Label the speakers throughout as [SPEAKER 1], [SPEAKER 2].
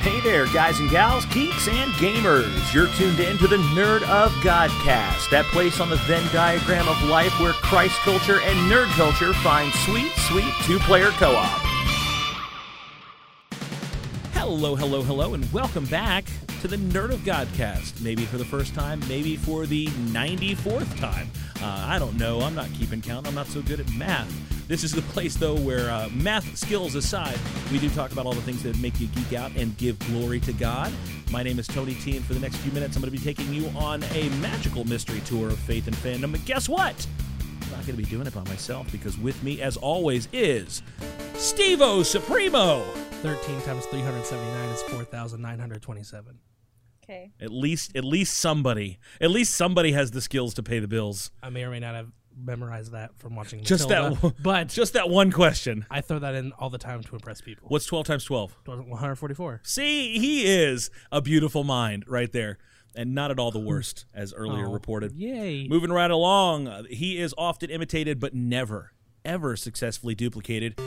[SPEAKER 1] Hey there, guys and gals, geeks and gamers. You're tuned in to the Nerd of Godcast, that place on the Venn diagram of life where Christ culture and nerd culture find sweet, sweet two player co op.
[SPEAKER 2] Hello, hello, hello, and welcome back to the Nerd of Godcast. Maybe for the first time, maybe for the 94th time. Uh, I don't know. I'm not keeping count. I'm not so good at math. This is the place, though, where uh, math skills aside, we do talk about all the things that make you geek out and give glory to God. My name is Tony T, and for the next few minutes, I'm going to be taking you on a magical mystery tour of faith and fandom. And guess what? I'm not going to be doing it by myself because with me, as always, is Stevo Supremo.
[SPEAKER 3] 13 times 379 is 4,927.
[SPEAKER 4] Okay.
[SPEAKER 2] At least, at least somebody, at least somebody has the skills to pay the bills.
[SPEAKER 3] I may or may not have memorized that from watching
[SPEAKER 2] Just
[SPEAKER 3] Matilda,
[SPEAKER 2] that, one-
[SPEAKER 3] but
[SPEAKER 2] just that one question.
[SPEAKER 3] I throw that in all the time to impress people.
[SPEAKER 2] What's twelve times twelve?
[SPEAKER 3] 144.
[SPEAKER 2] See, he is a beautiful mind right there, and not at all the worst, as earlier
[SPEAKER 3] Oh,
[SPEAKER 2] reported.
[SPEAKER 3] Yay.
[SPEAKER 2] Moving right along, uh, he is often imitated, but never, ever successfully duplicated.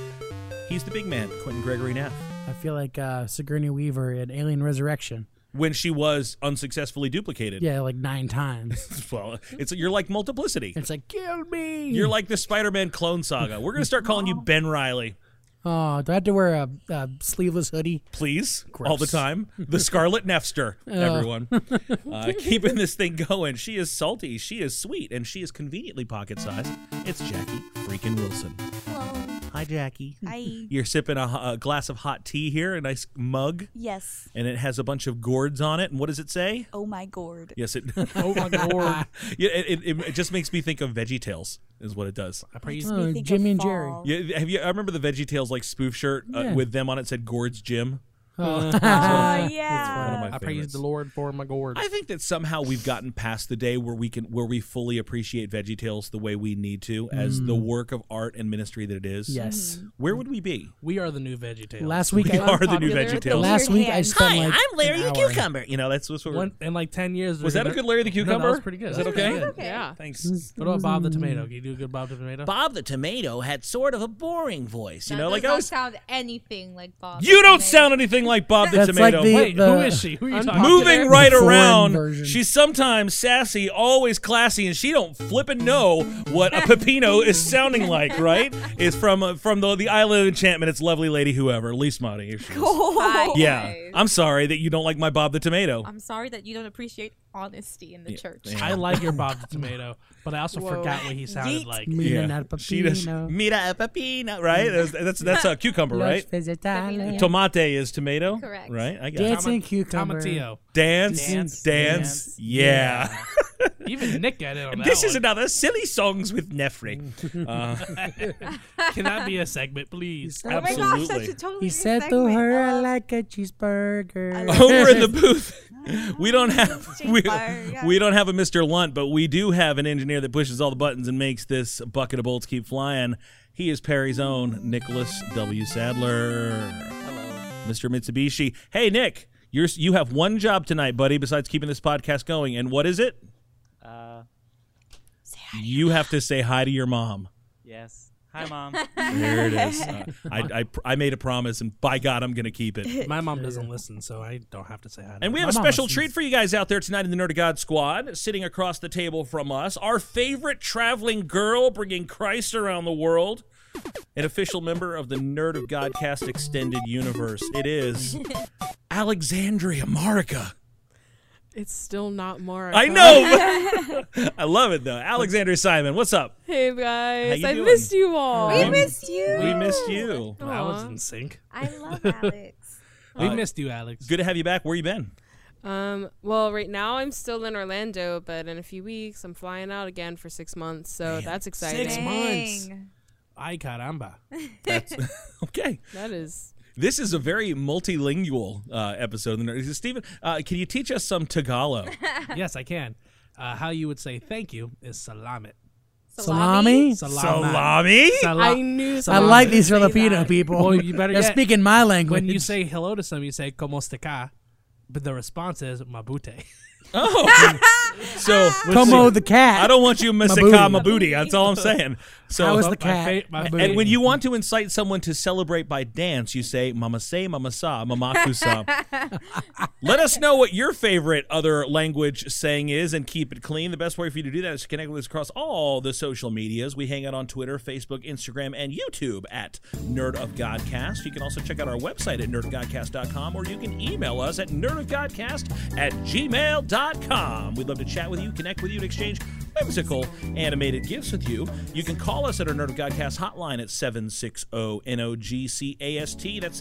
[SPEAKER 2] He's the big man, Quentin Gregory Knapp.
[SPEAKER 5] I feel like uh, Sigourney Weaver in Alien Resurrection.
[SPEAKER 2] When she was unsuccessfully duplicated,
[SPEAKER 5] Yeah, like nine times.
[SPEAKER 2] well, it's you're like multiplicity.
[SPEAKER 5] It's like kill me.
[SPEAKER 2] You're like the Spider-Man clone saga. We're gonna start calling you Ben Riley.
[SPEAKER 5] oh, do I have to wear a, a sleeveless hoodie?
[SPEAKER 2] please
[SPEAKER 5] Gross.
[SPEAKER 2] all the time the scarlet nefster everyone uh, keeping this thing going she is salty she is sweet and she is conveniently pocket-sized it's jackie freaking wilson
[SPEAKER 4] Hello.
[SPEAKER 2] hi jackie
[SPEAKER 4] I
[SPEAKER 2] you're sipping a, ho- a glass of hot tea here a nice mug
[SPEAKER 4] yes.
[SPEAKER 2] and it has a bunch of gourds on it and what does it say
[SPEAKER 4] Oh my gourd.
[SPEAKER 2] yes it
[SPEAKER 3] Oh my god.
[SPEAKER 2] Yeah, it, it, it just makes me think of veggie tales is what it does
[SPEAKER 3] I praise
[SPEAKER 4] Makes me
[SPEAKER 5] Oh,
[SPEAKER 4] think
[SPEAKER 5] Jimmy
[SPEAKER 4] of
[SPEAKER 5] and Jerry.
[SPEAKER 4] fall.
[SPEAKER 2] yeah, have you? I remember the Veggie Tales like spoof shirt uh,
[SPEAKER 5] Yeah.
[SPEAKER 2] with them on it said "Gourds Jim."
[SPEAKER 4] Oh
[SPEAKER 2] one of
[SPEAKER 4] yeah.
[SPEAKER 2] my
[SPEAKER 3] I praise
[SPEAKER 2] favorites.
[SPEAKER 3] the Lord for my gourd.
[SPEAKER 2] I think that somehow we've gotten past the day where we can where we fully appreciate VeggieTales the way we need to as the work of art and ministry that it is.
[SPEAKER 5] Yes.
[SPEAKER 2] Where would we be?
[SPEAKER 3] we are the new veggie tales.
[SPEAKER 5] Last week
[SPEAKER 2] We
[SPEAKER 5] I
[SPEAKER 2] are the new
[SPEAKER 4] Unpopular at the
[SPEAKER 2] VeggieTales.
[SPEAKER 5] Last
[SPEAKER 4] Weird
[SPEAKER 5] week I
[SPEAKER 4] hand.
[SPEAKER 5] spent like an hour.
[SPEAKER 2] You know, that's what's what we're,
[SPEAKER 3] One, in like 10 years.
[SPEAKER 2] Was
[SPEAKER 3] they're
[SPEAKER 2] that a
[SPEAKER 3] gonna-
[SPEAKER 2] good Larry the
[SPEAKER 3] No, that
[SPEAKER 2] Cucumber?
[SPEAKER 3] was pretty good.
[SPEAKER 2] Is that
[SPEAKER 3] That was pretty
[SPEAKER 2] okay?
[SPEAKER 3] good.
[SPEAKER 4] Okay.
[SPEAKER 3] Yeah.
[SPEAKER 2] Thanks.
[SPEAKER 3] What about Bob the Tomato? Can you do a good Bob the Tomato?
[SPEAKER 2] Mm. Bob the Tomato had sort of a boring voice, you
[SPEAKER 6] That
[SPEAKER 2] know, like
[SPEAKER 6] does
[SPEAKER 2] I
[SPEAKER 6] not
[SPEAKER 2] was
[SPEAKER 6] sound anything like Bob.
[SPEAKER 2] You don't
[SPEAKER 6] Dylan.
[SPEAKER 2] sound anything like Bob the
[SPEAKER 5] That's
[SPEAKER 2] Tomato.
[SPEAKER 5] like the-
[SPEAKER 3] Wait,
[SPEAKER 5] The-
[SPEAKER 3] who is she? Who are you talking
[SPEAKER 6] Unpopular.
[SPEAKER 2] Moving right
[SPEAKER 5] The foreign
[SPEAKER 2] around,
[SPEAKER 5] version.
[SPEAKER 2] she's sometimes sassy, always classy, and she don't flippin' know what a Pepino is sounding like. Right? Is from uh, from the the Isle of Enchantment. It's lovely lady whoever, Lise Motti. Here she is.
[SPEAKER 4] Oh.
[SPEAKER 2] Yeah, I'm sorry that you don't like my Bob the Tomato.
[SPEAKER 6] I'm sorry that you don't appreciate honesty in the church.
[SPEAKER 2] yeah.
[SPEAKER 3] I like your Bob the Tomato, but I also
[SPEAKER 4] Whoa.
[SPEAKER 3] forgot what he sounded
[SPEAKER 4] Yeet.
[SPEAKER 3] like.
[SPEAKER 5] Mina not
[SPEAKER 2] she does.
[SPEAKER 5] Papino.
[SPEAKER 2] Mira a Pepino, right? That's that's, that's a cucumber,
[SPEAKER 5] Los
[SPEAKER 2] right?
[SPEAKER 5] vegetales.
[SPEAKER 2] Tomate is tomato,
[SPEAKER 6] Correct.
[SPEAKER 2] Right? I got it.
[SPEAKER 5] Dancing cucumber.
[SPEAKER 3] Tomatillo.
[SPEAKER 2] dance, dance,
[SPEAKER 5] Dance,
[SPEAKER 2] dance.
[SPEAKER 5] dance.
[SPEAKER 2] Yeah.
[SPEAKER 3] Even Nick got it on that
[SPEAKER 2] This
[SPEAKER 3] one.
[SPEAKER 2] is another silly songs with Nefri.
[SPEAKER 5] Mm.
[SPEAKER 2] Uh,
[SPEAKER 3] Can that be a segment, please?
[SPEAKER 4] Oh my gosh, that's
[SPEAKER 2] Absolutely.
[SPEAKER 4] a totally
[SPEAKER 5] He
[SPEAKER 4] new
[SPEAKER 5] said to
[SPEAKER 4] segment.
[SPEAKER 5] her, "I
[SPEAKER 4] Oh,
[SPEAKER 5] like a cheeseburger."
[SPEAKER 4] I love-
[SPEAKER 2] over in the booth we don't have we,
[SPEAKER 4] Cheeseburger.
[SPEAKER 2] we don't have a mr lunt but we do have an engineer that pushes all the buttons and makes this bucket of bolts keep flying he is perry's own nicholas w sadler mr mitsubishi hey nick you're, you have one job tonight buddy besides keeping this podcast going and what is it
[SPEAKER 7] Uh,
[SPEAKER 2] you have to say hi to your mom
[SPEAKER 7] yes. Hi, mom.
[SPEAKER 2] there it is Uh, I, I, pr- I made a promise and by god i'm gonna keep it
[SPEAKER 3] My mom doesn't listen, so I don't have to say hi. To
[SPEAKER 2] And we
[SPEAKER 3] her.
[SPEAKER 2] have a
[SPEAKER 5] My mom
[SPEAKER 2] special
[SPEAKER 5] listens.
[SPEAKER 2] treat for you guys out there tonight in the Nerd of God squad. Sitting across the table from us, our favorite traveling girl bringing Christ around the world, an official member of the Nerd of Godcast extended universe. It is Alexandria Marica.
[SPEAKER 8] It's still not Mark.
[SPEAKER 2] I know. but- I love it though. Alexandria Simon, what's up?
[SPEAKER 8] Hey guys,
[SPEAKER 2] you
[SPEAKER 8] I
[SPEAKER 2] doing?
[SPEAKER 8] missed you all.
[SPEAKER 4] We missed you.
[SPEAKER 2] We missed you.
[SPEAKER 3] I was
[SPEAKER 8] Aw.
[SPEAKER 3] in sync.
[SPEAKER 4] I love Alex.
[SPEAKER 3] We
[SPEAKER 2] Uh,
[SPEAKER 3] missed you, Alex.
[SPEAKER 2] Good to have you back. Where you been?
[SPEAKER 8] Um, well, right now I'm still in Orlando, but in a few weeks I'm flying out again for six months, so that's exciting.
[SPEAKER 3] Six months. Ay caramba.
[SPEAKER 2] Okay.
[SPEAKER 8] That is.
[SPEAKER 2] This is a very multilingual uh, episode. of the Nerd- Stephen, uh, can you teach us some Tagalog?
[SPEAKER 3] yes, I can. Uh, how you would say thank you is salamat.
[SPEAKER 5] salami.
[SPEAKER 3] Salamat. Sala-
[SPEAKER 8] I knew.
[SPEAKER 5] I
[SPEAKER 8] someone
[SPEAKER 5] like
[SPEAKER 8] would
[SPEAKER 5] these
[SPEAKER 8] say
[SPEAKER 5] Filipino
[SPEAKER 8] that.
[SPEAKER 5] people.
[SPEAKER 3] Well, you better
[SPEAKER 5] They're
[SPEAKER 3] yet,
[SPEAKER 5] speaking my language.
[SPEAKER 3] When you say hello to someone, you say como está ka? But the response is mabute.
[SPEAKER 2] Oh, so
[SPEAKER 5] Como the cat.
[SPEAKER 2] I don't want you missing
[SPEAKER 5] booty.
[SPEAKER 2] my booty. That's all I'm saying. So
[SPEAKER 5] How is the
[SPEAKER 3] My
[SPEAKER 5] cat?
[SPEAKER 3] fa- my booty.
[SPEAKER 2] And when you want to incite someone to celebrate by dance, you say "Mama say, Mama sa, Mama kusa." Let us know what your favorite other language saying is, and keep it clean. The best way for you to do that is to connect with us across all the social medias. We hang out on Twitter, Facebook, Instagram, and YouTube at Nerd of Godcast. You can also check out our website at nerdofgodcast.com, or you can email us at nerdofgodcast at gmail.com. We'd love to chat with you, connect with you, and exchange whimsical animated gifts with you. You can call us at our Nerd of Godcast hotline at 760-NOGCAST. That's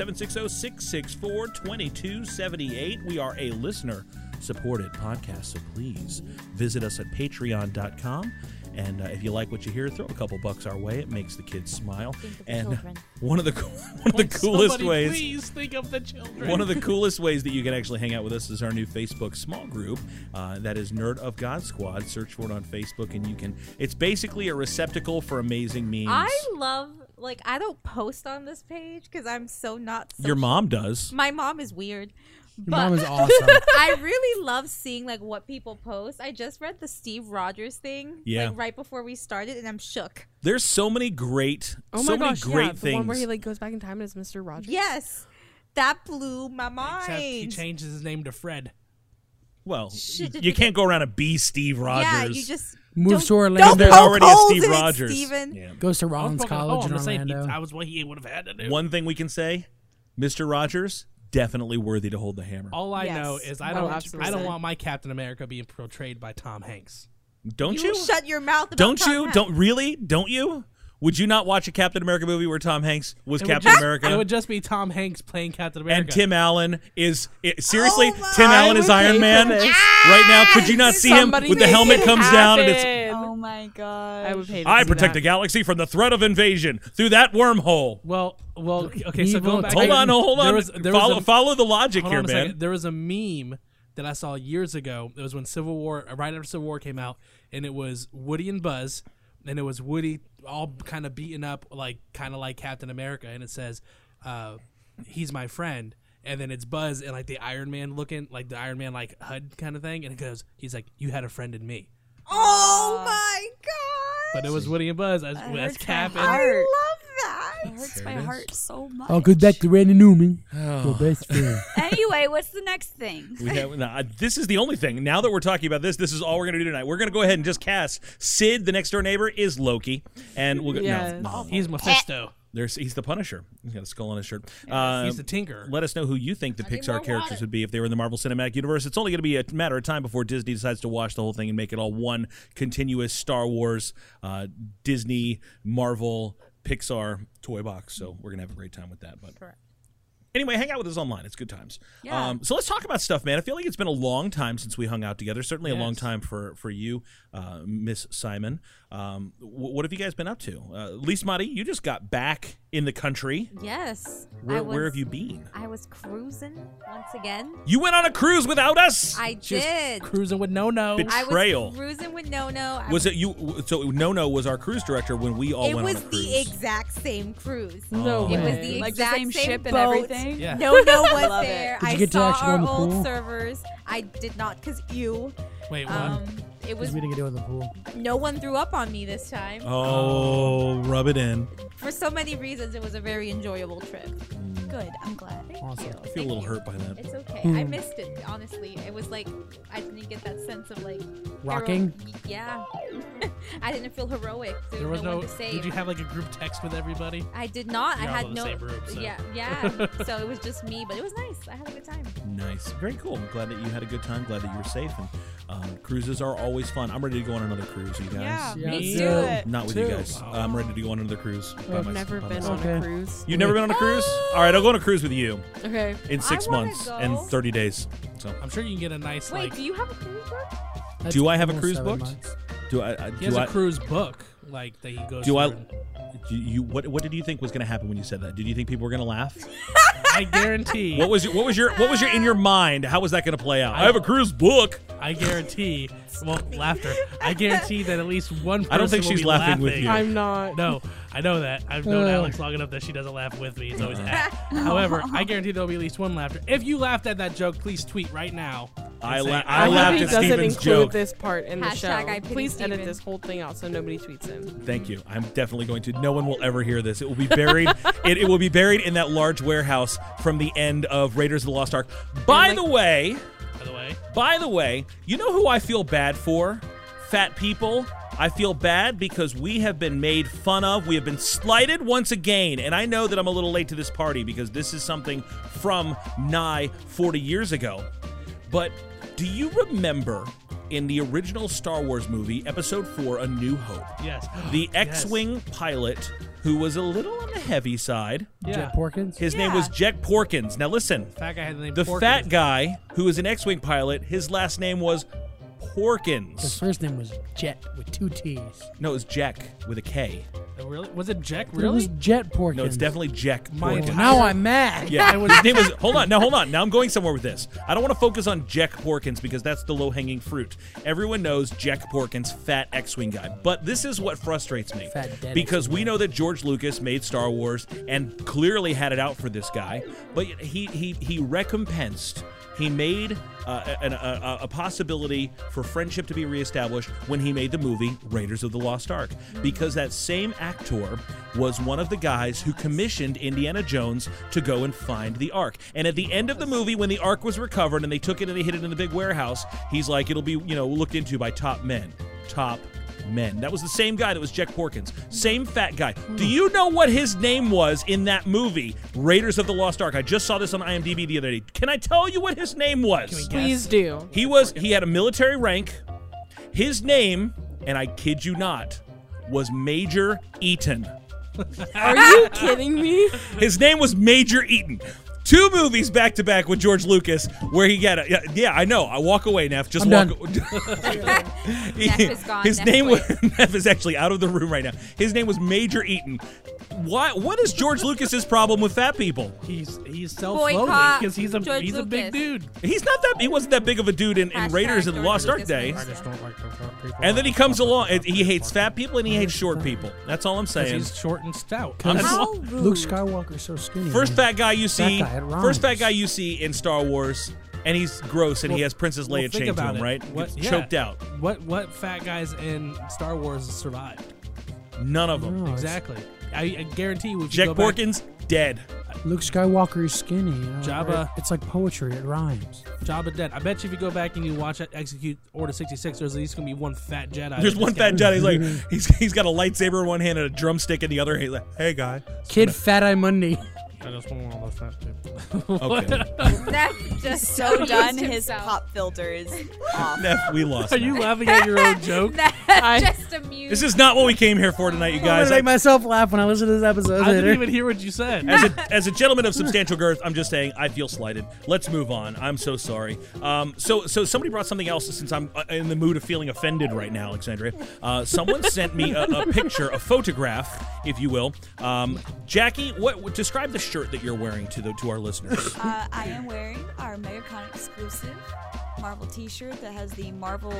[SPEAKER 2] 760-664-2278. We are a listener supported podcast, so please visit us at patreon.com. And uh, if you like what you hear, throw a couple bucks our way. It makes the kids smile.
[SPEAKER 6] of the
[SPEAKER 2] and
[SPEAKER 6] children.
[SPEAKER 2] one of the one of the coolest
[SPEAKER 3] Somebody
[SPEAKER 2] ways
[SPEAKER 3] Please think of the children.
[SPEAKER 2] one of the coolest ways that you can actually hang out with us is our new Facebook small group. Uh, that is Nerd of God Squad. Search for it on Facebook, and you can. It's basically a receptacle for amazing memes.
[SPEAKER 6] I love like I don't post on this page because I'm so not.
[SPEAKER 2] Your
[SPEAKER 6] social-
[SPEAKER 2] mom does.
[SPEAKER 6] My mom is weird.
[SPEAKER 5] Your mom
[SPEAKER 6] But
[SPEAKER 5] is awesome.
[SPEAKER 6] I really love seeing like what people post. I just read the Steve Rogers thing
[SPEAKER 2] Yeah.
[SPEAKER 6] like right before we started, and I'm shook.
[SPEAKER 2] There's so many great,
[SPEAKER 8] Oh
[SPEAKER 2] so
[SPEAKER 8] my gosh,
[SPEAKER 2] many great
[SPEAKER 8] yeah,
[SPEAKER 2] things.
[SPEAKER 8] the one where he like goes back in time as Mr. Rogers.
[SPEAKER 6] Yes, that blew my
[SPEAKER 3] Except he
[SPEAKER 6] mind.
[SPEAKER 3] changed his name to Fred.
[SPEAKER 2] well,
[SPEAKER 6] Shit,
[SPEAKER 2] you can't go around and be Steve Rogers.
[SPEAKER 6] Yeah, you just
[SPEAKER 5] Moves
[SPEAKER 6] don't-
[SPEAKER 5] to
[SPEAKER 6] don't
[SPEAKER 5] Orlando.
[SPEAKER 2] There's
[SPEAKER 6] poke
[SPEAKER 2] already a
[SPEAKER 6] holes
[SPEAKER 2] Steve
[SPEAKER 6] in it,
[SPEAKER 2] Rogers.
[SPEAKER 6] Steven.
[SPEAKER 2] Yeah.
[SPEAKER 5] Goes
[SPEAKER 3] I
[SPEAKER 5] to
[SPEAKER 3] was
[SPEAKER 5] Rollins
[SPEAKER 3] fucking- oh,
[SPEAKER 5] College
[SPEAKER 3] I'm
[SPEAKER 5] in
[SPEAKER 3] gonna say he-
[SPEAKER 5] Orlando.
[SPEAKER 3] I was what he would have had to do.
[SPEAKER 2] One thing we can say, Mr. Rogers, definitely worthy to hold the hammer.
[SPEAKER 3] All I know
[SPEAKER 8] Yes.
[SPEAKER 3] is I
[SPEAKER 8] Oh,
[SPEAKER 3] don't. I don't
[SPEAKER 8] 100%.
[SPEAKER 3] want my Captain America being portrayed by Tom Hanks.
[SPEAKER 2] Don't
[SPEAKER 6] You,
[SPEAKER 2] you?
[SPEAKER 6] shut your mouth. About
[SPEAKER 2] don't
[SPEAKER 6] Tom
[SPEAKER 2] you?
[SPEAKER 6] Hanks.
[SPEAKER 2] Don't really? Don't you? Would you not watch a Captain America movie where Tom Hanks was
[SPEAKER 3] It would
[SPEAKER 2] Captain
[SPEAKER 3] just-
[SPEAKER 2] America?
[SPEAKER 3] It would just be Tom Hanks playing Captain America.
[SPEAKER 2] and Tim Allen is it, seriously
[SPEAKER 6] my-
[SPEAKER 2] Tim
[SPEAKER 6] I
[SPEAKER 2] Allen is
[SPEAKER 8] Oh, would pay
[SPEAKER 2] Iron
[SPEAKER 8] for
[SPEAKER 2] Man
[SPEAKER 8] this.
[SPEAKER 2] right now. Could you not see him
[SPEAKER 8] Somebody
[SPEAKER 2] with the
[SPEAKER 8] make
[SPEAKER 2] helmet
[SPEAKER 8] it
[SPEAKER 2] comes down and it's
[SPEAKER 8] happen.
[SPEAKER 4] Oh my god.
[SPEAKER 8] I would pay. To
[SPEAKER 2] I
[SPEAKER 8] see
[SPEAKER 2] protect the
[SPEAKER 8] that.
[SPEAKER 2] galaxy from the threat of invasion through that wormhole.
[SPEAKER 3] Well, well, okay. So
[SPEAKER 5] Evil
[SPEAKER 3] going back,
[SPEAKER 5] I-
[SPEAKER 2] Hold on, no, hold on.
[SPEAKER 3] There was, there
[SPEAKER 2] follow,
[SPEAKER 3] was a,
[SPEAKER 2] follow the logic
[SPEAKER 3] hold
[SPEAKER 2] here,
[SPEAKER 3] on a
[SPEAKER 2] man.
[SPEAKER 3] second. There was a meme that I saw years ago. It was when Civil War, right after Civil War came out, and it was Woody and Buzz, and it was Woody all kind of beaten up, like kind of like Captain America, and it says, uh, "He's my friend." And then it's Buzz and like the Iron Man looking, like the Iron Man like HUD kind of thing, and it goes, "He's like, you had a friend in me."
[SPEAKER 6] Oh my god.
[SPEAKER 3] But it was Woody and Buzz. I, that's
[SPEAKER 4] hurts my
[SPEAKER 3] Cap and
[SPEAKER 4] heart.
[SPEAKER 6] I love that.
[SPEAKER 4] It hurts my heart so much.
[SPEAKER 5] I'll go back to Randy Newman.
[SPEAKER 2] Oh.
[SPEAKER 5] Your best friend.
[SPEAKER 4] Anyway, what's the next thing?
[SPEAKER 2] We have, no, I- this is the only thing. Now that we're talking about this, this is all we're going to do tonight. We're going to go ahead and just cast Sid, the next door neighbor, is Loki, and we'll go.
[SPEAKER 8] Yes.
[SPEAKER 2] No, no,
[SPEAKER 3] He's Mephisto.
[SPEAKER 2] there's he's the Punisher. He's got a skull on his shirt. Uh,
[SPEAKER 3] He's the Tinker.
[SPEAKER 2] Let us know who you think the
[SPEAKER 6] need
[SPEAKER 2] Pixar
[SPEAKER 6] more
[SPEAKER 2] characters
[SPEAKER 6] water.
[SPEAKER 2] would be if they were in the Marvel Cinematic Universe. It's only going to be a matter of time before Disney decides to wash the whole thing and make it all one continuous Star Wars, uh, Disney, Marvel, Pixar toy box. So we're going to have a great time with that. But anyway, hang out with us online. It's good times.
[SPEAKER 4] Yeah.
[SPEAKER 2] Um, so let's talk about stuff, man. I feel like it's been a long time since we hung out together. Certainly a long
[SPEAKER 3] Yes.
[SPEAKER 2] time for for you, uh, Miss Simon. Um, wh- what have you guys been up to? Uh, Lise Mati, you just got back in the country.
[SPEAKER 6] Yes. I
[SPEAKER 2] Where,
[SPEAKER 6] was,
[SPEAKER 2] where have you been?
[SPEAKER 6] I was cruising once again.
[SPEAKER 2] You went on a cruise without us.
[SPEAKER 6] I
[SPEAKER 3] Just
[SPEAKER 6] did.
[SPEAKER 3] cruising with no no.
[SPEAKER 2] Bitch.
[SPEAKER 6] I
[SPEAKER 2] Trail.
[SPEAKER 6] was cruising with No No.
[SPEAKER 2] was it you? w- So No No was our cruise director when we all
[SPEAKER 6] it
[SPEAKER 2] went
[SPEAKER 6] was
[SPEAKER 2] on a cruise.
[SPEAKER 6] the exact same cruise.
[SPEAKER 8] No
[SPEAKER 2] It was
[SPEAKER 8] way.
[SPEAKER 6] the
[SPEAKER 4] Like the
[SPEAKER 6] exact
[SPEAKER 4] same
[SPEAKER 6] same
[SPEAKER 4] ship and
[SPEAKER 6] boat.
[SPEAKER 4] everything?
[SPEAKER 3] Yeah.
[SPEAKER 6] No No was
[SPEAKER 4] Love it.
[SPEAKER 6] there.
[SPEAKER 5] Did you
[SPEAKER 6] I
[SPEAKER 5] get to
[SPEAKER 6] saw
[SPEAKER 5] actually go
[SPEAKER 6] our
[SPEAKER 5] in the
[SPEAKER 6] old
[SPEAKER 5] pool?
[SPEAKER 6] servers. I did not because you.
[SPEAKER 3] Wait, what?
[SPEAKER 6] Um, it was
[SPEAKER 5] Because we didn't get it in the pool.
[SPEAKER 6] no one threw up on me this time.
[SPEAKER 2] oh, rub it in.
[SPEAKER 6] For so many reasons, it was a very enjoyable trip.
[SPEAKER 4] Good. I'm glad.
[SPEAKER 6] Thank
[SPEAKER 5] Awesome.
[SPEAKER 6] you.
[SPEAKER 2] I feel
[SPEAKER 6] Thank
[SPEAKER 2] a little
[SPEAKER 6] you.
[SPEAKER 2] hurt by that.
[SPEAKER 6] It's okay. I missed it. Honestly, it was like I didn't get that sense of like hero-
[SPEAKER 5] Rocking?
[SPEAKER 6] yeah, I didn't feel heroic. There,
[SPEAKER 3] There was no.
[SPEAKER 6] one to save.
[SPEAKER 3] Did you have like a group text with everybody?
[SPEAKER 6] I did not. I
[SPEAKER 3] You're all
[SPEAKER 6] had
[SPEAKER 3] in the
[SPEAKER 6] no.
[SPEAKER 3] same room, so.
[SPEAKER 6] Yeah, yeah. so it was just me, but it was nice. I had a good time.
[SPEAKER 2] Nice. Very cool. I'm glad that you had a good time. Glad that you were safe. And um, cruises are always fun. I'm ready to go on another cruise, you guys.
[SPEAKER 4] Yeah,
[SPEAKER 5] Yeah.
[SPEAKER 4] let's
[SPEAKER 5] Yeah.
[SPEAKER 4] do it.
[SPEAKER 2] Not with you
[SPEAKER 5] Too.
[SPEAKER 2] guys. I'm ready to go on another cruise. by
[SPEAKER 5] I've
[SPEAKER 2] mys-
[SPEAKER 8] I've never
[SPEAKER 2] by
[SPEAKER 8] been
[SPEAKER 2] myself.
[SPEAKER 8] on a cruise.
[SPEAKER 2] You've never been on a cruise? All right, I'll go on a cruise with you
[SPEAKER 8] Okay.
[SPEAKER 2] in
[SPEAKER 6] I
[SPEAKER 2] six
[SPEAKER 6] wanna
[SPEAKER 2] months
[SPEAKER 6] go.
[SPEAKER 2] and 30 days. So,
[SPEAKER 3] I'm sure you can get a nice
[SPEAKER 6] Wait,
[SPEAKER 3] like.
[SPEAKER 6] do you have a cruise book?
[SPEAKER 5] That's
[SPEAKER 2] Do I have a
[SPEAKER 5] almost
[SPEAKER 2] cruise
[SPEAKER 5] seven
[SPEAKER 2] booked?
[SPEAKER 5] months.
[SPEAKER 2] do I? I
[SPEAKER 3] he
[SPEAKER 2] do
[SPEAKER 3] has
[SPEAKER 2] I?
[SPEAKER 3] a cruise book like that he goes.
[SPEAKER 2] do I?
[SPEAKER 3] through.
[SPEAKER 2] Do you? What? What did you think was going to happen when you said that? Did you think people were going to laugh?
[SPEAKER 3] I guarantee.
[SPEAKER 2] What was your? What was your? What was your in your mind? How was that going to play out?
[SPEAKER 3] I-
[SPEAKER 2] cruise book.
[SPEAKER 3] I guarantee. Well, laughter. I guarantee that at least one. Person
[SPEAKER 2] I don't think
[SPEAKER 3] will
[SPEAKER 2] she's
[SPEAKER 3] be
[SPEAKER 2] laughing
[SPEAKER 3] laughing
[SPEAKER 2] with you.
[SPEAKER 8] I'm not.
[SPEAKER 3] No, I know that. I've known
[SPEAKER 5] Uh.
[SPEAKER 3] Alex long enough that she doesn't laugh with me. It's
[SPEAKER 2] Uh-huh.
[SPEAKER 3] always at. However, I guarantee there'll be at least one laughter. If you laughed at that joke, please tweet right now. and
[SPEAKER 2] I
[SPEAKER 3] say,
[SPEAKER 2] la-
[SPEAKER 8] I,
[SPEAKER 2] I
[SPEAKER 8] hope
[SPEAKER 2] laughed
[SPEAKER 8] he
[SPEAKER 2] at
[SPEAKER 8] doesn't
[SPEAKER 2] Steven's
[SPEAKER 8] include
[SPEAKER 2] joke.
[SPEAKER 8] this part in the
[SPEAKER 6] Hashtag
[SPEAKER 8] show.
[SPEAKER 6] I pity
[SPEAKER 8] Please edit
[SPEAKER 6] Steven.
[SPEAKER 8] this whole thing out so nobody tweets him.
[SPEAKER 2] Thank you. I'm definitely going to. No one will ever hear this. It will be buried. it, it will be buried in that large warehouse from the end of Raiders of the Lost Ark. By
[SPEAKER 8] like-
[SPEAKER 2] the way,
[SPEAKER 3] By the way,
[SPEAKER 2] by the way, you know who I feel bad for? Fat people. I feel bad because we have been made fun of. We have been slighted once again. And I know that I'm a little late to this party because this is something from nigh 40 years ago. But do you remember in the original Star Wars movie, Episode 4, A New Hope?
[SPEAKER 3] yes.
[SPEAKER 2] the
[SPEAKER 3] Yes.
[SPEAKER 2] X-wing pilot who was a little on the heavy side.
[SPEAKER 3] Yeah.
[SPEAKER 5] Jet Porkins.
[SPEAKER 2] His name was Jet Porkins. Now listen,
[SPEAKER 3] Fat guy had the name
[SPEAKER 2] the
[SPEAKER 3] Porky.
[SPEAKER 2] fat guy who was an X-wing pilot, his last name was
[SPEAKER 5] His
[SPEAKER 2] Porkins.
[SPEAKER 5] first name was Jet with two T's.
[SPEAKER 2] No, it was Jack with a K.
[SPEAKER 3] Oh, Really? Was it Jack?
[SPEAKER 5] It was
[SPEAKER 3] Really?
[SPEAKER 5] Jet Porkins.
[SPEAKER 2] No, it's definitely Jack
[SPEAKER 3] My
[SPEAKER 5] Well,
[SPEAKER 2] Porkins.
[SPEAKER 3] entire-
[SPEAKER 5] now I'm mad.
[SPEAKER 2] Yeah, his name was. Hold on, now hold on. Now I'm going somewhere with this. I don't want to focus on Jack Porkins because that's the low hanging fruit. Everyone knows Jack Porkins, fat X-wing guy. But this is what frustrates me
[SPEAKER 5] Fat dead
[SPEAKER 2] because we know that George Lucas made Star Wars and clearly had it out for this guy, but he he he recompensed. He made uh, an, a, a- a possibility for friendship to be reestablished when he made the movie Raiders of the Lost Ark, because that same actor was one of the guys who commissioned Indiana Jones to go and find the Ark. And at the end of the movie, when the Ark was recovered and they took it and they hid it in the big warehouse, he's like, "It'll be you know looked into by top men, top men." That was the same guy that was Jack Porkins, same fat guy. Do you know what his name was in that movie, Raiders of the Lost Ark? I just saw this on IMDb the other day. Can I tell you what his name was?
[SPEAKER 8] Please do.
[SPEAKER 2] He was he had a military rank. His name, and I kid you not, was Major Eaton.
[SPEAKER 8] Are you kidding me?
[SPEAKER 2] His name was Major Eaton. Two movies back to back with George Lucas, where he got a yeah, yeah, I know. I walk away, Neff. Just
[SPEAKER 5] I'm
[SPEAKER 2] walk. He-
[SPEAKER 6] Neff is gone.
[SPEAKER 2] His
[SPEAKER 6] Neff
[SPEAKER 2] name was
[SPEAKER 6] quit.
[SPEAKER 2] Neff is actually out of the room right now. His name was Major Eaton. Why? What is George Lucas's problem with fat people?
[SPEAKER 3] He's he's self-loathing
[SPEAKER 6] Boycott
[SPEAKER 3] because he's a
[SPEAKER 6] George
[SPEAKER 3] he's a big
[SPEAKER 6] Lucas.
[SPEAKER 3] dude.
[SPEAKER 2] He's not that. He wasn't that big of a dude in, in
[SPEAKER 6] Hashtag
[SPEAKER 2] Raiders and
[SPEAKER 6] George
[SPEAKER 2] Lost Ark
[SPEAKER 6] Lucas
[SPEAKER 2] Day.
[SPEAKER 6] movies.
[SPEAKER 3] just don't like the fat people.
[SPEAKER 2] And then he comes along. and He hates fat people and he hates short people. That's all I'm saying.
[SPEAKER 3] he's short and stout.
[SPEAKER 2] I'm just-
[SPEAKER 4] How rude.
[SPEAKER 5] Luke Skywalker's so skinny.
[SPEAKER 2] First
[SPEAKER 5] man.
[SPEAKER 2] fat guy you see.
[SPEAKER 5] guy, it rhymes.
[SPEAKER 2] first fat guy you see in Star Wars, and he's gross, and he
[SPEAKER 3] Well-
[SPEAKER 2] has Princess Leia
[SPEAKER 3] well, think
[SPEAKER 2] chained to
[SPEAKER 3] about
[SPEAKER 2] him,
[SPEAKER 3] it.
[SPEAKER 2] right?
[SPEAKER 3] What,
[SPEAKER 2] Gets
[SPEAKER 3] yeah.
[SPEAKER 2] Choked out.
[SPEAKER 3] What what fat guys in Star Wars survived?
[SPEAKER 2] None of them.
[SPEAKER 5] No, it's-
[SPEAKER 3] Exactly. I, I guarantee you. if you
[SPEAKER 2] Oh, Jack
[SPEAKER 3] go back-
[SPEAKER 2] Porkins dead.
[SPEAKER 5] Luke Skywalker is skinny. You know,
[SPEAKER 3] Jabba.
[SPEAKER 5] right? It's like poetry. It rhymes.
[SPEAKER 3] Jabba dead. I bet you if you go back and you watch that execute Order sixty six, there's at least gonna be one fat Jedi.
[SPEAKER 2] There's
[SPEAKER 3] that
[SPEAKER 2] one
[SPEAKER 3] just got-
[SPEAKER 2] fat Jedi. He's like, he's, he's got a lightsaber in one hand and a drumstick in the other. He's like, hey guy.
[SPEAKER 5] Kid Fat Eye Monday.
[SPEAKER 3] I just want all those fat people.
[SPEAKER 2] Okay.
[SPEAKER 6] That just
[SPEAKER 4] So Oh, done.
[SPEAKER 6] used
[SPEAKER 4] His
[SPEAKER 6] himself.
[SPEAKER 4] pop filter is off.
[SPEAKER 2] Neff, we lost.
[SPEAKER 3] Are
[SPEAKER 2] now.
[SPEAKER 3] you laughing at your own joke?
[SPEAKER 6] That
[SPEAKER 8] I-
[SPEAKER 6] just amused.
[SPEAKER 2] This is not what we came here for tonight, you
[SPEAKER 5] I'm
[SPEAKER 2] guys.
[SPEAKER 5] gonna make myself laugh when I listen to this episode
[SPEAKER 3] I
[SPEAKER 5] later.
[SPEAKER 3] didn't even hear what you said.
[SPEAKER 2] as a, as a gentleman of substantial girth, I'm just saying I feel slighted. Let's move on. I'm so sorry. Um, so so somebody brought something else since I'm uh, in the mood of feeling offended right now, Alexandria. Uh, someone sent me a, a picture, a photograph, if you will. Um, Jackie, what, what- describe the shirt that you're wearing to the to our listeners?
[SPEAKER 4] Uh, I am wearing our MegaCon exclusive Marvel T-shirt that has the Marvel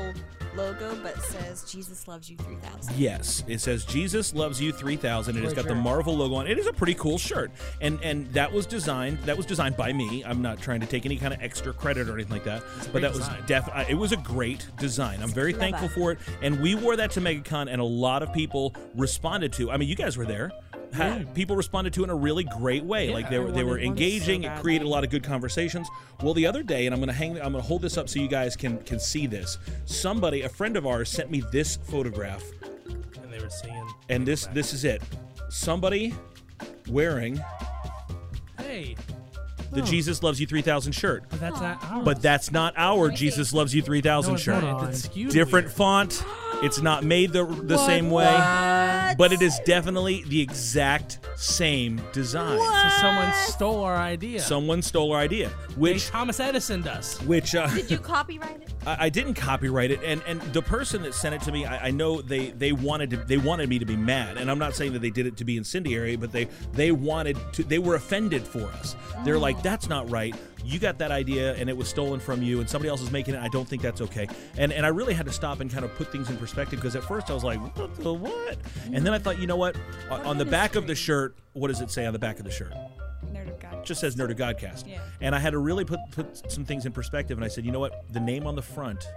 [SPEAKER 4] logo, but says "Jesus loves you 3000."
[SPEAKER 2] Yes, it says Jesus loves you 3000 and it's got
[SPEAKER 5] Great
[SPEAKER 2] the
[SPEAKER 5] shirt.
[SPEAKER 2] Marvel logo on. It It is a pretty cool shirt. And and that was designed that was designed by me. I'm not trying to take any kind of extra credit or anything like that. But
[SPEAKER 3] great
[SPEAKER 2] that was
[SPEAKER 3] design.
[SPEAKER 2] def uh, it was a great design. I'm very
[SPEAKER 4] Clever.
[SPEAKER 2] thankful for it and we wore that to MegaCon and a lot of people responded to. I mean, you guys were there. Ha- People responded to it in a really great way. like they were they were
[SPEAKER 8] everyone wants it so
[SPEAKER 2] engaging. it
[SPEAKER 8] badly.
[SPEAKER 2] created a lot of good conversations. Well, the other day, and I'm gonna hang, I'm gonna hold this up so you guys can can see this. Somebody, a friend of ours, sent me this photograph
[SPEAKER 3] and they were singing.
[SPEAKER 2] and this this is it. Somebody wearing
[SPEAKER 3] Hey,
[SPEAKER 2] the Jesus Loves You 3000 shirt.
[SPEAKER 3] but that's not. Ours.
[SPEAKER 2] But that's not our Jesus Loves You 3000
[SPEAKER 3] no, it's
[SPEAKER 2] shirt.
[SPEAKER 3] not. It's skewed
[SPEAKER 2] Different
[SPEAKER 3] weird.
[SPEAKER 2] font. It's not made the the same way. But it is definitely the exact same design.
[SPEAKER 3] So someone stole our idea.
[SPEAKER 2] Someone stole our idea,
[SPEAKER 3] Like
[SPEAKER 2] which
[SPEAKER 3] Thomas Edison does.
[SPEAKER 2] which uh,
[SPEAKER 6] Did you copyright it?
[SPEAKER 2] I, I didn't copyright it, and and the person that sent it to me, I, I know they they wanted to they wanted me to be mad, and I'm not saying that they did it to be incendiary, but they they wanted to they were offended for us. They're like, that's not right. You got that idea, and it was stolen from you, and somebody else is making it. I don't think that's okay. And and I really had to stop and kind of put things in perspective because at first I was like, what the what? And then I thought, you know what? On, on the back of the shirt, what does it say on the back of the shirt?
[SPEAKER 4] Nerd of God.
[SPEAKER 2] It just says Nerd of Godcast.
[SPEAKER 4] Yeah.
[SPEAKER 2] And I had to really put, put some things in perspective. And I said, you know what? The name on the front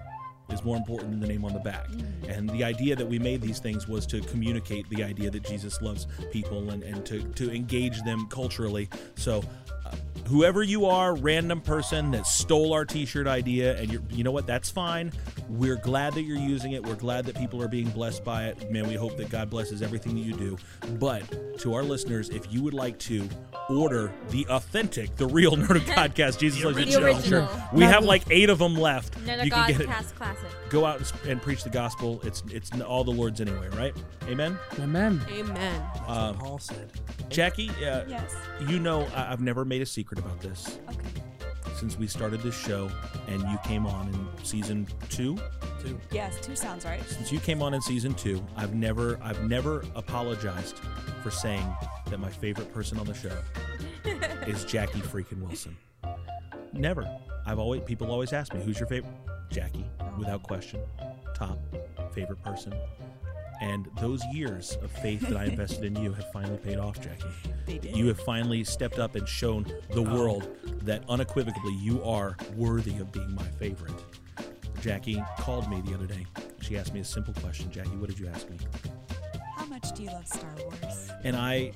[SPEAKER 2] is more important than the name on the back. And the idea that we made these things was to communicate the idea that Jesus loves people and, and to, to engage them culturally. So, uh, whoever you are, random person that stole our t shirt idea, and you're, you know what? That's fine. We're glad that you're using it. We're glad that people are being blessed by it. Man, we hope that God blesses everything that you do. But to our listeners, if you would like to order the authentic, the real Nerd of Podcast, Jesus Loves You
[SPEAKER 6] original.
[SPEAKER 2] t-shirt,
[SPEAKER 6] The original.
[SPEAKER 2] we have like eight of them left.
[SPEAKER 6] Another
[SPEAKER 2] you can get it.
[SPEAKER 6] Godcast classic.
[SPEAKER 2] Go out and, sp- and preach the gospel. It's it's n- all the Lord's anyway, right? Amen.
[SPEAKER 5] Amen.
[SPEAKER 8] Amen.
[SPEAKER 2] Um,
[SPEAKER 3] Paul said.
[SPEAKER 2] Jackie, uh,
[SPEAKER 4] Yes.
[SPEAKER 2] you know I- I've never made a secret about this
[SPEAKER 4] Okay.
[SPEAKER 2] since we started this show, and you came on in season two.
[SPEAKER 4] Yes, two sounds right.
[SPEAKER 2] Since you came on in season two, I've never I've never apologized for saying that my favorite person on the show is Jackie freaking Wilson. Never. I've always people always ask me who's your favorite. Jackie, without question, top favorite person. And those years of faith that I invested in you have finally paid off, Jackie.
[SPEAKER 4] They did.
[SPEAKER 2] You have finally stepped up and shown the world that unequivocally you are worthy of being my favorite. Jackie called me the other day. She asked me a simple question. Jackie, what did you ask me?
[SPEAKER 4] How much do you love Star Wars?
[SPEAKER 2] And I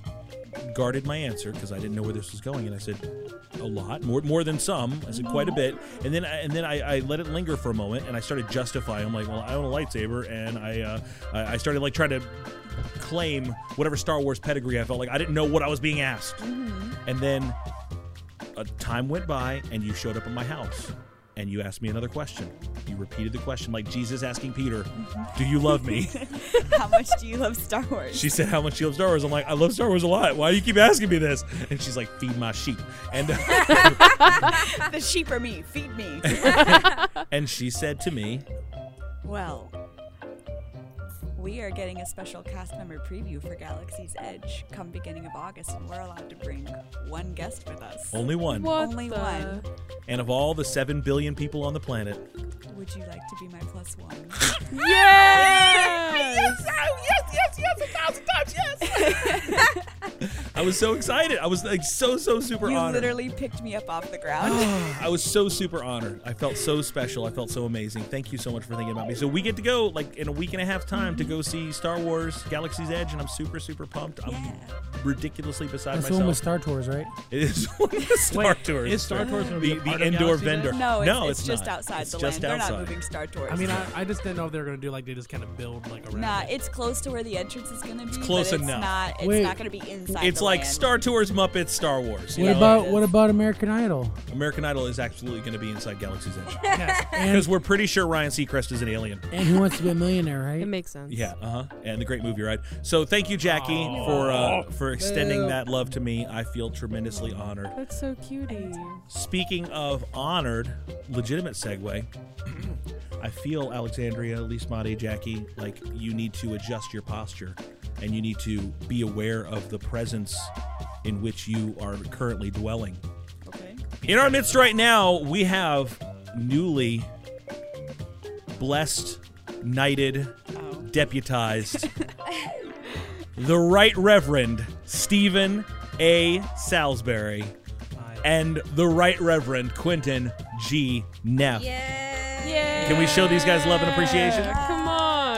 [SPEAKER 2] guarded my answer because I didn't know where this was going. And I said, a lot, more, more than some. I said quite a bit. And then, I, and then I, I let it linger for a moment, and I started justifying. I'm like, well, I own a lightsaber, and I, uh, I I started like trying to claim whatever Star Wars pedigree I felt like. I didn't know what I was being asked. And then a time went by, and you showed up at my house. And you asked me another question. You repeated the question like Jesus asking Peter, Do you love me?
[SPEAKER 4] How much do you love Star Wars?
[SPEAKER 2] She said how much she loves Star Wars. I'm like, I love Star Wars a lot. Why do you keep asking me this? And she's like, feed my sheep. And
[SPEAKER 4] the sheep are me. Feed me.
[SPEAKER 2] and she said to me,
[SPEAKER 4] well, we are getting a special cast member preview for Galaxy's Edge come beginning of August, and we're allowed to bring one guest with us.
[SPEAKER 2] only one.
[SPEAKER 8] What
[SPEAKER 4] Only
[SPEAKER 8] the-
[SPEAKER 4] one.
[SPEAKER 2] And of all the seven billion people on the planet,
[SPEAKER 4] Would you like to be my plus one?
[SPEAKER 8] Yes!
[SPEAKER 2] I was so excited. I was like so so super
[SPEAKER 4] you
[SPEAKER 2] honored.
[SPEAKER 4] literally picked me up off the ground.
[SPEAKER 2] I was so super honored. I felt so special. I felt so amazing. Thank you so much for thinking about me. So we get to go like in a week and a half time to go see Star Wars: Galaxy's Edge, and I'm super super pumped. I'm
[SPEAKER 4] Yeah.
[SPEAKER 2] ridiculously beside
[SPEAKER 5] That's the
[SPEAKER 2] myself.
[SPEAKER 5] one with Star Tours, right?
[SPEAKER 2] It is one of the Star
[SPEAKER 7] Wait,
[SPEAKER 2] Tours.
[SPEAKER 7] is Star Tours gonna be
[SPEAKER 2] the,
[SPEAKER 7] a part
[SPEAKER 2] the
[SPEAKER 7] of
[SPEAKER 2] indoor
[SPEAKER 7] Galaxy's
[SPEAKER 2] vendor?
[SPEAKER 7] Edge?
[SPEAKER 4] No,
[SPEAKER 2] no,
[SPEAKER 4] it's,
[SPEAKER 2] it's
[SPEAKER 4] just
[SPEAKER 2] not.
[SPEAKER 4] outside
[SPEAKER 2] It's
[SPEAKER 4] the
[SPEAKER 2] just
[SPEAKER 4] land.
[SPEAKER 2] Outside.
[SPEAKER 4] They're not moving Star Tours.
[SPEAKER 3] I mean, I, I just didn't know if they were gonna do like they just kind of build like around.
[SPEAKER 4] Nah,
[SPEAKER 3] it.
[SPEAKER 4] it's close to where the entrance is gonna be. It's
[SPEAKER 2] close
[SPEAKER 4] but
[SPEAKER 2] enough.
[SPEAKER 4] It's not. It's
[SPEAKER 5] Wait.
[SPEAKER 4] not gonna be inside.
[SPEAKER 2] It's
[SPEAKER 4] the
[SPEAKER 2] like
[SPEAKER 4] land.
[SPEAKER 2] Star Tours, Muppets, Star Wars. you
[SPEAKER 5] What
[SPEAKER 2] know?
[SPEAKER 5] about
[SPEAKER 4] it
[SPEAKER 5] what
[SPEAKER 4] is.
[SPEAKER 5] about American Idol?
[SPEAKER 2] American Idol is absolutely going to be inside Galaxy's Edge
[SPEAKER 3] Yeah.
[SPEAKER 2] because we're pretty sure Ryan Seacrest is an alien.
[SPEAKER 5] And Who Wants to Be a Millionaire,
[SPEAKER 8] It
[SPEAKER 5] right?
[SPEAKER 8] makes sense.
[SPEAKER 2] Yeah, uh huh. And the great movie ride. So thank you, Jackie,
[SPEAKER 3] Aw.
[SPEAKER 2] for uh, for extending
[SPEAKER 5] Boo.
[SPEAKER 2] that love to me. I feel tremendously honored.
[SPEAKER 8] That's so cutie.
[SPEAKER 2] Speaking of honored, legitimate segue. I feel Alexandria, Lismati, Jackie, like you need to adjust your posture and you need to be aware of the presence in which you are currently dwelling.
[SPEAKER 4] Okay.
[SPEAKER 2] In our midst right now, we have newly blessed, knighted,
[SPEAKER 4] Oh.
[SPEAKER 2] deputized the Right Reverend Stephen A. Salisbury and the Right Reverend Quentin G. Neff.
[SPEAKER 6] Yeah.
[SPEAKER 8] Yeah.
[SPEAKER 2] Can we show these guys love and appreciation?
[SPEAKER 8] Come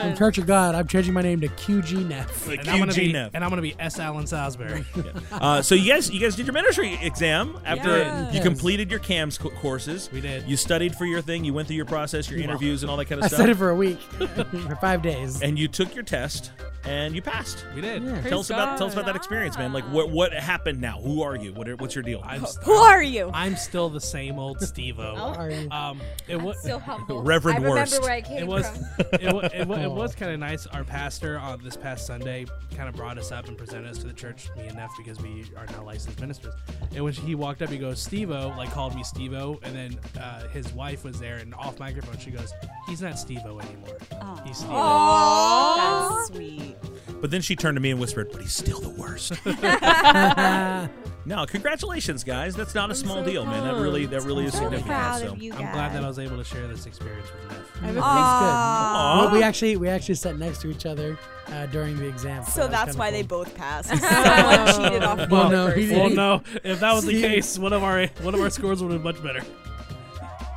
[SPEAKER 5] In
[SPEAKER 8] on.
[SPEAKER 5] Church of God, I'm changing my name to QG Neff.
[SPEAKER 2] The
[SPEAKER 3] And I'm gonna
[SPEAKER 2] QG
[SPEAKER 3] be
[SPEAKER 2] Neff.
[SPEAKER 3] and I'm gonna be S. Allen Salisbury.
[SPEAKER 2] Uh, so you guys, you guys did your ministry exam after
[SPEAKER 5] Yes.
[SPEAKER 2] you completed your CAMS co- courses.
[SPEAKER 3] We did.
[SPEAKER 2] You studied for your thing. You went through your process, your interviews, and all that kind of
[SPEAKER 5] I
[SPEAKER 2] stuff.
[SPEAKER 5] said it for a week, for five days.
[SPEAKER 2] and you took your test and you passed.
[SPEAKER 3] We did.
[SPEAKER 8] Praise
[SPEAKER 2] Tell us about tell us about
[SPEAKER 8] God.
[SPEAKER 2] that experience, man. Like what what happened now? Who are you? What are, what's your deal?
[SPEAKER 3] I'm, s-
[SPEAKER 4] Who are you? Oh.
[SPEAKER 3] I'm still the same old Stevo.
[SPEAKER 5] Are you?
[SPEAKER 3] Um, it
[SPEAKER 6] I'm
[SPEAKER 3] was
[SPEAKER 6] Oh, so humble.
[SPEAKER 2] Reverend
[SPEAKER 6] I remember
[SPEAKER 2] Worst.
[SPEAKER 6] where I came
[SPEAKER 3] it was
[SPEAKER 6] from.
[SPEAKER 3] it was, it was, it was kind of nice. Our pastor on this past Sunday kind of brought us up and presented us to the church, me and Neff, because we are now licensed ministers. And when he walked up, he goes, "Stevo," like called me Stevo, and then uh, his wife was there, and off microphone, she goes, "He's not Stevo anymore. He's Stevo."
[SPEAKER 4] That's sweet.
[SPEAKER 2] But then she turned to me and whispered, "But he's still the worst." no, congratulations, guys. That's not a small
[SPEAKER 8] so
[SPEAKER 2] deal, man. That really that really is
[SPEAKER 4] I'm so
[SPEAKER 2] significant.
[SPEAKER 4] proud
[SPEAKER 2] so.
[SPEAKER 4] of you guys.
[SPEAKER 3] I'm glad that I was able to share this experience with Neff.
[SPEAKER 5] I have a
[SPEAKER 4] Aw.
[SPEAKER 5] face good. Well, we actually we actually sat next to each other uh, during the exam.
[SPEAKER 4] So
[SPEAKER 5] that was
[SPEAKER 4] that's
[SPEAKER 5] kinda
[SPEAKER 4] why
[SPEAKER 5] cool.
[SPEAKER 4] they both passed. Someone cheated off the
[SPEAKER 5] Well,
[SPEAKER 4] other
[SPEAKER 5] no, he
[SPEAKER 4] person.
[SPEAKER 5] didn't.
[SPEAKER 3] Well, no, if that was the
[SPEAKER 5] See?
[SPEAKER 3] case, one of our one of our scores would have been much better.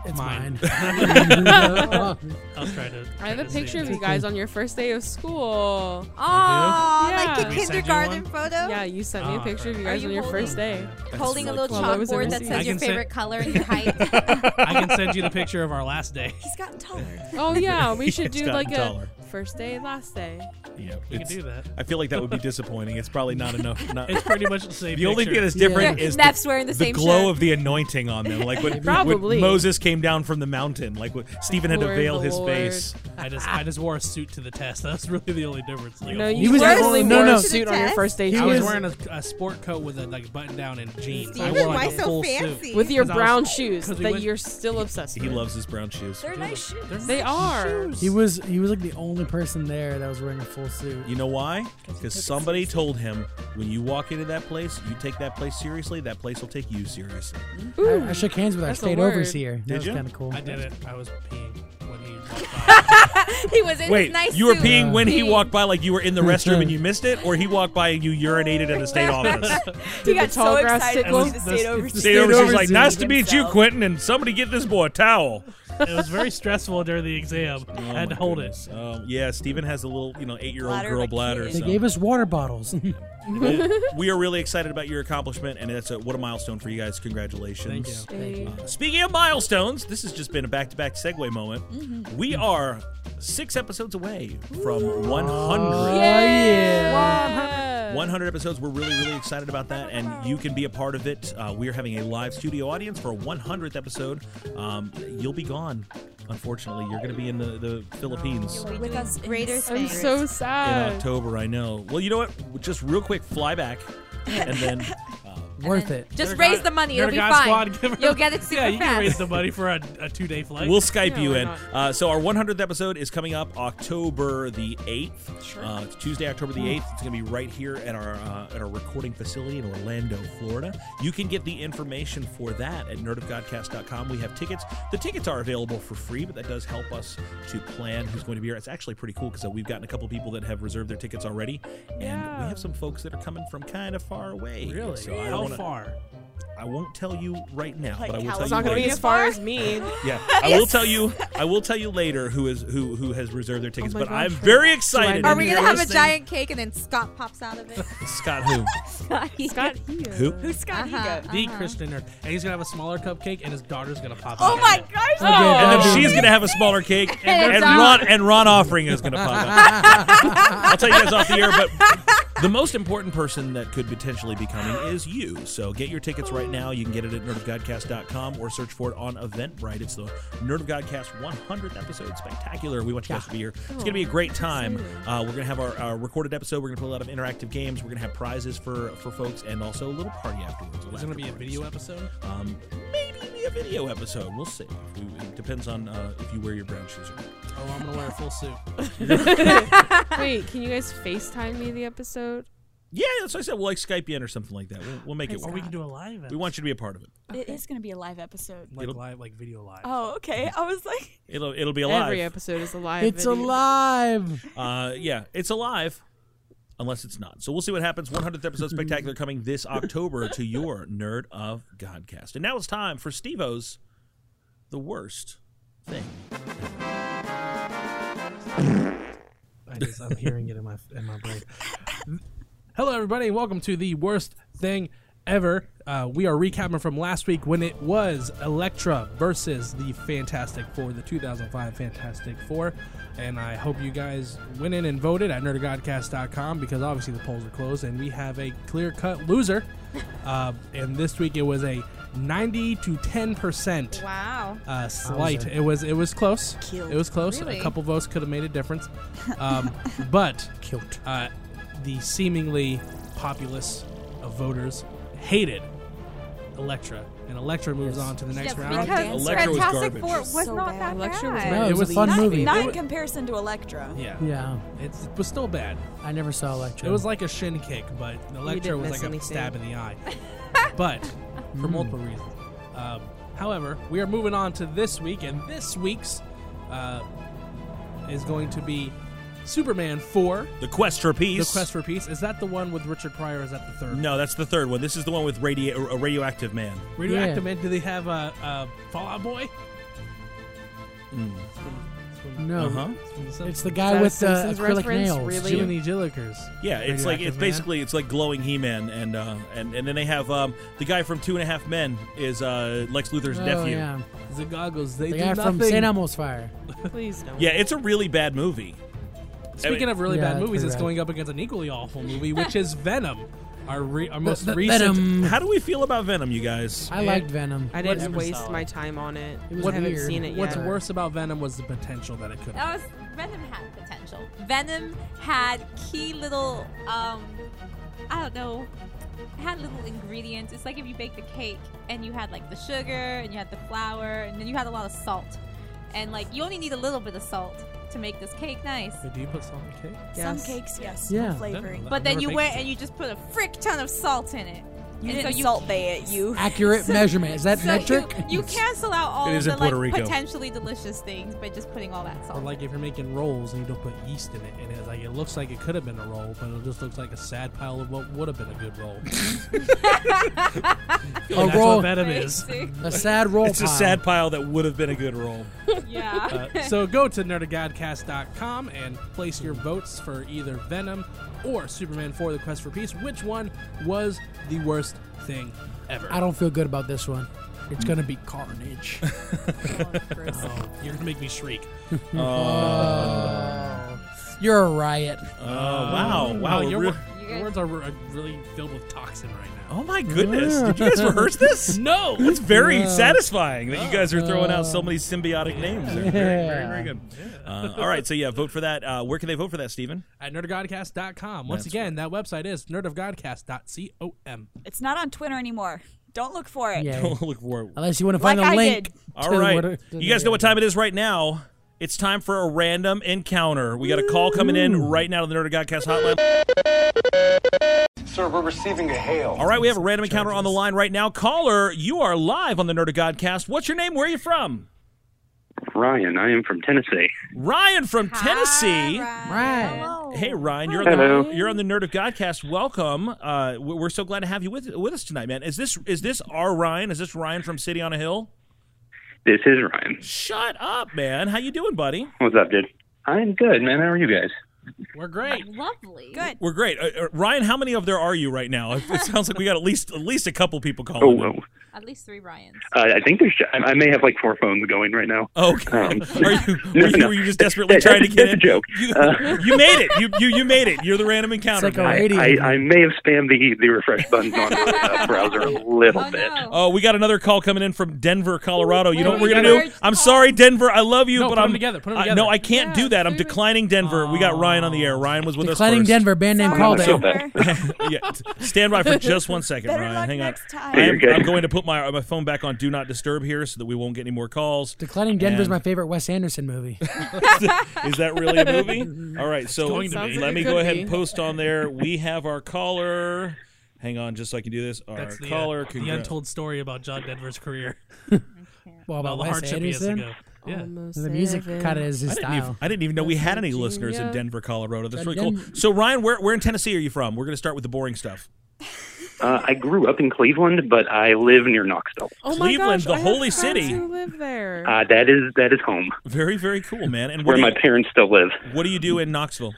[SPEAKER 5] It's
[SPEAKER 3] Mine.
[SPEAKER 5] mine.
[SPEAKER 3] I was trying to.
[SPEAKER 8] I have a
[SPEAKER 3] trying to
[SPEAKER 8] picture of
[SPEAKER 3] save
[SPEAKER 8] you guys on your first day of school.
[SPEAKER 6] Aw,
[SPEAKER 8] You do?
[SPEAKER 6] like
[SPEAKER 8] Yeah.
[SPEAKER 6] the
[SPEAKER 3] send
[SPEAKER 8] We
[SPEAKER 3] you
[SPEAKER 6] kindergarten
[SPEAKER 3] one?
[SPEAKER 6] photo?
[SPEAKER 8] Yeah, you sent me a
[SPEAKER 3] Ah,
[SPEAKER 8] picture of you
[SPEAKER 6] Are
[SPEAKER 8] guys
[SPEAKER 6] you
[SPEAKER 8] on your first day.
[SPEAKER 6] Holding a little
[SPEAKER 8] cool. Well, I
[SPEAKER 6] chalkboard
[SPEAKER 8] wasn't
[SPEAKER 6] that
[SPEAKER 8] received.
[SPEAKER 6] says
[SPEAKER 3] I
[SPEAKER 6] your
[SPEAKER 3] can say-
[SPEAKER 6] favorite color and your height.
[SPEAKER 3] it. I can send you the picture of our last day.
[SPEAKER 4] He's gotten taller.
[SPEAKER 8] Oh yeah, we should
[SPEAKER 2] It's
[SPEAKER 8] do
[SPEAKER 2] gotten
[SPEAKER 8] like a
[SPEAKER 2] taller.
[SPEAKER 8] first day, last day.
[SPEAKER 2] Yeah,
[SPEAKER 3] We can
[SPEAKER 2] it's-
[SPEAKER 3] do that.
[SPEAKER 2] I feel like that would be disappointing. It's probably not enough. Not,
[SPEAKER 3] It's pretty much the same.
[SPEAKER 2] the only
[SPEAKER 3] picture.
[SPEAKER 2] thing that's different
[SPEAKER 6] Yeah.
[SPEAKER 2] is
[SPEAKER 6] Neff's wearing the
[SPEAKER 2] the
[SPEAKER 6] same
[SPEAKER 2] glow
[SPEAKER 6] shirt.
[SPEAKER 2] of the anointing on them, like when,
[SPEAKER 8] Probably.
[SPEAKER 2] when Moses came down from the mountain. Like when Stephen had to
[SPEAKER 8] Lord,
[SPEAKER 2] veil
[SPEAKER 8] the
[SPEAKER 2] his
[SPEAKER 8] Lord.
[SPEAKER 2] face.
[SPEAKER 3] I just I just wore a suit to the test. That's really the only difference. Like,
[SPEAKER 8] No,
[SPEAKER 3] I
[SPEAKER 8] you
[SPEAKER 5] was
[SPEAKER 8] definitely
[SPEAKER 5] wearing-
[SPEAKER 8] wore
[SPEAKER 5] no,
[SPEAKER 8] a
[SPEAKER 5] no.
[SPEAKER 8] suit on your first day.
[SPEAKER 5] He
[SPEAKER 8] too.
[SPEAKER 3] was
[SPEAKER 5] was-
[SPEAKER 3] wearing a, a sport coat with a like button down and jeans. I
[SPEAKER 6] Steven,
[SPEAKER 3] wore like
[SPEAKER 6] why
[SPEAKER 3] a
[SPEAKER 6] so
[SPEAKER 3] full
[SPEAKER 6] fancy?
[SPEAKER 3] suit.
[SPEAKER 8] with your
[SPEAKER 3] 'Cause I was-
[SPEAKER 8] brown shoes
[SPEAKER 3] 'cause we
[SPEAKER 8] that
[SPEAKER 3] went-
[SPEAKER 8] you're still obsessed
[SPEAKER 2] He
[SPEAKER 8] with.
[SPEAKER 2] loves his brown shoes.
[SPEAKER 4] They're nice shoes.
[SPEAKER 8] They are.
[SPEAKER 5] he was he was like the only person there that was wearing a full suit.
[SPEAKER 2] You know why? Because somebody told him when you walk into that place, you take that place seriously. That place will take you seriously.
[SPEAKER 5] I, I shook hands with our
[SPEAKER 8] that's a
[SPEAKER 5] state
[SPEAKER 8] word.
[SPEAKER 5] overseer. That
[SPEAKER 2] Did
[SPEAKER 5] was
[SPEAKER 2] you?
[SPEAKER 5] kind of cool.
[SPEAKER 3] I did it. I was peeing when he walked by.
[SPEAKER 6] he was in
[SPEAKER 2] Wait,
[SPEAKER 6] his nice
[SPEAKER 2] you were
[SPEAKER 6] suit.
[SPEAKER 2] peeing when he
[SPEAKER 6] Peeing.
[SPEAKER 2] walked by, like you were in the restroom and you missed it, or he walked by and you urinated at a state office.
[SPEAKER 4] He
[SPEAKER 8] the
[SPEAKER 4] got so
[SPEAKER 8] tall grass
[SPEAKER 4] excited
[SPEAKER 8] tickle?
[SPEAKER 4] when the state overseas.
[SPEAKER 2] State overseer's like,
[SPEAKER 5] overseer
[SPEAKER 2] "Nice to meet you,
[SPEAKER 4] himself.
[SPEAKER 2] Quentin, and somebody get this boy a towel."
[SPEAKER 3] it was very stressful during the exam. I had to hold it.
[SPEAKER 2] Oh Um, yeah, Steven has a little, you know, eight-year-old
[SPEAKER 4] Bladder
[SPEAKER 2] girl
[SPEAKER 4] like
[SPEAKER 2] bladder.
[SPEAKER 4] kid.
[SPEAKER 5] They
[SPEAKER 2] so-
[SPEAKER 5] gave us water bottles.
[SPEAKER 2] we are really excited about your accomplishment, and that's a, what a milestone for you guys. Congratulations.
[SPEAKER 3] Thank you.
[SPEAKER 2] Speaking of milestones, this has just been a back to back segue moment.
[SPEAKER 3] Mm-hmm.
[SPEAKER 2] We are six episodes away from 100.
[SPEAKER 8] yeah.
[SPEAKER 2] 100 episodes. We're really, really excited about that, and you can be a part of it. Uh, we are having a live studio audience for a 100th episode. Um, you'll be gone, unfortunately. You're going to be in the, the
[SPEAKER 3] Oh,
[SPEAKER 2] Philippines.
[SPEAKER 6] You'll be
[SPEAKER 4] With
[SPEAKER 6] doing
[SPEAKER 4] us in
[SPEAKER 6] greater
[SPEAKER 8] I'm
[SPEAKER 6] things.
[SPEAKER 8] so
[SPEAKER 2] in
[SPEAKER 8] sad.
[SPEAKER 2] October, I know. Well, you know what? Just real quick, fly back, and then uh,
[SPEAKER 5] Worth it.
[SPEAKER 6] Just
[SPEAKER 3] Nerd
[SPEAKER 6] raise
[SPEAKER 3] God-
[SPEAKER 6] the money. It'll
[SPEAKER 3] Nerd
[SPEAKER 6] be
[SPEAKER 3] God
[SPEAKER 6] fine.
[SPEAKER 3] Squad, give her-
[SPEAKER 6] You'll get it super
[SPEAKER 3] yeah, you can raise
[SPEAKER 6] fast.
[SPEAKER 3] the money for a, a two-day flight.
[SPEAKER 2] We'll Skype
[SPEAKER 8] Yeah,
[SPEAKER 2] you
[SPEAKER 8] why
[SPEAKER 2] in.
[SPEAKER 8] not?
[SPEAKER 2] Uh, so our 100th episode is coming up October the 8th. Sure. Uh, it's Tuesday, October the 8th. It's going to be right here at our uh, at our recording facility in Orlando, Florida. You can get the information for that at nerdofgodcast.com. We have tickets. The tickets are available for free, but that does help us to plan who's going to be here. It's actually pretty cool because we've gotten a couple people that have reserved their tickets already, and we
[SPEAKER 8] Yeah.
[SPEAKER 2] have some folks that are coming from kind of far away.
[SPEAKER 3] really?
[SPEAKER 2] So I,
[SPEAKER 3] How
[SPEAKER 2] don't wanna-
[SPEAKER 3] far?
[SPEAKER 2] I won't tell you right now,
[SPEAKER 4] Like
[SPEAKER 2] but I will tell
[SPEAKER 8] It's
[SPEAKER 2] you
[SPEAKER 8] not gonna
[SPEAKER 2] later.
[SPEAKER 8] be as far as me.
[SPEAKER 2] Yeah, I will tell you. I will tell you later who is who who has reserved their tickets.
[SPEAKER 8] Oh my
[SPEAKER 2] but
[SPEAKER 8] gosh,
[SPEAKER 2] I'm
[SPEAKER 8] right.
[SPEAKER 2] very excited.
[SPEAKER 8] Do I
[SPEAKER 6] Are we
[SPEAKER 8] You're
[SPEAKER 6] gonna have a
[SPEAKER 8] listening.
[SPEAKER 6] giant cake and then Scott pops out of it?
[SPEAKER 2] Scott who?
[SPEAKER 8] Scott here.
[SPEAKER 2] Who?
[SPEAKER 4] Who's Scott
[SPEAKER 6] Uh-huh.
[SPEAKER 4] Egan?
[SPEAKER 3] The Christian nerd, and he's gonna have a smaller cupcake, and his daughter's gonna pop.
[SPEAKER 4] Oh
[SPEAKER 3] out.
[SPEAKER 4] my gosh!
[SPEAKER 2] And
[SPEAKER 8] Oh.
[SPEAKER 2] then she's gonna have a smaller cake, and,
[SPEAKER 6] And
[SPEAKER 2] Ron and Ron Offering is gonna pop up. I'll tell you guys off the air, but the most important person that could potentially be coming is you. So get your tickets right now. You can get it at nerdofgodcast.com or search for it on Eventbrite. It's the Nerd of Godcast 100th episode. Spectacular. We want you guys to be here. It's gonna be a great time. Uh, we're gonna have our, our recorded episode. We're gonna play a lot of interactive games. We're gonna have prizes for for folks, and also a little party afterwards.
[SPEAKER 3] There's gonna be a video episode.
[SPEAKER 2] Um, maybe a video episode. We'll see. If we- It depends on uh, if you wear your brown shoes or not.
[SPEAKER 3] Oh, I'm gonna wear a full suit.
[SPEAKER 8] Wait, can you guys FaceTime me the episode?
[SPEAKER 2] Yeah, that's what I said. We'll like Skype you in or something like that. We'll, we'll make it
[SPEAKER 4] Or
[SPEAKER 2] work.
[SPEAKER 4] we
[SPEAKER 2] We,
[SPEAKER 4] can
[SPEAKER 3] do a live.
[SPEAKER 2] want you to be a part of it.
[SPEAKER 4] It is going to be a live episode.
[SPEAKER 3] like
[SPEAKER 2] It'll-
[SPEAKER 3] live, like video live.
[SPEAKER 4] Oh, okay. I was like,
[SPEAKER 2] It'll it'll be
[SPEAKER 8] Every
[SPEAKER 2] alive.
[SPEAKER 8] episode is alive.
[SPEAKER 5] It's
[SPEAKER 8] video.
[SPEAKER 5] alive.
[SPEAKER 2] Uh, yeah, it's alive. Unless it's not. So we'll see what happens. 100th episode spectacular coming this October to your Nerd of Godcast. And now it's time for Stevo's The Worst Thing.
[SPEAKER 3] I just, I'm hearing it in my in my brain. Hello, everybody. Welcome to the worst thing ever. Uh, we are recapping from last week when it was Electra versus the Fantastic Four, the 2005 Fantastic Four. And I hope you guys went in and voted at nerdgodcast.com because obviously the polls are closed and we have a clear cut loser. Uh, and this week it was a 90 to 10%
[SPEAKER 6] Wow.
[SPEAKER 3] uh, slight. It was it was close.
[SPEAKER 4] Killed.
[SPEAKER 3] It was close.
[SPEAKER 6] Really?
[SPEAKER 3] A couple votes could have made a difference, um, but
[SPEAKER 5] Cute.
[SPEAKER 3] uh, the seemingly populace of voters hated Electra, and Electra moves on to the next
[SPEAKER 6] Yeah,
[SPEAKER 3] round.
[SPEAKER 6] because
[SPEAKER 2] Electra was
[SPEAKER 6] Fantastic
[SPEAKER 2] garbage.
[SPEAKER 6] Four was
[SPEAKER 4] So
[SPEAKER 6] not
[SPEAKER 4] bad.
[SPEAKER 6] that
[SPEAKER 8] Electra was
[SPEAKER 6] bad.
[SPEAKER 5] No,
[SPEAKER 3] it
[SPEAKER 5] it was
[SPEAKER 3] was
[SPEAKER 5] a fun
[SPEAKER 3] not-
[SPEAKER 5] movie.
[SPEAKER 4] Not in comparison to Electra.
[SPEAKER 3] yeah,
[SPEAKER 5] yeah,
[SPEAKER 3] It's, it was still bad.
[SPEAKER 5] I never saw Electra.
[SPEAKER 3] It was like a shin kick, but Electra
[SPEAKER 8] didn't
[SPEAKER 3] was
[SPEAKER 8] miss
[SPEAKER 3] like a
[SPEAKER 8] anything.
[SPEAKER 3] stab in the eye. but for multiple reasons. Um, however, we are moving on to this week, and this week's uh, is going to be Superman 4
[SPEAKER 2] The Quest for
[SPEAKER 3] The
[SPEAKER 2] Peace.
[SPEAKER 3] Quest for Peace. Is that the one with Richard Pryor? Or is that the third?
[SPEAKER 2] No, that's the third one. This is the one with radio, a radioactive man.
[SPEAKER 3] Radioactive Man. Do they have a, a Fallout Boy?
[SPEAKER 8] Oh.
[SPEAKER 5] no.
[SPEAKER 2] Mm. Uh-huh.
[SPEAKER 5] It's
[SPEAKER 3] It's
[SPEAKER 5] the
[SPEAKER 8] Is
[SPEAKER 5] guy
[SPEAKER 8] that a
[SPEAKER 5] with the
[SPEAKER 8] Simpsons
[SPEAKER 5] acrylic
[SPEAKER 8] reference?
[SPEAKER 5] nails.
[SPEAKER 8] Really?
[SPEAKER 3] Jiminy Jillikers.
[SPEAKER 2] Yeah, it's like it's
[SPEAKER 3] Radioactive Man.
[SPEAKER 2] basically it's like glowing He-Man, and uh, and and then they have um, the guy from Two and a Half Men is uh, Lex Luthor's
[SPEAKER 5] Oh,
[SPEAKER 2] nephew.
[SPEAKER 5] yeah.
[SPEAKER 3] the goggles. They
[SPEAKER 5] The
[SPEAKER 3] do
[SPEAKER 5] guy
[SPEAKER 3] nothing.
[SPEAKER 5] from St. Elmo's Fire.
[SPEAKER 8] Please don't.
[SPEAKER 2] Yeah, it's a really bad movie.
[SPEAKER 3] Speaking of really
[SPEAKER 5] Yeah,
[SPEAKER 3] bad
[SPEAKER 5] it's
[SPEAKER 3] movies,
[SPEAKER 5] pretty
[SPEAKER 3] it's
[SPEAKER 5] bad.
[SPEAKER 3] going up against an equally awful movie, which is Venom. Our, re- our most
[SPEAKER 5] Ve-
[SPEAKER 3] recent.
[SPEAKER 5] Venom.
[SPEAKER 2] how do we feel about Venom, you guys?
[SPEAKER 5] I liked Venom.
[SPEAKER 8] I
[SPEAKER 3] What-
[SPEAKER 8] didn't
[SPEAKER 3] Never
[SPEAKER 8] waste
[SPEAKER 7] saw
[SPEAKER 8] my
[SPEAKER 7] it.
[SPEAKER 8] time on it.
[SPEAKER 5] It was
[SPEAKER 8] I haven't
[SPEAKER 5] weird.
[SPEAKER 8] seen it yet.
[SPEAKER 3] What's worse about Venom was the potential that it could.
[SPEAKER 6] That was Venom had potential. Venom had key little um I don't know had little ingredients. It's like if you bake the cake and you had like the sugar and you had the flour and then you had a lot of salt. And like you only need a little bit of salt to make this cake nice.
[SPEAKER 3] Wait, do you put salt in the cake?
[SPEAKER 8] Yes.
[SPEAKER 4] Some cakes, yes.
[SPEAKER 5] Yeah.
[SPEAKER 4] no flavoring.
[SPEAKER 3] I've
[SPEAKER 6] But then
[SPEAKER 3] never
[SPEAKER 6] you
[SPEAKER 3] baked
[SPEAKER 6] went
[SPEAKER 3] it.
[SPEAKER 6] and you just put a frick ton of salt in it.
[SPEAKER 4] You
[SPEAKER 6] and
[SPEAKER 4] didn't
[SPEAKER 6] so you
[SPEAKER 4] salt bay it, you.
[SPEAKER 5] Accurate measurement. Is that
[SPEAKER 6] so
[SPEAKER 5] metric?
[SPEAKER 6] You, you cancel out all
[SPEAKER 2] It
[SPEAKER 6] of
[SPEAKER 2] is
[SPEAKER 6] the
[SPEAKER 2] in Puerto
[SPEAKER 6] like
[SPEAKER 2] Rico.
[SPEAKER 6] potentially delicious things by just putting all that salt.
[SPEAKER 3] Or like if you're making rolls and you don't put yeast in it, and it's like it looks like it could have been a roll, but it just looks like a sad pile of what would have been a good roll.
[SPEAKER 5] A
[SPEAKER 3] That's what
[SPEAKER 5] roll,
[SPEAKER 3] Venom is.
[SPEAKER 5] a sad roll.
[SPEAKER 2] It's a
[SPEAKER 5] pile.
[SPEAKER 2] sad pile that would have been a good role.
[SPEAKER 6] yeah.
[SPEAKER 3] Uh, so go to nerdagodcast.com and place your votes for either Venom or Superman 4 The Quest for Peace. Which one was the worst thing ever?
[SPEAKER 5] I don't feel good about this one. It's gonna be carnage.
[SPEAKER 3] Oh, you're going to make me shriek.
[SPEAKER 2] Oh.
[SPEAKER 5] You're a riot.
[SPEAKER 2] Oh wow, wow!
[SPEAKER 3] Um, your,
[SPEAKER 2] we're-
[SPEAKER 3] wor-
[SPEAKER 6] You
[SPEAKER 3] your
[SPEAKER 6] guys-
[SPEAKER 3] words are, re- are really filled with toxin right now.
[SPEAKER 2] oh my goodness! Did you guys rehearse this?
[SPEAKER 3] No!
[SPEAKER 2] It's very satisfying that you guys are throwing out so many symbiotic names. They're Very, very, very good. Uh, all right, so yeah, vote for that. Uh, where can they vote for that, Stephen?
[SPEAKER 3] At nerdofgodcast.com. Once again, that website is nerdofgodcast.com.
[SPEAKER 4] It's not on Twitter anymore. Don't look for it.
[SPEAKER 5] Yeah.
[SPEAKER 2] Don't look for it.
[SPEAKER 5] Unless you want to
[SPEAKER 4] Like
[SPEAKER 5] find
[SPEAKER 4] I
[SPEAKER 5] a link.
[SPEAKER 4] did.
[SPEAKER 2] All
[SPEAKER 5] to
[SPEAKER 2] right.
[SPEAKER 5] what it-
[SPEAKER 2] you guys know what time it is right now. It's time for a random encounter. We got a call coming in right now to the Nerd of Godcast hotline.
[SPEAKER 9] Sir, we're receiving a hail.
[SPEAKER 2] All right, we have a random encounter on the line right now. Caller, you are live on the Nerd of Godcast. What's your name? Where are you from?
[SPEAKER 10] Ryan, I am from Tennessee.
[SPEAKER 2] Ryan from Tennessee.
[SPEAKER 5] Right.
[SPEAKER 2] Hey Ryan, you're on
[SPEAKER 10] Hello.
[SPEAKER 2] the, you're on the Nerd of Godcast. Welcome. Uh, we- we're so glad to have you with with us tonight, man. Is this is this our Ryan? Is this Ryan from City on a Hill?
[SPEAKER 10] This is Ryan.
[SPEAKER 2] Shut up, man. How you doing, buddy?
[SPEAKER 10] What's up, dude? I'm good, man. How are you guys?
[SPEAKER 3] We're great.
[SPEAKER 6] Lovely.
[SPEAKER 4] Good.
[SPEAKER 2] We're great. Uh, uh, Ryan, how many of there are you right now? It sounds like we got at least at least a couple people calling.
[SPEAKER 10] Oh,
[SPEAKER 2] in.
[SPEAKER 10] whoa.
[SPEAKER 6] At least three Ryans.
[SPEAKER 10] Uh, I think there's. I I may have like four phones going right now.
[SPEAKER 2] Okay. are you,
[SPEAKER 10] Um, no,
[SPEAKER 2] were, you,
[SPEAKER 10] no.
[SPEAKER 2] were you just desperately
[SPEAKER 10] That-
[SPEAKER 2] trying to
[SPEAKER 10] that's-
[SPEAKER 2] get in?
[SPEAKER 10] that's a joke.
[SPEAKER 2] You,
[SPEAKER 10] Uh.
[SPEAKER 2] you made it. You, you you made it. You're the random encounter.
[SPEAKER 5] like a
[SPEAKER 2] man.
[SPEAKER 5] right- Radio.
[SPEAKER 10] I, I may have spammed the the refresh button on the uh, browser a little
[SPEAKER 6] Oh
[SPEAKER 10] bit.
[SPEAKER 6] no.
[SPEAKER 2] Oh, we got another call coming in from Denver, Colorado. You know what
[SPEAKER 6] Wait,
[SPEAKER 2] we're gonna do?
[SPEAKER 6] Denver.
[SPEAKER 2] I'm sorry, Denver. I love you,
[SPEAKER 3] No,
[SPEAKER 2] but
[SPEAKER 3] put 'em
[SPEAKER 2] I'm
[SPEAKER 3] together, put 'em
[SPEAKER 2] I-
[SPEAKER 3] together.
[SPEAKER 2] no, I can't do that. I'm declining Denver. We got Ryan on the air. Ryan was with
[SPEAKER 5] Declining
[SPEAKER 2] us. first.
[SPEAKER 5] Denver band name
[SPEAKER 4] Sorry,
[SPEAKER 5] called
[SPEAKER 10] I feel
[SPEAKER 5] it.
[SPEAKER 10] bad.
[SPEAKER 4] Denver.
[SPEAKER 2] yeah, t- stand by for just one second,
[SPEAKER 4] Better
[SPEAKER 2] Ryan.
[SPEAKER 4] luck
[SPEAKER 2] Hang
[SPEAKER 4] next
[SPEAKER 2] on.
[SPEAKER 4] time.
[SPEAKER 10] Hey,
[SPEAKER 2] I'm,
[SPEAKER 10] you're good.
[SPEAKER 2] I'm going to put my my phone back on do not disturb here so that we won't get any more calls.
[SPEAKER 5] Declining Denver's
[SPEAKER 2] And-
[SPEAKER 5] my favorite Wes Anderson movie.
[SPEAKER 2] Is that really a movie? All right, so
[SPEAKER 3] going to
[SPEAKER 2] let
[SPEAKER 3] be.
[SPEAKER 8] Sounds like
[SPEAKER 2] me
[SPEAKER 8] it
[SPEAKER 2] go
[SPEAKER 8] could
[SPEAKER 2] ahead and
[SPEAKER 8] be.
[SPEAKER 2] post on there. We have our caller. Hang on, just so I can do this. Our
[SPEAKER 3] That's the, uh,
[SPEAKER 2] caller.
[SPEAKER 3] the
[SPEAKER 2] congra-
[SPEAKER 3] untold story about John Denver's career.
[SPEAKER 5] Well,
[SPEAKER 3] About
[SPEAKER 5] about
[SPEAKER 3] the
[SPEAKER 5] Wes
[SPEAKER 3] hardship he has to
[SPEAKER 5] Anderson. Um,
[SPEAKER 3] go. Yeah.
[SPEAKER 8] Almost
[SPEAKER 5] The music
[SPEAKER 8] seven.
[SPEAKER 5] kind of is his
[SPEAKER 2] I didn't, even,
[SPEAKER 5] style.
[SPEAKER 2] I didn't even know we had any
[SPEAKER 8] Virginia.
[SPEAKER 2] listeners in Denver, Colorado. That's
[SPEAKER 5] Den-
[SPEAKER 2] really cool.
[SPEAKER 5] Den-
[SPEAKER 2] So, Ryan, where, where in Tennessee are you from? We're going to start with the boring stuff.
[SPEAKER 10] Uh, I grew up in Cleveland, but I live near Knoxville.
[SPEAKER 8] Oh my
[SPEAKER 2] Cleveland,
[SPEAKER 8] gosh,
[SPEAKER 2] the
[SPEAKER 8] I have
[SPEAKER 2] holy
[SPEAKER 8] friends
[SPEAKER 2] city.
[SPEAKER 8] Who live there?
[SPEAKER 10] Uh, that is that is home,
[SPEAKER 2] Very, very cool, man. And what,
[SPEAKER 10] where
[SPEAKER 2] do
[SPEAKER 10] my
[SPEAKER 2] you,
[SPEAKER 10] parents still live.
[SPEAKER 2] what do you do in Knoxville?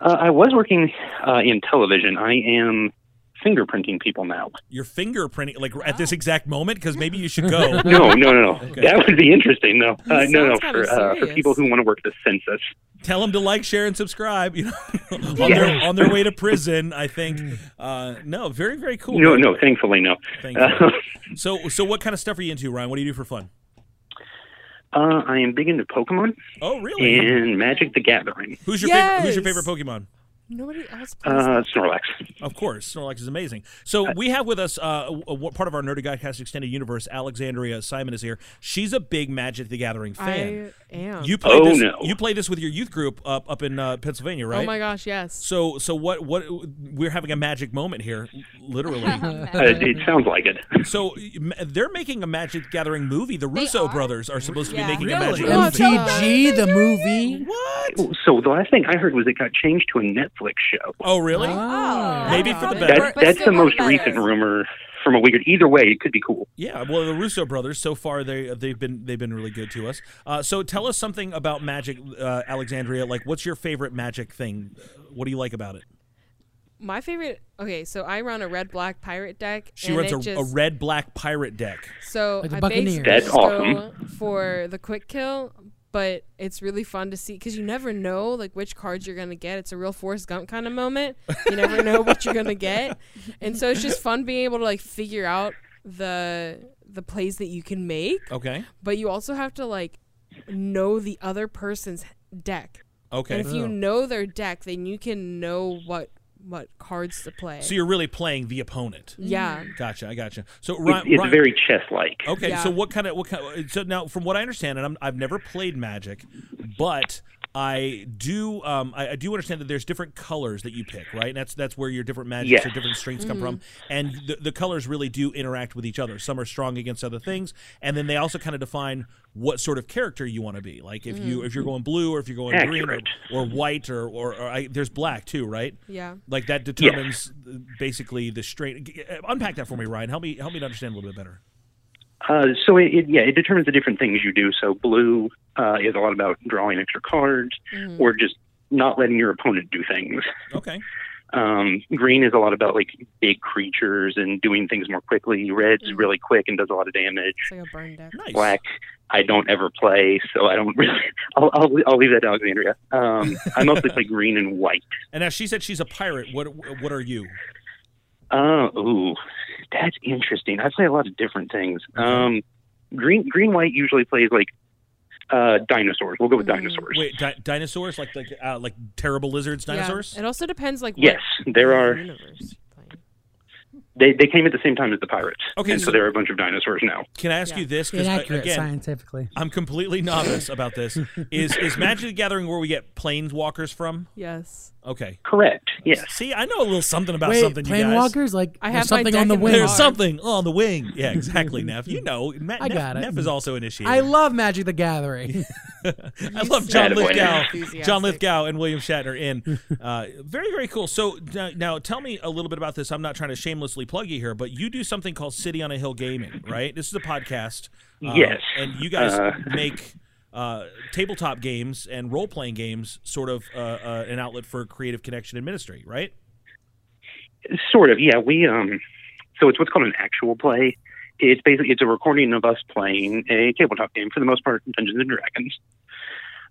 [SPEAKER 10] Uh, I was working uh, in television. I am fingerprinting people now.
[SPEAKER 2] You're fingerprinting like at this exact moment because maybe you should go.
[SPEAKER 10] No, no, no, no.
[SPEAKER 2] Okay.
[SPEAKER 10] That would be interesting, though. Uh,
[SPEAKER 8] That
[SPEAKER 10] no, no,
[SPEAKER 8] sounds kinda
[SPEAKER 10] for uh, for
[SPEAKER 8] serious.
[SPEAKER 10] people who want to work the census.
[SPEAKER 2] Tell them to like, share, and subscribe. You know, on, their,
[SPEAKER 10] Yes.
[SPEAKER 2] on their way to prison, I think. Uh, no, very very cool.
[SPEAKER 10] No, no, thankfully, no.
[SPEAKER 2] Thank
[SPEAKER 10] Uh,
[SPEAKER 2] you. So so what kind of stuff are you into, Ryan? What do you do for fun?
[SPEAKER 10] uh, I am big into Pokemon
[SPEAKER 2] Oh really?
[SPEAKER 10] and Magic the Gathering.
[SPEAKER 2] Who's your favorite, who's your
[SPEAKER 8] Yes.
[SPEAKER 2] favorite Pokemon?
[SPEAKER 8] Nobody else plays
[SPEAKER 2] Uh-huh.
[SPEAKER 10] Uh, Snorlax.
[SPEAKER 2] Of course, Snorlax is amazing. So we have with us uh, a- a- part of our Nerdy Godcast Extended Universe. Alexandria Simon is here. She's a big Magic the Gathering fan.
[SPEAKER 8] I am.
[SPEAKER 2] you play
[SPEAKER 10] Oh,
[SPEAKER 2] this,
[SPEAKER 10] no.
[SPEAKER 2] You play this with your youth group up up in uh, Pennsylvania, right?
[SPEAKER 8] Oh my gosh, yes.
[SPEAKER 2] So so what what we're having a magic moment here, literally.
[SPEAKER 10] Uh, it sounds like it.
[SPEAKER 2] so m- they're making a Magic Gathering movie. The Russo
[SPEAKER 6] are?
[SPEAKER 2] brothers are supposed to be
[SPEAKER 4] Yeah.
[SPEAKER 2] making a
[SPEAKER 3] Really?
[SPEAKER 2] Magic
[SPEAKER 8] Oh,
[SPEAKER 2] movie.
[SPEAKER 5] MTG, the movie.
[SPEAKER 2] What?
[SPEAKER 10] So the last thing I heard was it got changed to a Netflix show.
[SPEAKER 2] Oh really?
[SPEAKER 8] Ah.
[SPEAKER 4] Oh,
[SPEAKER 2] Maybe
[SPEAKER 4] that's
[SPEAKER 2] for the
[SPEAKER 4] awesome.
[SPEAKER 2] better.
[SPEAKER 10] That,
[SPEAKER 4] But
[SPEAKER 10] that's
[SPEAKER 4] still
[SPEAKER 10] the
[SPEAKER 4] not
[SPEAKER 10] most
[SPEAKER 4] better.
[SPEAKER 10] recent rumor from a week. Either way, it could be cool.
[SPEAKER 2] Yeah, well, the Russo brothers. So far, they they've been they've been really good to us. Uh, so tell us something about magic, uh, Alexandria. Like, what's your favorite magic thing? What do you like about it?
[SPEAKER 8] My favorite. Okay, so I run a red black pirate deck.
[SPEAKER 2] She
[SPEAKER 8] and
[SPEAKER 2] runs
[SPEAKER 8] it
[SPEAKER 2] a,
[SPEAKER 8] just,
[SPEAKER 2] a red black pirate deck.
[SPEAKER 8] So
[SPEAKER 5] Like the
[SPEAKER 8] I
[SPEAKER 5] Buccaneers.
[SPEAKER 8] basically
[SPEAKER 10] That's
[SPEAKER 8] just go for the quick kill, but it's really fun to see because you never know like which cards you're gonna get. It's a real Forrest Gump kind of moment. You never know what you're gonna get, and so it's just fun being able to like figure out the the plays that you can make.
[SPEAKER 2] Okay,
[SPEAKER 8] But you also have to like know the other person's deck,
[SPEAKER 2] okay.
[SPEAKER 8] and if you know their deck, then you can know what what cards to play.
[SPEAKER 2] so you're really playing the opponent.
[SPEAKER 8] yeah.
[SPEAKER 2] Gotcha, I gotcha. So
[SPEAKER 10] It's,
[SPEAKER 2] Ryan,
[SPEAKER 10] it's
[SPEAKER 2] Ryan-
[SPEAKER 10] very chess-like.
[SPEAKER 2] okay.
[SPEAKER 8] Yeah.
[SPEAKER 2] So what kind of what kind? So now, from what I understand, and I'm, I've never played magic, but I do um, I, I do understand that there's different colors that you pick, right? And that's that's where your different magics
[SPEAKER 10] Yes.
[SPEAKER 2] or different strengths come from, and the, the colors really do interact with each other. Some are strong against other things, and then they also kind of define what sort of character you want to be. Like if you if you're going blue or if you're going
[SPEAKER 10] Accurate.
[SPEAKER 2] green or, or white or or, or I, there's black too, right?
[SPEAKER 8] Yeah.
[SPEAKER 2] Like that determines uh, basically the straight. g- uh, Unpack that for me, Ryan. Help me help me to understand a little bit better.
[SPEAKER 10] Uh, so it, it, yeah, it determines the different things you do. So blue uh, is a lot about drawing extra cards
[SPEAKER 4] Mm-hmm.
[SPEAKER 10] or just not letting your opponent do things.
[SPEAKER 2] Okay.
[SPEAKER 10] Um, green is a lot about like big creatures and doing things more quickly. Red's really quick and does a lot of damage.
[SPEAKER 8] It's like a burn deck.
[SPEAKER 2] Nice.
[SPEAKER 10] Black, I don't ever play, so I don't really. I'll I'll, I'll leave that to Alexandria. Um, I mostly play green and white.
[SPEAKER 2] And now she said she's a pirate. What what are you?
[SPEAKER 10] Uh, ooh, that's interesting. I play a lot of different things. Um, green, green, white usually plays like uh, dinosaurs. We'll go with
[SPEAKER 8] Mm.
[SPEAKER 10] dinosaurs.
[SPEAKER 2] Wait, di- dinosaurs like like uh, like terrible lizards
[SPEAKER 8] Yeah.
[SPEAKER 2] dinosaurs?
[SPEAKER 8] It also depends, like
[SPEAKER 10] Yes,
[SPEAKER 8] what
[SPEAKER 10] there are.
[SPEAKER 8] universe you're playing.
[SPEAKER 10] They they came at the same time as the pirates.
[SPEAKER 2] Okay,
[SPEAKER 10] and so
[SPEAKER 2] so-
[SPEAKER 10] there are a bunch of dinosaurs now.
[SPEAKER 2] Can I ask
[SPEAKER 8] Yeah.
[SPEAKER 2] you this? 'Cause, uh,
[SPEAKER 5] Inaccurate
[SPEAKER 2] again,
[SPEAKER 5] scientifically.
[SPEAKER 2] I'm completely novice about this. Is is Magic the Gathering where we get planeswalkers from?
[SPEAKER 8] Yes,
[SPEAKER 2] Okay.
[SPEAKER 10] Correct. Yes.
[SPEAKER 2] See, I know a little something about
[SPEAKER 5] Wait,
[SPEAKER 2] something, you guys.
[SPEAKER 5] Planeswalkers? Like
[SPEAKER 8] I have
[SPEAKER 5] there's
[SPEAKER 8] my
[SPEAKER 5] something
[SPEAKER 8] deck
[SPEAKER 5] on the
[SPEAKER 8] in my
[SPEAKER 5] wing.
[SPEAKER 2] There's
[SPEAKER 8] Are.
[SPEAKER 2] something on the wing. Yeah, exactly, Neff. You know, Ma-
[SPEAKER 5] I
[SPEAKER 2] Neff,
[SPEAKER 5] got it.
[SPEAKER 2] Neff is also initiated.
[SPEAKER 5] I love Magic the Gathering.
[SPEAKER 2] I love John
[SPEAKER 10] Attaboy.
[SPEAKER 2] Lithgow,
[SPEAKER 8] Enthusiastic.
[SPEAKER 2] John Lithgow, and William Shatner in. Uh, very, very cool. So now, now, tell me a little bit about this. I'm not trying to shamelessly plug you here, but you do something called City on a Hill Gaming, right? This is a podcast. uh,
[SPEAKER 10] Yes.
[SPEAKER 2] and you guys
[SPEAKER 10] Uh.
[SPEAKER 2] make uh, tabletop games and role playing games sort of uh, uh, an outlet for creative connection and ministry, right?
[SPEAKER 10] Sort of. Yeah. We um. So it's what's called an actual play. It's basically it's a recording of us playing a tabletop game for the most part, Dungeons and Dragons.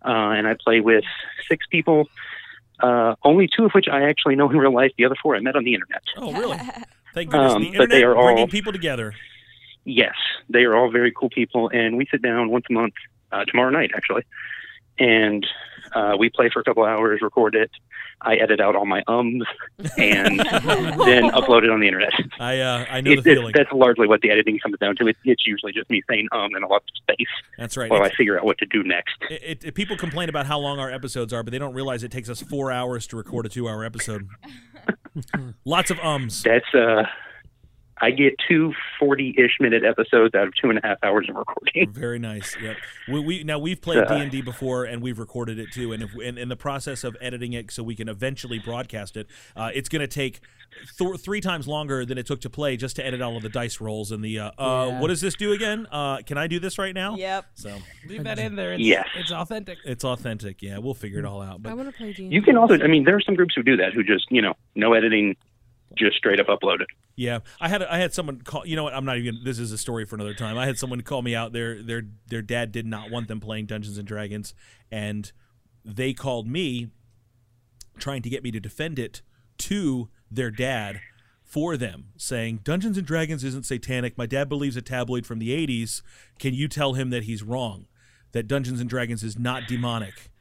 [SPEAKER 10] Uh, and I play with six people, uh, only two of which I actually know in real life. The other four I met on the internet.
[SPEAKER 2] Oh, really? Thank goodness
[SPEAKER 10] Um,
[SPEAKER 2] the
[SPEAKER 10] but they
[SPEAKER 2] internet
[SPEAKER 10] are all-
[SPEAKER 2] bringing people together.
[SPEAKER 10] Yes, they are all very cool people, and we sit down once a month, uh, tomorrow night actually, and uh, we play for a couple hours, record it. I edit out all my ums and then upload it on the internet.
[SPEAKER 2] I uh, I know
[SPEAKER 10] It-
[SPEAKER 2] the
[SPEAKER 10] it-
[SPEAKER 2] feeling.
[SPEAKER 10] that's largely what the editing comes down to. It, it's usually just me saying um and a lot of space
[SPEAKER 2] That's right.
[SPEAKER 10] while I figure out what to do next.
[SPEAKER 2] It, it, it- people complain about how long our episodes are, but they don't realize it takes us four hours to record a two-hour episode. Lots of ums.
[SPEAKER 10] That's uh, I get two forty-ish minute episodes out of two and a half hours of recording.
[SPEAKER 2] Very nice. Yep. We, we now we've played D
[SPEAKER 10] Uh.
[SPEAKER 2] and D before, and we've recorded it too. And if, and in the process of editing it, so we can eventually broadcast it, uh, it's going to take th- three times longer than it took to play just to edit all of the dice rolls and the. Uh, uh,
[SPEAKER 5] Yeah.
[SPEAKER 2] what does this do again? Uh, can I do this right now?
[SPEAKER 4] Yep.
[SPEAKER 2] So
[SPEAKER 3] Leave that in there. It's,
[SPEAKER 10] Yes.
[SPEAKER 3] it's authentic.
[SPEAKER 2] it's authentic. Yeah, we'll figure it all out.
[SPEAKER 8] I
[SPEAKER 2] But
[SPEAKER 8] want to play D.
[SPEAKER 10] You can also, I mean, there are some groups who do that who just you know no editing, just straight up uploaded.
[SPEAKER 2] Yeah, I had I had someone call. You know what? I'm not even. This is a story for another time. I had someone call me out. Their their their dad did not want them playing Dungeons and Dragons, and they called me, trying to get me to defend it to their dad for them, saying Dungeons and Dragons isn't satanic. My dad believes a tabloid from the '80s. Can you tell him that he's wrong? That Dungeons and Dragons is not demonic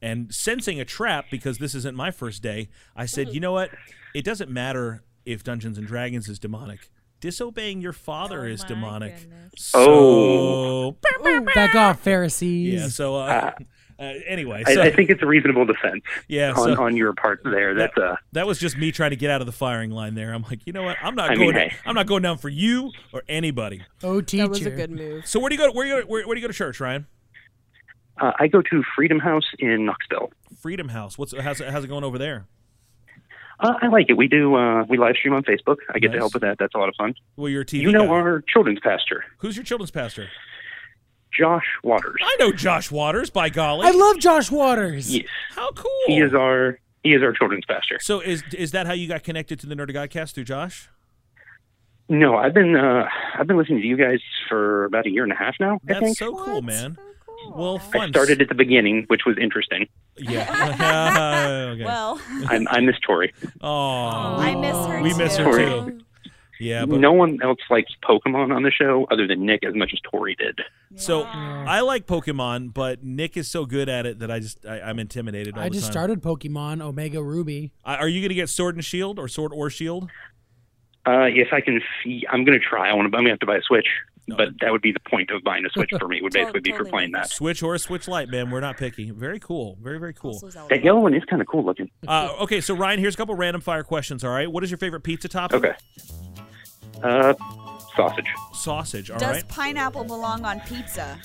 [SPEAKER 2] and sensing a trap because this isn't my first day, I said, "You know what? It doesn't matter if Dungeons and Dragons is demonic. Disobeying your father is demonic." So,
[SPEAKER 10] Oh.
[SPEAKER 5] Ooh, back off, Pharisees.
[SPEAKER 2] yeah. So, uh, uh, anyway,
[SPEAKER 10] I,
[SPEAKER 2] so
[SPEAKER 10] I think it's a reasonable defense
[SPEAKER 2] Yeah,
[SPEAKER 10] on,
[SPEAKER 2] so-
[SPEAKER 10] on your part there. That's uh,
[SPEAKER 2] that was just me trying to get out of the firing line. There, I'm like, you know what? I'm not
[SPEAKER 10] I
[SPEAKER 2] going.
[SPEAKER 10] mean, hey.
[SPEAKER 2] I'm not going down for you or anybody.
[SPEAKER 5] Oh, teacher.
[SPEAKER 8] That was a good move.
[SPEAKER 2] So, where do you go? Where do you go? Where, where do you go to church, Ryan?
[SPEAKER 10] uh, I go to Freedom House in Knoxville.
[SPEAKER 2] Freedom House. What's how's it, how's it going over there?
[SPEAKER 10] Uh, I like it. We do uh, we live stream on Facebook. I get
[SPEAKER 2] Nice.
[SPEAKER 10] to help with that. That's a lot of fun.
[SPEAKER 2] Well, you're a TV.
[SPEAKER 10] you know
[SPEAKER 2] guy.
[SPEAKER 10] our children's pastor,
[SPEAKER 2] Who's your children's pastor?
[SPEAKER 10] Josh Waters.
[SPEAKER 2] I know Josh Waters. By golly,
[SPEAKER 5] I love Josh Waters.
[SPEAKER 10] Yes,
[SPEAKER 2] how cool
[SPEAKER 10] he is our he is our children's pastor.
[SPEAKER 2] So is is that how you got connected to the Nerd Godcast through Josh?
[SPEAKER 10] No, I've been uh, I've been listening to you guys for about a year and a half now. I
[SPEAKER 2] That's
[SPEAKER 10] think
[SPEAKER 2] so cool, man. Well,
[SPEAKER 10] I
[SPEAKER 2] fun.
[SPEAKER 10] started at the beginning, which was interesting.
[SPEAKER 2] Yeah. okay.
[SPEAKER 4] Well,
[SPEAKER 10] I'm, I miss Tori.
[SPEAKER 2] oh,
[SPEAKER 4] I miss her
[SPEAKER 2] we
[SPEAKER 4] too.
[SPEAKER 2] miss her
[SPEAKER 10] Tori.
[SPEAKER 2] too. Yeah, but
[SPEAKER 10] No one else likes Pokemon on the show other than Nick as much as Tori did.
[SPEAKER 2] so I like Pokemon, but Nick is so good at it that I just I, I'm intimidated. All
[SPEAKER 5] I
[SPEAKER 2] the
[SPEAKER 5] just
[SPEAKER 2] time.
[SPEAKER 5] started Pokemon Omega Ruby.
[SPEAKER 2] I, are you going to get Sword and Shield or Sword or Shield?
[SPEAKER 10] Uh, if I can, see, I'm going to try. I want to. I'm going to have to buy a Switch, but that would be the point of buying a Switch for me. Would
[SPEAKER 4] Tot-
[SPEAKER 10] basically be for
[SPEAKER 4] totally.
[SPEAKER 10] playing that.
[SPEAKER 2] Switch or a Switch Lite, man. We're not picky. Very cool. Very very cool.
[SPEAKER 4] also Zelda.
[SPEAKER 10] That yellow one is kind of cool looking.
[SPEAKER 2] Uh, okay, so Ryan, here's a couple random fire questions. All right, what is your favorite pizza topping?
[SPEAKER 10] Okay. Uh, sausage.
[SPEAKER 2] sausage. All right.
[SPEAKER 4] Does pineapple belong on pizza?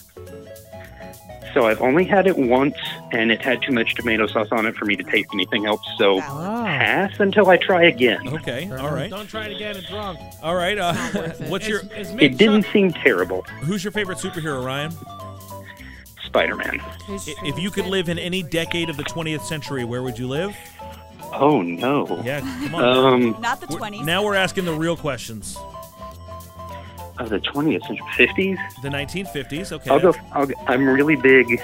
[SPEAKER 10] So I've only had it once, and it had too much tomato sauce on it for me to taste anything else. So
[SPEAKER 4] Valid.
[SPEAKER 5] Wow.
[SPEAKER 10] pass until I try again.
[SPEAKER 2] Okay. All right.
[SPEAKER 7] Don't try it again. It's wrong.
[SPEAKER 2] All right. Uh,
[SPEAKER 8] worth it.
[SPEAKER 2] what's your
[SPEAKER 7] It's,
[SPEAKER 10] It didn't seem terrible.
[SPEAKER 2] Who's your favorite superhero, Ryan?
[SPEAKER 10] Spider-Man.
[SPEAKER 8] Who's
[SPEAKER 2] I-
[SPEAKER 8] your
[SPEAKER 2] If you
[SPEAKER 8] favorite
[SPEAKER 2] could live in any
[SPEAKER 8] favorite?
[SPEAKER 2] decade of the 20th century, where would you live?
[SPEAKER 10] Oh no.
[SPEAKER 2] Yeah, come on.
[SPEAKER 10] Um,
[SPEAKER 4] Not the
[SPEAKER 2] We're-
[SPEAKER 4] 20s.
[SPEAKER 2] now we're asking the real questions.
[SPEAKER 10] of the 20th century, 50s.
[SPEAKER 2] The 1950s, okay.
[SPEAKER 10] I'll go. I'll, go- I'm really big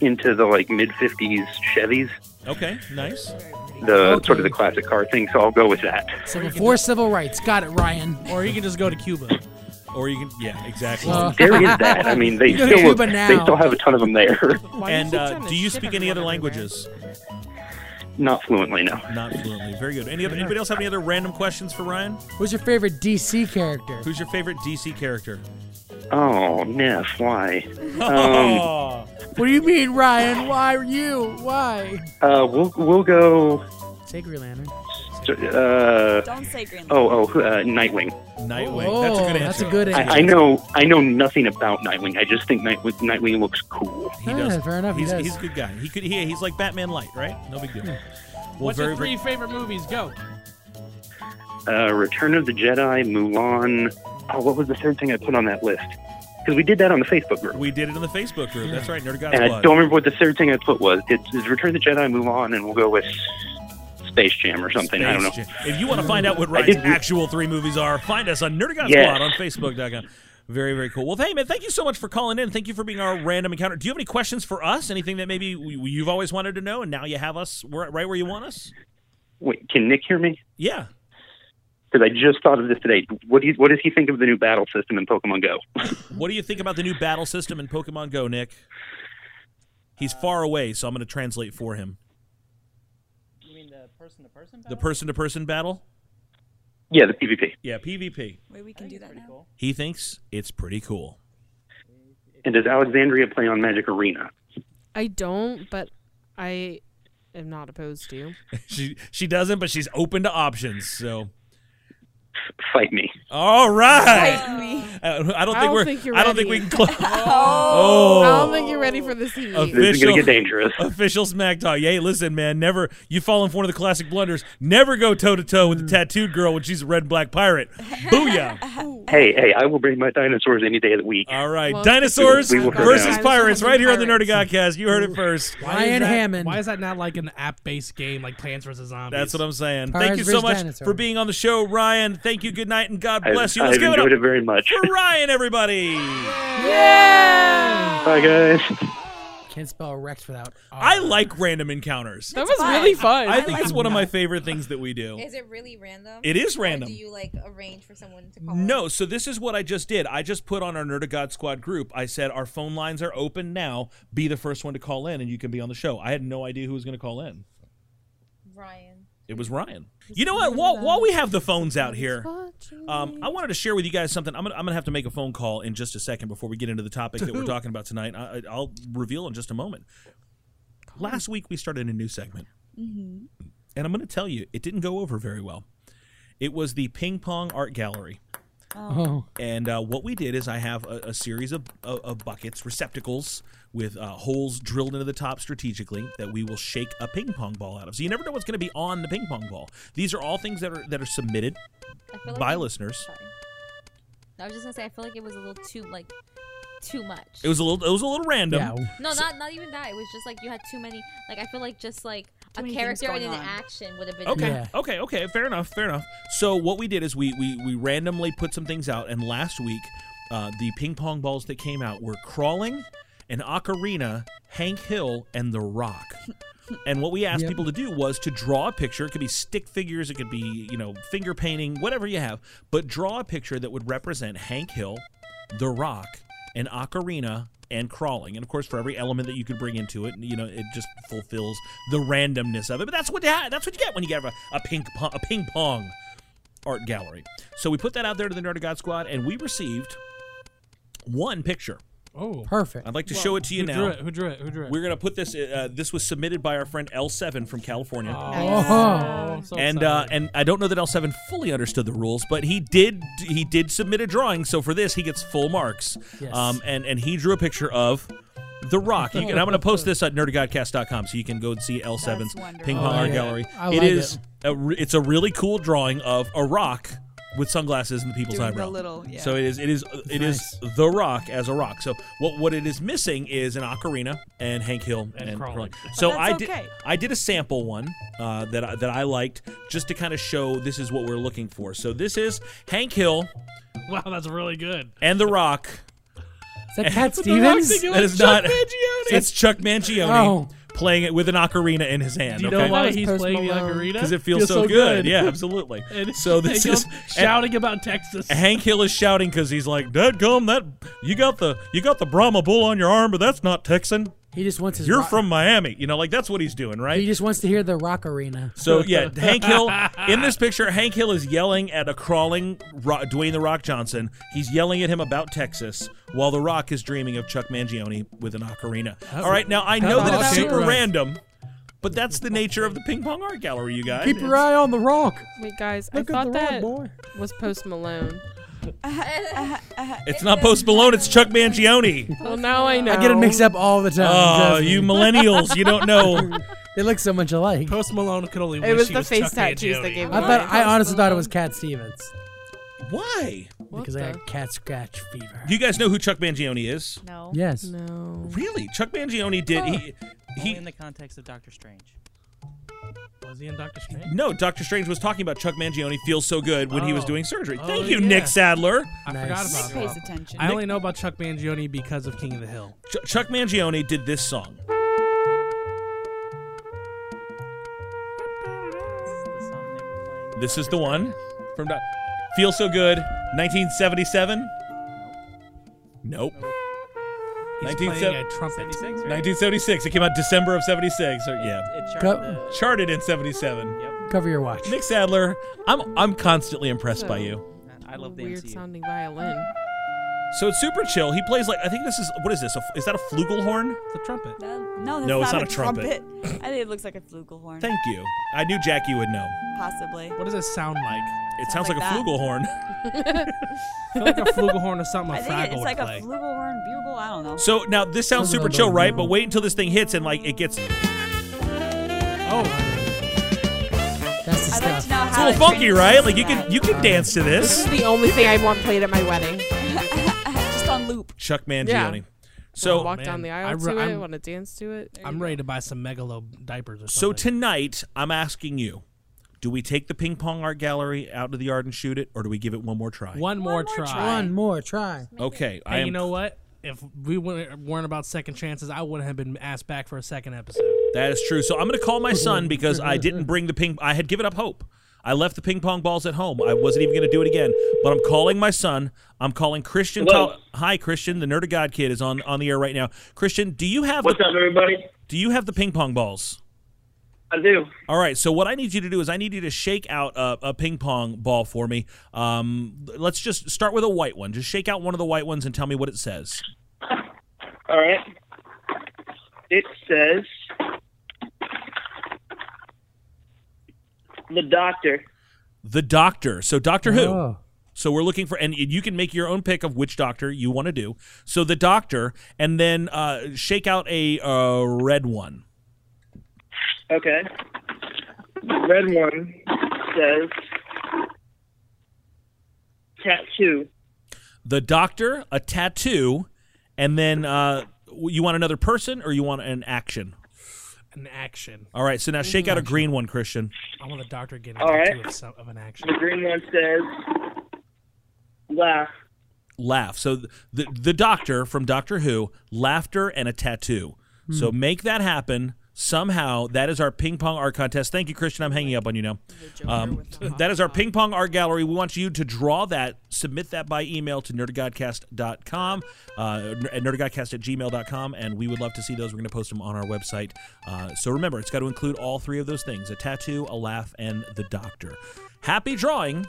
[SPEAKER 10] into the like mid 50s Chevys,
[SPEAKER 2] Okay, nice.
[SPEAKER 10] the
[SPEAKER 5] Okay.
[SPEAKER 10] sort of the classic car thing. So I'll go with that.
[SPEAKER 5] So before civil rights. Got it, Ryan.
[SPEAKER 3] Or you can just go to Cuba.
[SPEAKER 2] Or you can, yeah, exactly.
[SPEAKER 5] Well,
[SPEAKER 10] There is that. I mean, they
[SPEAKER 5] You go to
[SPEAKER 10] still
[SPEAKER 5] Cuba
[SPEAKER 10] they
[SPEAKER 5] now.
[SPEAKER 10] still have a ton of them there.
[SPEAKER 8] Why
[SPEAKER 2] and
[SPEAKER 8] you
[SPEAKER 2] uh,
[SPEAKER 8] sound
[SPEAKER 2] do
[SPEAKER 8] as
[SPEAKER 2] you
[SPEAKER 8] shit
[SPEAKER 2] speak any
[SPEAKER 8] everyone
[SPEAKER 2] other
[SPEAKER 8] everywhere?
[SPEAKER 2] languages?
[SPEAKER 10] Not fluently, no.
[SPEAKER 2] Not fluently. Very good. Any other, anybody else have any other random questions for Ryan?
[SPEAKER 5] Who's your favorite DC character?
[SPEAKER 2] Who's your favorite DC character?
[SPEAKER 10] Oh, Neff, why? Um,
[SPEAKER 2] oh,
[SPEAKER 5] What do you mean, Ryan? Why are you? Why?
[SPEAKER 10] uh, we'll we'll go.
[SPEAKER 5] Take your lantern.
[SPEAKER 10] Uh,
[SPEAKER 4] Don't say Green Lantern.
[SPEAKER 10] oh, oh, uh, Nightwing.
[SPEAKER 2] Nightwing.
[SPEAKER 5] Oh,
[SPEAKER 2] that's a good answer.
[SPEAKER 5] That's a good answer.
[SPEAKER 10] I, I
[SPEAKER 2] Mm-hmm.
[SPEAKER 10] know, I know nothing about Nightwing. I just think Night, Nightwing looks cool.
[SPEAKER 2] He
[SPEAKER 5] Ah,
[SPEAKER 2] does.
[SPEAKER 5] fair enough, he
[SPEAKER 2] He's,
[SPEAKER 5] does. Hmm.
[SPEAKER 2] he's a good guy. He could. He, he's like Batman Light, right? No big deal. Well,
[SPEAKER 7] What's
[SPEAKER 2] very,
[SPEAKER 7] your
[SPEAKER 2] very-
[SPEAKER 7] three favorite movies? Go.
[SPEAKER 10] Uh, Return of the Jedi, Mulan. Oh, what was the third thing I put on that list? Because we did that on the Facebook group,
[SPEAKER 2] We did it in the Facebook group. That's right, Nerd God
[SPEAKER 10] and I
[SPEAKER 2] Squad.
[SPEAKER 10] don't remember what the third thing I put was. It's, it's Return of the Jedi, Mulan, and we'll go with Space Jam or something. I don't know.
[SPEAKER 2] Space Jam. If you want to find out what Ryan's
[SPEAKER 10] did-
[SPEAKER 2] actual three movies are, find us on Nerdy God
[SPEAKER 10] Yes.
[SPEAKER 2] Squad on Facebook.com. Very, very cool. Well, hey, man, thank you so much for calling in. Thank you for being our random encounter. Do you have any questions for us? Anything that maybe we- you've always wanted to know, and now you have us we're right where you want us?
[SPEAKER 10] Wait, can Nick hear me?
[SPEAKER 2] Yeah.
[SPEAKER 10] Because I just thought of this today. What do you, what does he think of the new battle system in Pokemon Go?
[SPEAKER 2] What do you think about the new battle system in Pokemon Go, Nick? He's far away, so I'm going to translate for him.
[SPEAKER 7] You mean the person to person?
[SPEAKER 2] The person to person battle?
[SPEAKER 10] Yeah, the PvP.
[SPEAKER 2] Yeah, PvP.
[SPEAKER 4] Wait, we can do that now.
[SPEAKER 2] He thinks it's pretty cool.
[SPEAKER 10] And does Alexandria play on Magic Arena?
[SPEAKER 8] I don't, but I am not opposed to.
[SPEAKER 2] she she doesn't, but she's open to options. So,
[SPEAKER 10] F- fight me.
[SPEAKER 2] all right.
[SPEAKER 4] Fight me.
[SPEAKER 2] Uh, I don't
[SPEAKER 8] I
[SPEAKER 2] think
[SPEAKER 8] don't
[SPEAKER 2] we're.
[SPEAKER 8] think you're
[SPEAKER 2] I don't think we
[SPEAKER 8] ready.
[SPEAKER 2] can close.
[SPEAKER 10] Oh.
[SPEAKER 8] I don't
[SPEAKER 2] oh,
[SPEAKER 8] think you're ready for this heat.
[SPEAKER 2] Of-
[SPEAKER 10] This is
[SPEAKER 2] Official-
[SPEAKER 10] going to get dangerous.
[SPEAKER 2] official smack talk. Hey, listen, man. Never you fall in for one of the
[SPEAKER 10] Mm.
[SPEAKER 2] classic blunders. Never go toe to toe with the tattooed girl when she's a red and black pirate. Booyah!
[SPEAKER 10] Hey, hey, I will bring my dinosaurs any day of the week.
[SPEAKER 2] All right,
[SPEAKER 10] Well,
[SPEAKER 2] dinosaurs
[SPEAKER 10] we will go
[SPEAKER 2] versus
[SPEAKER 10] down.
[SPEAKER 2] pirates, right here on the Nerdy Godcast. You heard it first.
[SPEAKER 3] Why is that- Why is that not like an app-based game like Plants vs Zombies?
[SPEAKER 2] That's what I'm saying.
[SPEAKER 3] Pirates
[SPEAKER 2] Thank you so
[SPEAKER 3] versus
[SPEAKER 2] much
[SPEAKER 3] dinosaurs.
[SPEAKER 2] for being on the show, Ryan. Thank you. Good night, and God
[SPEAKER 10] I've-
[SPEAKER 2] bless you. Let's
[SPEAKER 10] I've
[SPEAKER 2] give it up
[SPEAKER 10] enjoyed it very much.
[SPEAKER 2] for Ryan, everybody.
[SPEAKER 10] Bye, guys.
[SPEAKER 5] Can't spell wrecked without.
[SPEAKER 2] I like random encounters.
[SPEAKER 5] That was really fun.
[SPEAKER 2] I
[SPEAKER 5] I
[SPEAKER 2] think
[SPEAKER 5] like
[SPEAKER 2] it's one of my
[SPEAKER 5] that.
[SPEAKER 2] favorite things that we do.
[SPEAKER 6] Is it really random?
[SPEAKER 2] It is
[SPEAKER 6] Or
[SPEAKER 2] random.
[SPEAKER 6] do you like arrange for someone
[SPEAKER 1] Oh.
[SPEAKER 6] to call?
[SPEAKER 2] No, so this is what I just did. I just put on our Nerd of God Squad group. I said our phone lines are open now. Be the first one to call in, and you can be on the show. I had no idea who was going to call in.
[SPEAKER 6] Ryan.
[SPEAKER 2] It was Ryan. You know what? While, while we have the phones out here, um, I wanted to share with you guys something. I'm gonna, I'm gonna have to make a phone call in just a second before we get into the topic
[SPEAKER 1] To
[SPEAKER 2] that we're
[SPEAKER 1] who?
[SPEAKER 2] talking about tonight. I, I- I'll reveal in just a moment. Last week we started a new segment,
[SPEAKER 4] Mm-hmm.
[SPEAKER 2] and I'm gonna tell you it didn't go over very well. It was the Ping Pong Art Gallery.
[SPEAKER 5] Oh.
[SPEAKER 2] And uh, what we did is I have a, a series of, of, of buckets, receptacles with uh, holes drilled into the top strategically that we will shake a ping pong ball out of. So you never know what's going to be on the ping pong ball. These are all things that are that are submitted
[SPEAKER 6] I feel like
[SPEAKER 2] by
[SPEAKER 6] it-
[SPEAKER 2] listeners.
[SPEAKER 6] I was just gonna say I feel like it was a little too like too much.
[SPEAKER 2] It was a little it was a little random.
[SPEAKER 6] No, not not even that. It was just like you had too many. Like I feel like just like
[SPEAKER 4] Too
[SPEAKER 6] a
[SPEAKER 4] many
[SPEAKER 6] character
[SPEAKER 4] things
[SPEAKER 6] and an
[SPEAKER 4] going on.
[SPEAKER 6] action would have been.
[SPEAKER 2] Okay.
[SPEAKER 6] enough.
[SPEAKER 2] Okay. Okay. Fair enough. Fair enough. So what we did is we we we randomly put some things out, and last week, uh, the ping pong balls that came out were crawling, an ocarina, Hank Hill, and The Rock. And what we asked people to do was to draw a picture. It could be stick figures, it could be you know finger painting, whatever you have, but draw a picture that would represent Hank Hill, The Rock, and ocarina. And crawling, and of course, for every element that you could bring into it, you know, it just fulfills the randomness of it. But that's what ha- that's what you get when you get a, a ping pong, a ping pong art gallery. So we put that out there to the Nerd of God Squad, and we received one picture.
[SPEAKER 3] Oh,
[SPEAKER 5] perfect.
[SPEAKER 2] I'd like to show it to you
[SPEAKER 3] Who
[SPEAKER 2] now.
[SPEAKER 3] drew it? Who drew it? Who drew it?
[SPEAKER 2] We're gonna put this. Uh, this was submitted by our friend L7 from California.
[SPEAKER 3] Oh.
[SPEAKER 5] Oh.
[SPEAKER 3] So
[SPEAKER 2] and
[SPEAKER 3] excited.
[SPEAKER 2] uh, and I don't know that L7 fully understood the rules, but he did he did submit a drawing. So for this, he gets full marks.
[SPEAKER 5] Yes.
[SPEAKER 2] Um, and and he drew a picture of. The Rock, you can, and I'm going to post this at nerdygodcast.com so you can go and see L7's
[SPEAKER 4] wonderful.
[SPEAKER 2] Ping Pong
[SPEAKER 5] I like
[SPEAKER 2] Art
[SPEAKER 5] it.
[SPEAKER 2] Gallery.
[SPEAKER 5] I
[SPEAKER 2] it
[SPEAKER 5] like
[SPEAKER 2] is, A re- it's a really cool drawing of a rock with sunglasses and the people's
[SPEAKER 4] Doing the
[SPEAKER 2] eyebrow.
[SPEAKER 4] little- yeah.
[SPEAKER 2] So it is, it is, uh, it is the Rock as a rock. So what what it is missing is an ocarina and Hank Hill and,
[SPEAKER 3] Crawling.
[SPEAKER 2] Crawling. So
[SPEAKER 4] But
[SPEAKER 2] I
[SPEAKER 4] that's
[SPEAKER 2] did
[SPEAKER 4] okay.
[SPEAKER 2] I did a sample one uh, that I, that I liked just to kind of show this is what we're looking for. So this is Hank Hill
[SPEAKER 3] wow, that's really good.
[SPEAKER 2] and The Rock.
[SPEAKER 5] Is that Cat
[SPEAKER 3] But The Rock's
[SPEAKER 5] Stevens?
[SPEAKER 3] thinking
[SPEAKER 2] That
[SPEAKER 3] like
[SPEAKER 2] is
[SPEAKER 3] Chuck
[SPEAKER 2] not-
[SPEAKER 3] Mangione.
[SPEAKER 2] It's Chuck Mangione
[SPEAKER 5] Oh.
[SPEAKER 2] playing it with an ocarina in his hand.
[SPEAKER 3] Do you
[SPEAKER 2] okay?
[SPEAKER 3] know why
[SPEAKER 5] was
[SPEAKER 3] he's
[SPEAKER 5] Post
[SPEAKER 3] playing the
[SPEAKER 5] Malone.
[SPEAKER 3] ocarina?
[SPEAKER 2] Because it feels, so, good. Yeah, absolutely.
[SPEAKER 3] And
[SPEAKER 2] so
[SPEAKER 3] they
[SPEAKER 2] this
[SPEAKER 3] go
[SPEAKER 2] is
[SPEAKER 3] shouting about Texas.
[SPEAKER 2] Hank Hill is shouting because he's like, "Dad, gum that you got the you got the Brahma bull on your arm, but that's not Texan.
[SPEAKER 5] He just wants his.
[SPEAKER 2] You're
[SPEAKER 5] rock-
[SPEAKER 2] from Miami, you know, like that's what he's doing,
[SPEAKER 5] He
[SPEAKER 2] right?"
[SPEAKER 5] just wants to hear the rock arena.
[SPEAKER 2] So yeah, Hank Hill in this picture, Hank Hill is yelling at a crawling Ro- Dwayne the Rock Johnson. He's yelling at him about Texas, while the Rock is dreaming of Chuck Mangione with an ocarina. All right, now I know
[SPEAKER 5] that
[SPEAKER 2] that it's
[SPEAKER 5] was
[SPEAKER 2] super
[SPEAKER 5] rough.
[SPEAKER 2] random, but that's the nature of the ping pong art gallery, you guys.
[SPEAKER 5] Keep your eye on the rock.
[SPEAKER 8] Wait, guys,
[SPEAKER 5] Look
[SPEAKER 8] I
[SPEAKER 5] at the
[SPEAKER 8] thought
[SPEAKER 5] rock,
[SPEAKER 8] that
[SPEAKER 5] boy.
[SPEAKER 8] was Post Malone.
[SPEAKER 4] Uh-huh,
[SPEAKER 2] It's not Post Malone, it's Chuck Mangione.
[SPEAKER 8] Well, now I know.
[SPEAKER 5] I get it mixed up all the time.
[SPEAKER 2] Oh,
[SPEAKER 5] trust me.
[SPEAKER 2] you millennials, you don't know.
[SPEAKER 5] They look so much alike.
[SPEAKER 3] Post Malone could only wish
[SPEAKER 8] It was
[SPEAKER 3] he
[SPEAKER 8] the
[SPEAKER 3] was
[SPEAKER 8] face
[SPEAKER 3] Chuck
[SPEAKER 8] tattoos that
[SPEAKER 3] Mangione.
[SPEAKER 8] gave
[SPEAKER 5] I
[SPEAKER 8] me
[SPEAKER 5] thought. I
[SPEAKER 8] Post
[SPEAKER 5] honestly thought it was
[SPEAKER 8] Malone.
[SPEAKER 5] Cat Stevens
[SPEAKER 2] Why?
[SPEAKER 8] What
[SPEAKER 5] because I
[SPEAKER 8] the?
[SPEAKER 5] got cat scratch fever.
[SPEAKER 2] Do you guys know who Chuck Mangione is?
[SPEAKER 6] No.
[SPEAKER 5] yes.
[SPEAKER 8] No.
[SPEAKER 2] Really? Chuck Mangione did he
[SPEAKER 3] Oh.
[SPEAKER 7] Only
[SPEAKER 2] he
[SPEAKER 7] in the context of Doctor Strange.
[SPEAKER 3] Was he in Doctor Strange?
[SPEAKER 2] No, Doctor Strange was talking about Chuck Mangione feels so good when he was
[SPEAKER 3] Oh.
[SPEAKER 2] doing surgery.
[SPEAKER 3] Oh,
[SPEAKER 2] Thank you,
[SPEAKER 3] yeah.
[SPEAKER 2] Nick Sadler.
[SPEAKER 3] I
[SPEAKER 5] Nice.
[SPEAKER 4] Nick
[SPEAKER 3] forgot about
[SPEAKER 4] pays
[SPEAKER 3] that.
[SPEAKER 4] attention.
[SPEAKER 3] I only know about Chuck Mangione because of King of the Hill.
[SPEAKER 2] Ch- Chuck Mangione did this song.
[SPEAKER 7] The song they were playing in
[SPEAKER 2] This is
[SPEAKER 7] Doctor
[SPEAKER 2] the one
[SPEAKER 7] Strange.
[SPEAKER 2] from Do- Feel So Good, 1977. Nope.
[SPEAKER 3] He's
[SPEAKER 2] 19
[SPEAKER 3] playing a trumpet.
[SPEAKER 7] 76, right?
[SPEAKER 2] 1976. It came out December of 76. Or, yeah.
[SPEAKER 7] It charted
[SPEAKER 5] Go-
[SPEAKER 7] the-
[SPEAKER 2] Charted in 77.
[SPEAKER 5] Cover your watch.
[SPEAKER 2] Nick Sadler, I'm I'm constantly impressed by you.
[SPEAKER 7] I love the
[SPEAKER 8] Weird
[SPEAKER 7] MCU.
[SPEAKER 8] sounding violin.
[SPEAKER 2] So it's super chill. He plays like I think this is what is this? A, is that a flugelhorn?
[SPEAKER 3] It's a trumpet.
[SPEAKER 4] That- no, that's
[SPEAKER 2] No, it's
[SPEAKER 4] not,
[SPEAKER 2] not a trumpet.
[SPEAKER 4] I think it looks like a flugelhorn.
[SPEAKER 2] Thank you. I knew Jackie would know.
[SPEAKER 4] possibly.
[SPEAKER 3] What does it sound like?
[SPEAKER 2] It
[SPEAKER 4] Sounds
[SPEAKER 2] sounds, like,
[SPEAKER 4] like
[SPEAKER 2] a flugelhorn.
[SPEAKER 4] that.
[SPEAKER 3] I feel like a flugelhorn or something.
[SPEAKER 4] I
[SPEAKER 3] A
[SPEAKER 4] think
[SPEAKER 3] Fraggle
[SPEAKER 4] it, it's
[SPEAKER 3] would
[SPEAKER 4] like
[SPEAKER 3] play.
[SPEAKER 4] a flugelhorn bugle. I don't know.
[SPEAKER 2] So now this sounds super chill, right? But wait until this thing hits and like it gets
[SPEAKER 3] oh,
[SPEAKER 4] I'd
[SPEAKER 5] That's and
[SPEAKER 4] like to
[SPEAKER 5] stuff.
[SPEAKER 4] know
[SPEAKER 2] It's a
[SPEAKER 4] how
[SPEAKER 2] little
[SPEAKER 4] I
[SPEAKER 2] funky,
[SPEAKER 4] trained
[SPEAKER 2] right?
[SPEAKER 4] this
[SPEAKER 2] Like you
[SPEAKER 4] guy.
[SPEAKER 2] can you can dance to
[SPEAKER 11] This
[SPEAKER 2] this.
[SPEAKER 11] is the only thing I want played at my wedding.
[SPEAKER 4] just on loop.
[SPEAKER 2] Chuck Mangione.
[SPEAKER 8] Yeah.
[SPEAKER 2] So
[SPEAKER 8] walk down
[SPEAKER 3] man.
[SPEAKER 8] the
[SPEAKER 3] I
[SPEAKER 8] aisle
[SPEAKER 3] re-
[SPEAKER 8] to it.
[SPEAKER 3] I'm-
[SPEAKER 8] Want to dance to it?
[SPEAKER 3] I'm ready to buy some megalo diapers or
[SPEAKER 2] So
[SPEAKER 3] something.
[SPEAKER 2] tonight, I'm asking you: Do we take the ping pong art gallery out to the yard and shoot it, or do we give it one more try?
[SPEAKER 3] one more try.
[SPEAKER 5] One more try.
[SPEAKER 2] Okay, I
[SPEAKER 3] Hey,
[SPEAKER 2] am.
[SPEAKER 3] you know what? If we weren't weren't about second chances, I wouldn't have been asked back for a second episode.
[SPEAKER 2] that is true. So I'm going to call my son because I didn't bring the ping. I had given up hope. I left the ping pong balls at home. I wasn't even going to do it again. But I'm calling my son. I'm calling Christian.
[SPEAKER 12] Hello.
[SPEAKER 2] Tal- Hi, Christian. The Nerd of God kid is on on the air right now. Christian, do you have
[SPEAKER 12] What's
[SPEAKER 2] the-
[SPEAKER 12] up, everybody?
[SPEAKER 2] Do you have the ping pong balls?
[SPEAKER 12] I do.
[SPEAKER 2] All right. So what I need you to do is I need you to shake out a, a ping pong ball for me. Um, let's just start with a white one. Just shake out one of the white ones and tell me what it says.
[SPEAKER 12] All right. It says the doctor.
[SPEAKER 2] The Doctor. So Doctor Who.
[SPEAKER 5] Oh.
[SPEAKER 2] So we're looking for, and you can make your own pick of which Doctor you want to do. So the Doctor, and then uh, shake out a uh, red one.
[SPEAKER 12] Okay. Red one says tattoo.
[SPEAKER 2] The Doctor, a tattoo, and then uh, you want another person or you want an action.
[SPEAKER 3] An action.
[SPEAKER 2] All right. So now shake out a green one, Christian.
[SPEAKER 3] I want the doctor getting
[SPEAKER 12] All
[SPEAKER 3] tattoo
[SPEAKER 12] right.
[SPEAKER 3] of, some, of an action.
[SPEAKER 12] The green one says laugh.
[SPEAKER 2] laugh. So th- the the doctor from Doctor Who, laughter and a tattoo. So make that happen somehow. That is our ping pong art contest. Thank you, Christian. I'm hanging up on you now. Um, that is our ping pong art gallery. We want you to draw that. Submit that by email to nerdagodcast.com uh, ner- at nerdagodcast at gmail.com, and we would love to see those. We're going to post them on our website. Uh, so remember, it's got to include all three of those things: a tattoo, a laugh, and the doctor. Happy drawing,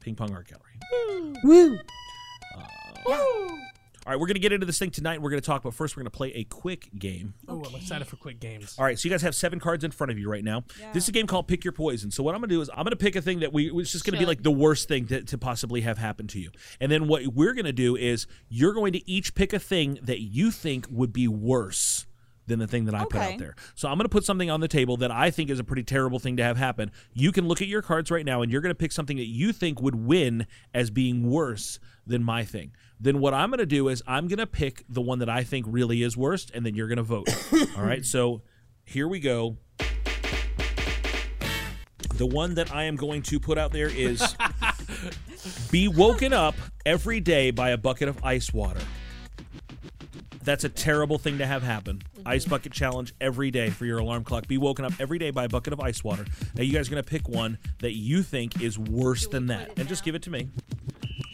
[SPEAKER 2] ping pong art gallery.
[SPEAKER 5] Woo!
[SPEAKER 2] All right, we're going to get into this thing tonight. We're going to talk, but first we're going to play a quick game.
[SPEAKER 3] Oh, I'm excited for quick games.
[SPEAKER 2] All right, so you guys have seven cards in front of you right now. This is a game called Pick Your Poison. So what I'm going to do is I'm going to pick a thing that we it's just going to be
[SPEAKER 6] Should.
[SPEAKER 2] like the worst thing to, to possibly have happened to you. And then what we're going to do is you're going to each pick a thing that you think would be worse than the thing that I put
[SPEAKER 4] Okay.
[SPEAKER 2] out there. So I'm going to put something on the table that I think is a pretty terrible thing to have happen. You can look at your cards right now and you're going to pick something that you think would win as being worse than my thing. Then what I'm going to do is I'm going to pick the one that I think really is worst and then you're going to vote. All right? So here we go. The one that I am going to put out there is be woken up every day by a bucket of ice water. That's a terrible thing to have happen. Ice bucket challenge every day for your alarm clock. Be woken up every day by a bucket of ice water. Now you guys are going to pick one that you think is worse than that and just give it to me.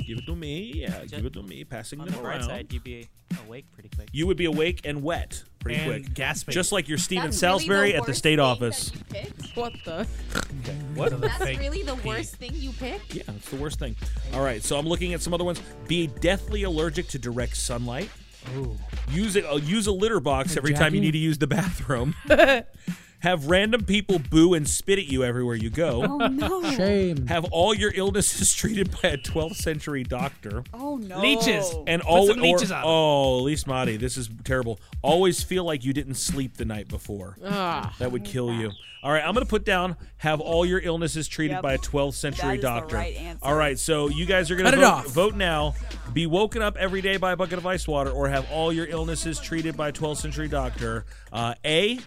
[SPEAKER 2] Give it to me. Yeah, give it to me. Passing
[SPEAKER 7] On
[SPEAKER 2] them
[SPEAKER 7] the bright
[SPEAKER 2] around.
[SPEAKER 7] side, you'd be awake pretty quick.
[SPEAKER 2] You would be awake and wet pretty
[SPEAKER 3] And
[SPEAKER 2] quick.
[SPEAKER 3] gasping.
[SPEAKER 2] Just like your Steven
[SPEAKER 6] really the
[SPEAKER 2] Salisbury at the
[SPEAKER 6] worst
[SPEAKER 2] state office.
[SPEAKER 8] What the?
[SPEAKER 2] What?
[SPEAKER 6] That's
[SPEAKER 3] Fake
[SPEAKER 6] really the
[SPEAKER 3] pee.
[SPEAKER 6] worst thing you picked.
[SPEAKER 2] Yeah, it's the worst thing. All right, so I'm looking at some other ones. Be deathly allergic to direct sunlight. Use it. I'll use a litter box every time you
[SPEAKER 5] Jackie?
[SPEAKER 2] need to use the bathroom. Have random people boo and spit at you everywhere you go.
[SPEAKER 4] Oh no!
[SPEAKER 5] Shame.
[SPEAKER 2] Have all your illnesses treated by a 12th century doctor.
[SPEAKER 4] Oh no!
[SPEAKER 3] Leeches.
[SPEAKER 2] And
[SPEAKER 3] Put
[SPEAKER 2] always,
[SPEAKER 3] some leeches on 'em.
[SPEAKER 2] oh, Lismati, this is terrible. Always feel like you didn't sleep the night before.
[SPEAKER 8] Ah.
[SPEAKER 2] That would kill you. All right, I'm going to put down have all your illnesses treated
[SPEAKER 4] Yep.
[SPEAKER 2] by a 12th century
[SPEAKER 4] That is the
[SPEAKER 2] doctor.
[SPEAKER 4] right answer.
[SPEAKER 2] All right, so you guys are going
[SPEAKER 5] Cut
[SPEAKER 2] to
[SPEAKER 5] it
[SPEAKER 2] vote,
[SPEAKER 5] off.
[SPEAKER 2] vote now. Be woken up every day by a bucket of ice water or have all your illnesses treated by a 12th century doctor. Uh, a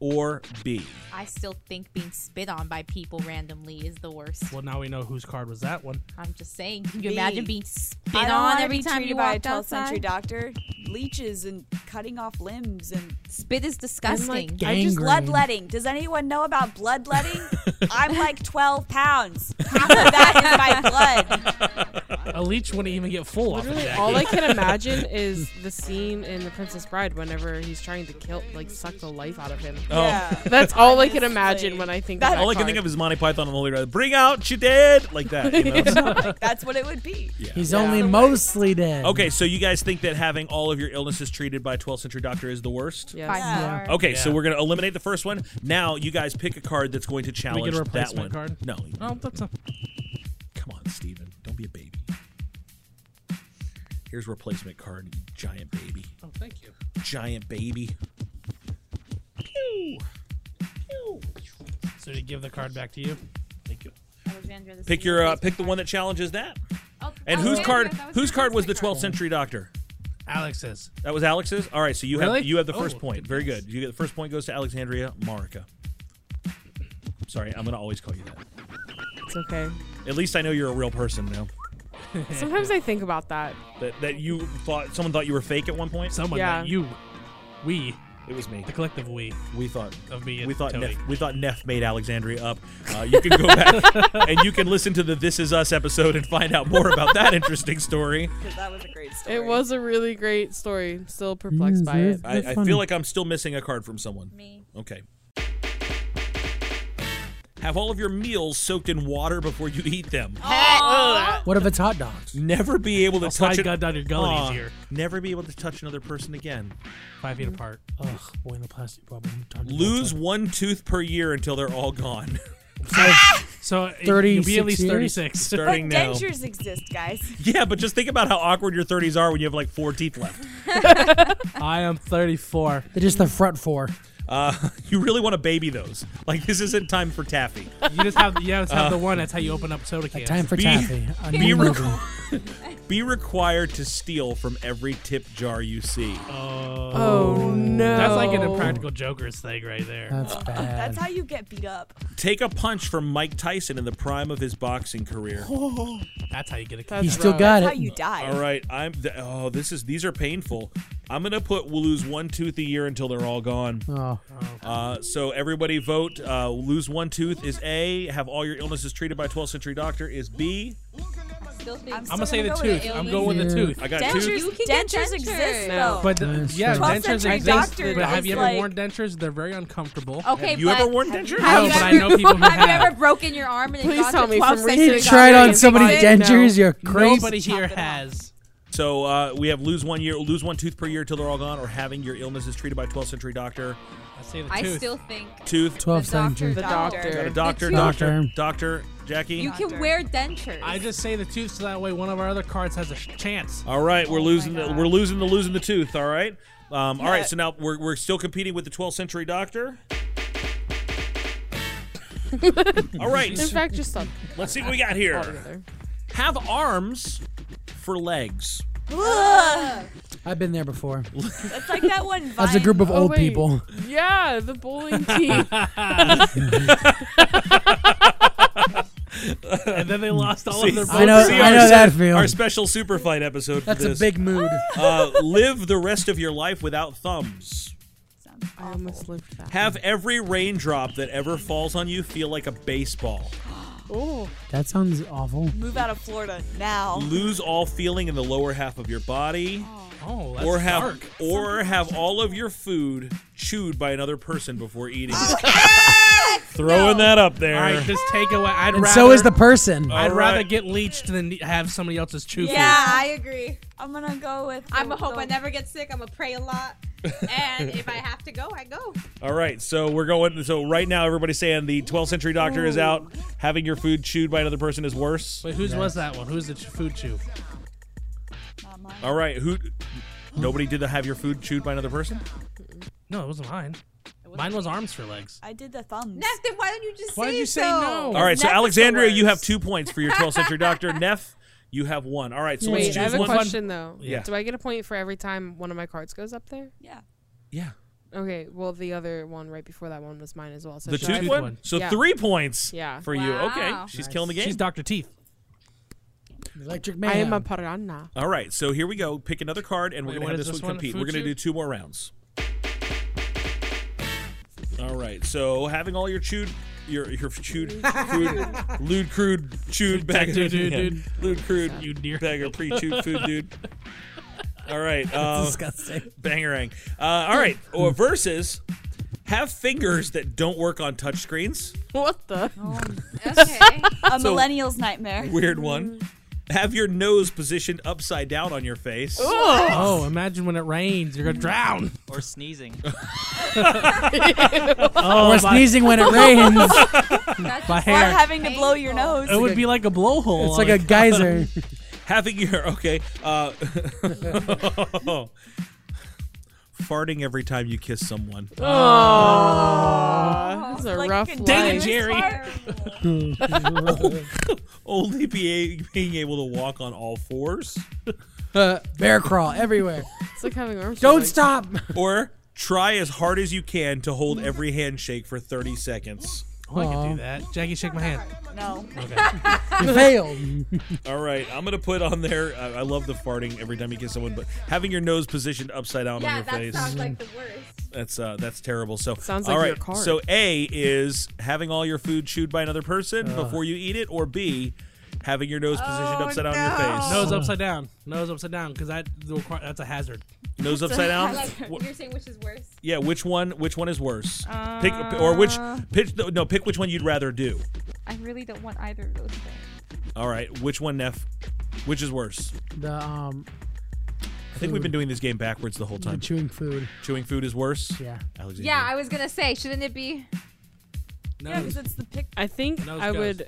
[SPEAKER 2] or B?
[SPEAKER 6] I still think being spit on by people randomly is the worst.
[SPEAKER 3] Well, now we know whose card was that one.
[SPEAKER 6] I'm just saying. Can you
[SPEAKER 4] Me.
[SPEAKER 6] imagine being spit
[SPEAKER 4] I don't
[SPEAKER 6] on
[SPEAKER 4] wanna
[SPEAKER 6] every
[SPEAKER 4] be
[SPEAKER 6] time
[SPEAKER 4] treated
[SPEAKER 6] you
[SPEAKER 4] by a
[SPEAKER 6] walked
[SPEAKER 4] 12th century
[SPEAKER 6] outside?
[SPEAKER 4] doctor. Leeches and cutting off limbs and
[SPEAKER 6] Spit is disgusting.
[SPEAKER 5] ga-
[SPEAKER 4] I just
[SPEAKER 5] Gangrene.
[SPEAKER 4] bloodletting. Does anyone know about bloodletting? I'm like 12 pounds. Half of that is my blood.
[SPEAKER 3] A leech wouldn't even get full off of
[SPEAKER 8] Literally,
[SPEAKER 3] that.
[SPEAKER 8] all I can imagine is the scene in The Princess Bride whenever he's trying to kill, like, suck the life out of him.
[SPEAKER 4] Yeah.
[SPEAKER 8] That's all I can
[SPEAKER 4] Honestly.
[SPEAKER 8] imagine when I think.
[SPEAKER 4] That-
[SPEAKER 8] of that
[SPEAKER 2] Oh. All I can think of is Monty Python and the Holy Grail. Bring out your dead! Like that. You know?
[SPEAKER 4] That's what it would be.
[SPEAKER 5] He's only mostly dead.
[SPEAKER 2] Okay, so you guys think that having all of your illnesses treated by a 12th century doctor is the worst?
[SPEAKER 8] Yes.
[SPEAKER 6] By far.
[SPEAKER 2] Okay, so
[SPEAKER 3] Yeah.
[SPEAKER 2] we're gonna eliminate the first one. Now you guys pick a card that's going to challenge that
[SPEAKER 3] replacement
[SPEAKER 2] one.
[SPEAKER 3] card?
[SPEAKER 2] No,
[SPEAKER 3] Oh, that's a,
[SPEAKER 2] come on, Steven. Don't be a baby. Here's a replacement card, you giant baby.
[SPEAKER 3] oh, thank you.
[SPEAKER 2] Giant baby. Pew. Pew.
[SPEAKER 3] So So you give the card back to you. Thank you.
[SPEAKER 6] Alexandra the
[SPEAKER 2] Pick your uh, pick the one that challenges that.
[SPEAKER 6] Oh,
[SPEAKER 2] And whose
[SPEAKER 6] Alexandra,
[SPEAKER 2] card
[SPEAKER 6] that was
[SPEAKER 2] whose
[SPEAKER 6] her
[SPEAKER 2] card
[SPEAKER 6] first
[SPEAKER 2] was the
[SPEAKER 6] pick, right?
[SPEAKER 2] 12th century doctor?
[SPEAKER 3] Alex's.
[SPEAKER 2] That was Alex's. All right, so you
[SPEAKER 3] Really?
[SPEAKER 2] have you have the
[SPEAKER 3] Oh,
[SPEAKER 2] first point. Very good. You get the first point goes to Alexandria Marica. Sorry, I'm gonna always call you that.
[SPEAKER 8] It's okay.
[SPEAKER 2] At least I know you're a real person now.
[SPEAKER 8] Sometimes I think about that.
[SPEAKER 2] That that you thought someone thought you were fake at one point.
[SPEAKER 3] Someone, Yeah. not you. we.
[SPEAKER 2] It was me.
[SPEAKER 3] The collective we.
[SPEAKER 2] We thought
[SPEAKER 3] of me. And
[SPEAKER 2] We thought
[SPEAKER 3] Tony.
[SPEAKER 2] Neff, we thought Neff made Alexandria up. Uh, you can go back and you can listen to the This Is Us episode and find out more about that interesting story.
[SPEAKER 4] Because that was a great story.
[SPEAKER 8] It was a really great story. I'm Still perplexed by it.
[SPEAKER 2] I, I feel like I'm still missing a card from someone.
[SPEAKER 8] Me.
[SPEAKER 2] Okay. Have all of your meals soaked in water before you eat them.
[SPEAKER 5] What if it's hot dogs?
[SPEAKER 2] Never be able to
[SPEAKER 5] I'll
[SPEAKER 2] touch
[SPEAKER 5] slide
[SPEAKER 2] it.
[SPEAKER 5] God down your gullet
[SPEAKER 2] Aw,
[SPEAKER 5] easier.
[SPEAKER 2] Never be able to touch another person again.
[SPEAKER 3] Five feet apart.
[SPEAKER 5] Ugh, boy, in a plastic bubble.
[SPEAKER 2] Lose one tooth per year until they're all gone.
[SPEAKER 3] So you'll be at least 36.
[SPEAKER 2] Starting
[SPEAKER 4] but
[SPEAKER 2] now.
[SPEAKER 4] dentures exist, guys.
[SPEAKER 2] Yeah, but just think about how awkward your 30s are when you have like four teeth left.
[SPEAKER 3] I am 34.
[SPEAKER 5] They're just the front four.
[SPEAKER 2] Uh, you really want to baby those. Like this isn't time for taffy.
[SPEAKER 3] You just have you just have
[SPEAKER 2] Uh,
[SPEAKER 3] the one. That's how you open up soda cans.
[SPEAKER 5] Time for
[SPEAKER 2] Be-
[SPEAKER 5] taffy. A
[SPEAKER 2] be
[SPEAKER 5] new
[SPEAKER 2] real-
[SPEAKER 5] movie.
[SPEAKER 2] Be required to steal from every tip jar you see.
[SPEAKER 3] Oh,
[SPEAKER 8] Oh, no.
[SPEAKER 3] That's like an impractical Joker's thing right there.
[SPEAKER 5] That's
[SPEAKER 4] That's
[SPEAKER 2] Um,
[SPEAKER 4] how you get beat up.
[SPEAKER 2] Take a punch from Mike Tyson in the prime of his boxing career.
[SPEAKER 3] That's how you get a.
[SPEAKER 5] That's He still rough. got
[SPEAKER 4] That's
[SPEAKER 5] it.
[SPEAKER 4] How you die.
[SPEAKER 2] uh, All right, I'm. Th- oh, this is. These are painful. I'm gonna put. We'll lose one tooth a year until they're all gone.
[SPEAKER 5] Oh.
[SPEAKER 2] Uh, so everybody vote. Uh, lose one tooth is A. Have all your illnesses treated by 12th century doctor is B.
[SPEAKER 4] I'm,
[SPEAKER 3] gonna say the tooth. I'm going with the tooth.
[SPEAKER 2] I got
[SPEAKER 4] dentures,
[SPEAKER 2] two.
[SPEAKER 6] You can get
[SPEAKER 4] dentures exist,
[SPEAKER 6] dentures.
[SPEAKER 4] though.
[SPEAKER 3] But yeah,
[SPEAKER 4] 12th
[SPEAKER 3] dentures
[SPEAKER 4] century
[SPEAKER 3] exist.
[SPEAKER 4] doctor
[SPEAKER 3] But have you
[SPEAKER 4] is
[SPEAKER 3] ever
[SPEAKER 4] like-
[SPEAKER 3] worn dentures? They're very uncomfortable.
[SPEAKER 6] Okay,
[SPEAKER 2] Have you
[SPEAKER 6] but
[SPEAKER 2] ever worn
[SPEAKER 6] have
[SPEAKER 2] dentures?
[SPEAKER 6] you- Oh, have
[SPEAKER 3] No, but I
[SPEAKER 6] you ever-
[SPEAKER 3] know people who
[SPEAKER 6] Have you
[SPEAKER 3] have.
[SPEAKER 6] ever broken your arm and
[SPEAKER 8] Please
[SPEAKER 6] then
[SPEAKER 8] tell
[SPEAKER 6] gone
[SPEAKER 8] me
[SPEAKER 6] to 12
[SPEAKER 8] some
[SPEAKER 6] century
[SPEAKER 8] research.
[SPEAKER 5] Tried on
[SPEAKER 6] doctors?
[SPEAKER 5] so many
[SPEAKER 6] Why? No.
[SPEAKER 5] dentures. You're crazy.
[SPEAKER 3] Nobody here has.
[SPEAKER 2] So uh, we have lose one year, lose one tooth per year till they're all gone, or having your illnesses treated by 12th century doctor.
[SPEAKER 3] I say the
[SPEAKER 6] I
[SPEAKER 3] tooth.
[SPEAKER 6] still think
[SPEAKER 2] Tooth.
[SPEAKER 5] 12
[SPEAKER 6] the doctor,
[SPEAKER 5] century.
[SPEAKER 6] The
[SPEAKER 8] doctor.
[SPEAKER 2] Got a doctor,
[SPEAKER 6] The tooth.
[SPEAKER 2] doctor, doctor, Jackie.
[SPEAKER 6] You can wear dentures.
[SPEAKER 3] I just say the tooth so that way one of our other cards has a sh- chance.
[SPEAKER 2] All right, we're losing the we're losing the losing the tooth. All right, um, all right. So now we're, we're still competing with the 12th century doctor. all right,
[SPEAKER 8] In fact, just stop.
[SPEAKER 2] let's see what we got here.
[SPEAKER 8] Altogether.
[SPEAKER 2] Have arms for legs.
[SPEAKER 4] Ugh.
[SPEAKER 5] I've been there before.
[SPEAKER 4] That's like that one.
[SPEAKER 5] As a
[SPEAKER 4] Vine-
[SPEAKER 5] group of
[SPEAKER 8] Oh,
[SPEAKER 5] old
[SPEAKER 8] wait.
[SPEAKER 5] people.
[SPEAKER 8] Yeah, the bowling team.
[SPEAKER 3] and then they lost all of their.
[SPEAKER 5] I know- I know
[SPEAKER 2] our-
[SPEAKER 5] that feel.
[SPEAKER 2] Our special super fight episode.
[SPEAKER 5] That's
[SPEAKER 2] for
[SPEAKER 5] a
[SPEAKER 2] this.
[SPEAKER 5] big mood.
[SPEAKER 2] uh, live the rest of your life without thumbs.
[SPEAKER 8] I almost lived that.
[SPEAKER 2] Have every raindrop that ever falls on you feel like a baseball.
[SPEAKER 8] Oh,
[SPEAKER 5] That sounds awful.
[SPEAKER 4] Move out of Florida now.
[SPEAKER 2] Lose all feeling in the lower half of your body.
[SPEAKER 3] Oh, that's
[SPEAKER 2] or have
[SPEAKER 3] dark.
[SPEAKER 2] or have all of your food chewed by another person before eating. it. Throwing that up there.
[SPEAKER 3] All right, just take away. I'd
[SPEAKER 5] And
[SPEAKER 3] rather.
[SPEAKER 5] so is the person.
[SPEAKER 3] I'd
[SPEAKER 2] All
[SPEAKER 3] rather
[SPEAKER 2] right.
[SPEAKER 3] get leached than have somebody else's chew
[SPEAKER 6] yeah, I agree.
[SPEAKER 4] I'm gonna go with.
[SPEAKER 6] I'm
[SPEAKER 4] the-
[SPEAKER 6] a hope
[SPEAKER 4] the-
[SPEAKER 6] I never get sick. I'm a pray a lot, and if I have to go, I go.
[SPEAKER 2] All right, so we're going. So right now, everybody's saying the 12th century doctor is out. Having your food chewed by another person is worse.
[SPEAKER 3] Wait, whose was that one? Who's the ch- food chew?
[SPEAKER 2] All right, who? Nobody did the have your food chewed by another person.
[SPEAKER 3] No, it wasn't mine. Mine was arms for legs.
[SPEAKER 4] I did the thumbs.
[SPEAKER 6] Neff, then why don't you just
[SPEAKER 3] Why
[SPEAKER 6] say
[SPEAKER 3] did you say
[SPEAKER 6] so?
[SPEAKER 3] no?
[SPEAKER 2] All right, so
[SPEAKER 4] Neff is the
[SPEAKER 2] Alexandria, you have
[SPEAKER 4] worst.
[SPEAKER 2] two points for your 12th century doctor. Neff, you have one. All right, so
[SPEAKER 8] wait,
[SPEAKER 2] let's
[SPEAKER 8] I
[SPEAKER 2] choose
[SPEAKER 8] have a
[SPEAKER 2] one.
[SPEAKER 8] question though.
[SPEAKER 2] Yeah.
[SPEAKER 8] Do I get a point for every time one of my cards goes up there?
[SPEAKER 4] Yeah.
[SPEAKER 2] Yeah,
[SPEAKER 8] Okay. Well, the other one right before that one was mine as well. So
[SPEAKER 2] the
[SPEAKER 8] should I-
[SPEAKER 2] tooth one.
[SPEAKER 3] one.
[SPEAKER 2] So
[SPEAKER 8] Yeah.
[SPEAKER 2] three points.
[SPEAKER 8] Yeah.
[SPEAKER 2] for you. Okay,
[SPEAKER 6] Wow.
[SPEAKER 2] she's killing the game.
[SPEAKER 3] She's Dr. Teeth.
[SPEAKER 5] Electric man.
[SPEAKER 8] I am a piranha.
[SPEAKER 2] All right, so here we go. Pick another card, and we're
[SPEAKER 3] Wait,
[SPEAKER 2] going to
[SPEAKER 3] what
[SPEAKER 2] have
[SPEAKER 3] is
[SPEAKER 2] this,
[SPEAKER 3] this
[SPEAKER 2] one
[SPEAKER 3] one?
[SPEAKER 2] compete.
[SPEAKER 3] Food
[SPEAKER 2] We're going to
[SPEAKER 3] shoot?
[SPEAKER 2] do two more rounds. All right, so having all your chewed, your your chewed, food, lewd, crude, chewed bag,
[SPEAKER 3] dude, dude,
[SPEAKER 2] yeah,
[SPEAKER 3] dude.
[SPEAKER 2] lewd, crude,
[SPEAKER 3] You dear.
[SPEAKER 2] bag of pre-chewed food, dude. All right, uh,
[SPEAKER 5] disgusting.
[SPEAKER 2] bangerang. Uh, all right, or versus have fingers that don't work on touchscreens.
[SPEAKER 8] What the?
[SPEAKER 6] Okay.
[SPEAKER 4] A
[SPEAKER 2] So-
[SPEAKER 4] millennial's nightmare.
[SPEAKER 2] Weird
[SPEAKER 3] Mm.
[SPEAKER 2] one. Have your nose positioned upside down on your face.
[SPEAKER 3] Oh, imagine when it rains. You're going to drown.
[SPEAKER 7] Or sneezing.
[SPEAKER 3] Oh,
[SPEAKER 5] We're
[SPEAKER 3] my-
[SPEAKER 5] sneezing when it rains.
[SPEAKER 6] That's
[SPEAKER 3] My
[SPEAKER 6] just
[SPEAKER 4] Or
[SPEAKER 3] hair.
[SPEAKER 4] having to blow your nose.
[SPEAKER 3] It would be like a blowhole.
[SPEAKER 5] It's like a geyser.
[SPEAKER 2] having your okay uh farting every time you kiss someone. Uh,
[SPEAKER 8] Oh, this is a
[SPEAKER 6] Like
[SPEAKER 8] rough
[SPEAKER 6] continuous
[SPEAKER 8] life.
[SPEAKER 2] Dang it, Jerry. Only be being able to walk on all fours.
[SPEAKER 5] Bear crawl everywhere.
[SPEAKER 8] It's like having arms.
[SPEAKER 5] Don't
[SPEAKER 8] like-
[SPEAKER 5] stop.
[SPEAKER 2] Or try as hard as you can to hold every handshake for 30 seconds.
[SPEAKER 3] Oh, I can do that. Jackie, shake my hand.
[SPEAKER 4] No.
[SPEAKER 5] You failed.
[SPEAKER 2] All right, I'm gonna put on there. I, I love the farting every time you kiss someone, but having your nose positioned upside down on
[SPEAKER 6] yeah,
[SPEAKER 2] your
[SPEAKER 6] that
[SPEAKER 2] face.
[SPEAKER 6] sounds like the worst.
[SPEAKER 2] That's uh, that's terrible. So
[SPEAKER 6] Sounds
[SPEAKER 2] all
[SPEAKER 6] like
[SPEAKER 2] right.
[SPEAKER 6] your card.
[SPEAKER 2] So A is having all your food chewed by another person before you eat it, or B, having your nose
[SPEAKER 6] Oh,
[SPEAKER 2] positioned upside down on your face.
[SPEAKER 3] Nose upside down. Nose upside down because that the requir- that's a hazard.
[SPEAKER 2] Nose upside down. Wh-
[SPEAKER 6] You're saying which is worse?
[SPEAKER 2] yeah, which one? Which one is worse? pick
[SPEAKER 6] Uh.
[SPEAKER 2] or which? Pick, no, pick which one you'd rather do.
[SPEAKER 6] I really don't want either of those things.
[SPEAKER 2] All right, which one, Neff? Which is worse?
[SPEAKER 5] The um,
[SPEAKER 2] I think we've been doing this game backwards the whole
[SPEAKER 5] the
[SPEAKER 2] time.
[SPEAKER 5] chewing food.
[SPEAKER 2] Chewing food is worse.
[SPEAKER 5] Yeah.
[SPEAKER 2] Alexandra.
[SPEAKER 6] Yeah, I was gonna say, shouldn't it be?
[SPEAKER 8] Yeah, 'cause
[SPEAKER 4] it's the pic.
[SPEAKER 8] I think
[SPEAKER 3] Nose
[SPEAKER 8] I
[SPEAKER 3] goes.
[SPEAKER 8] would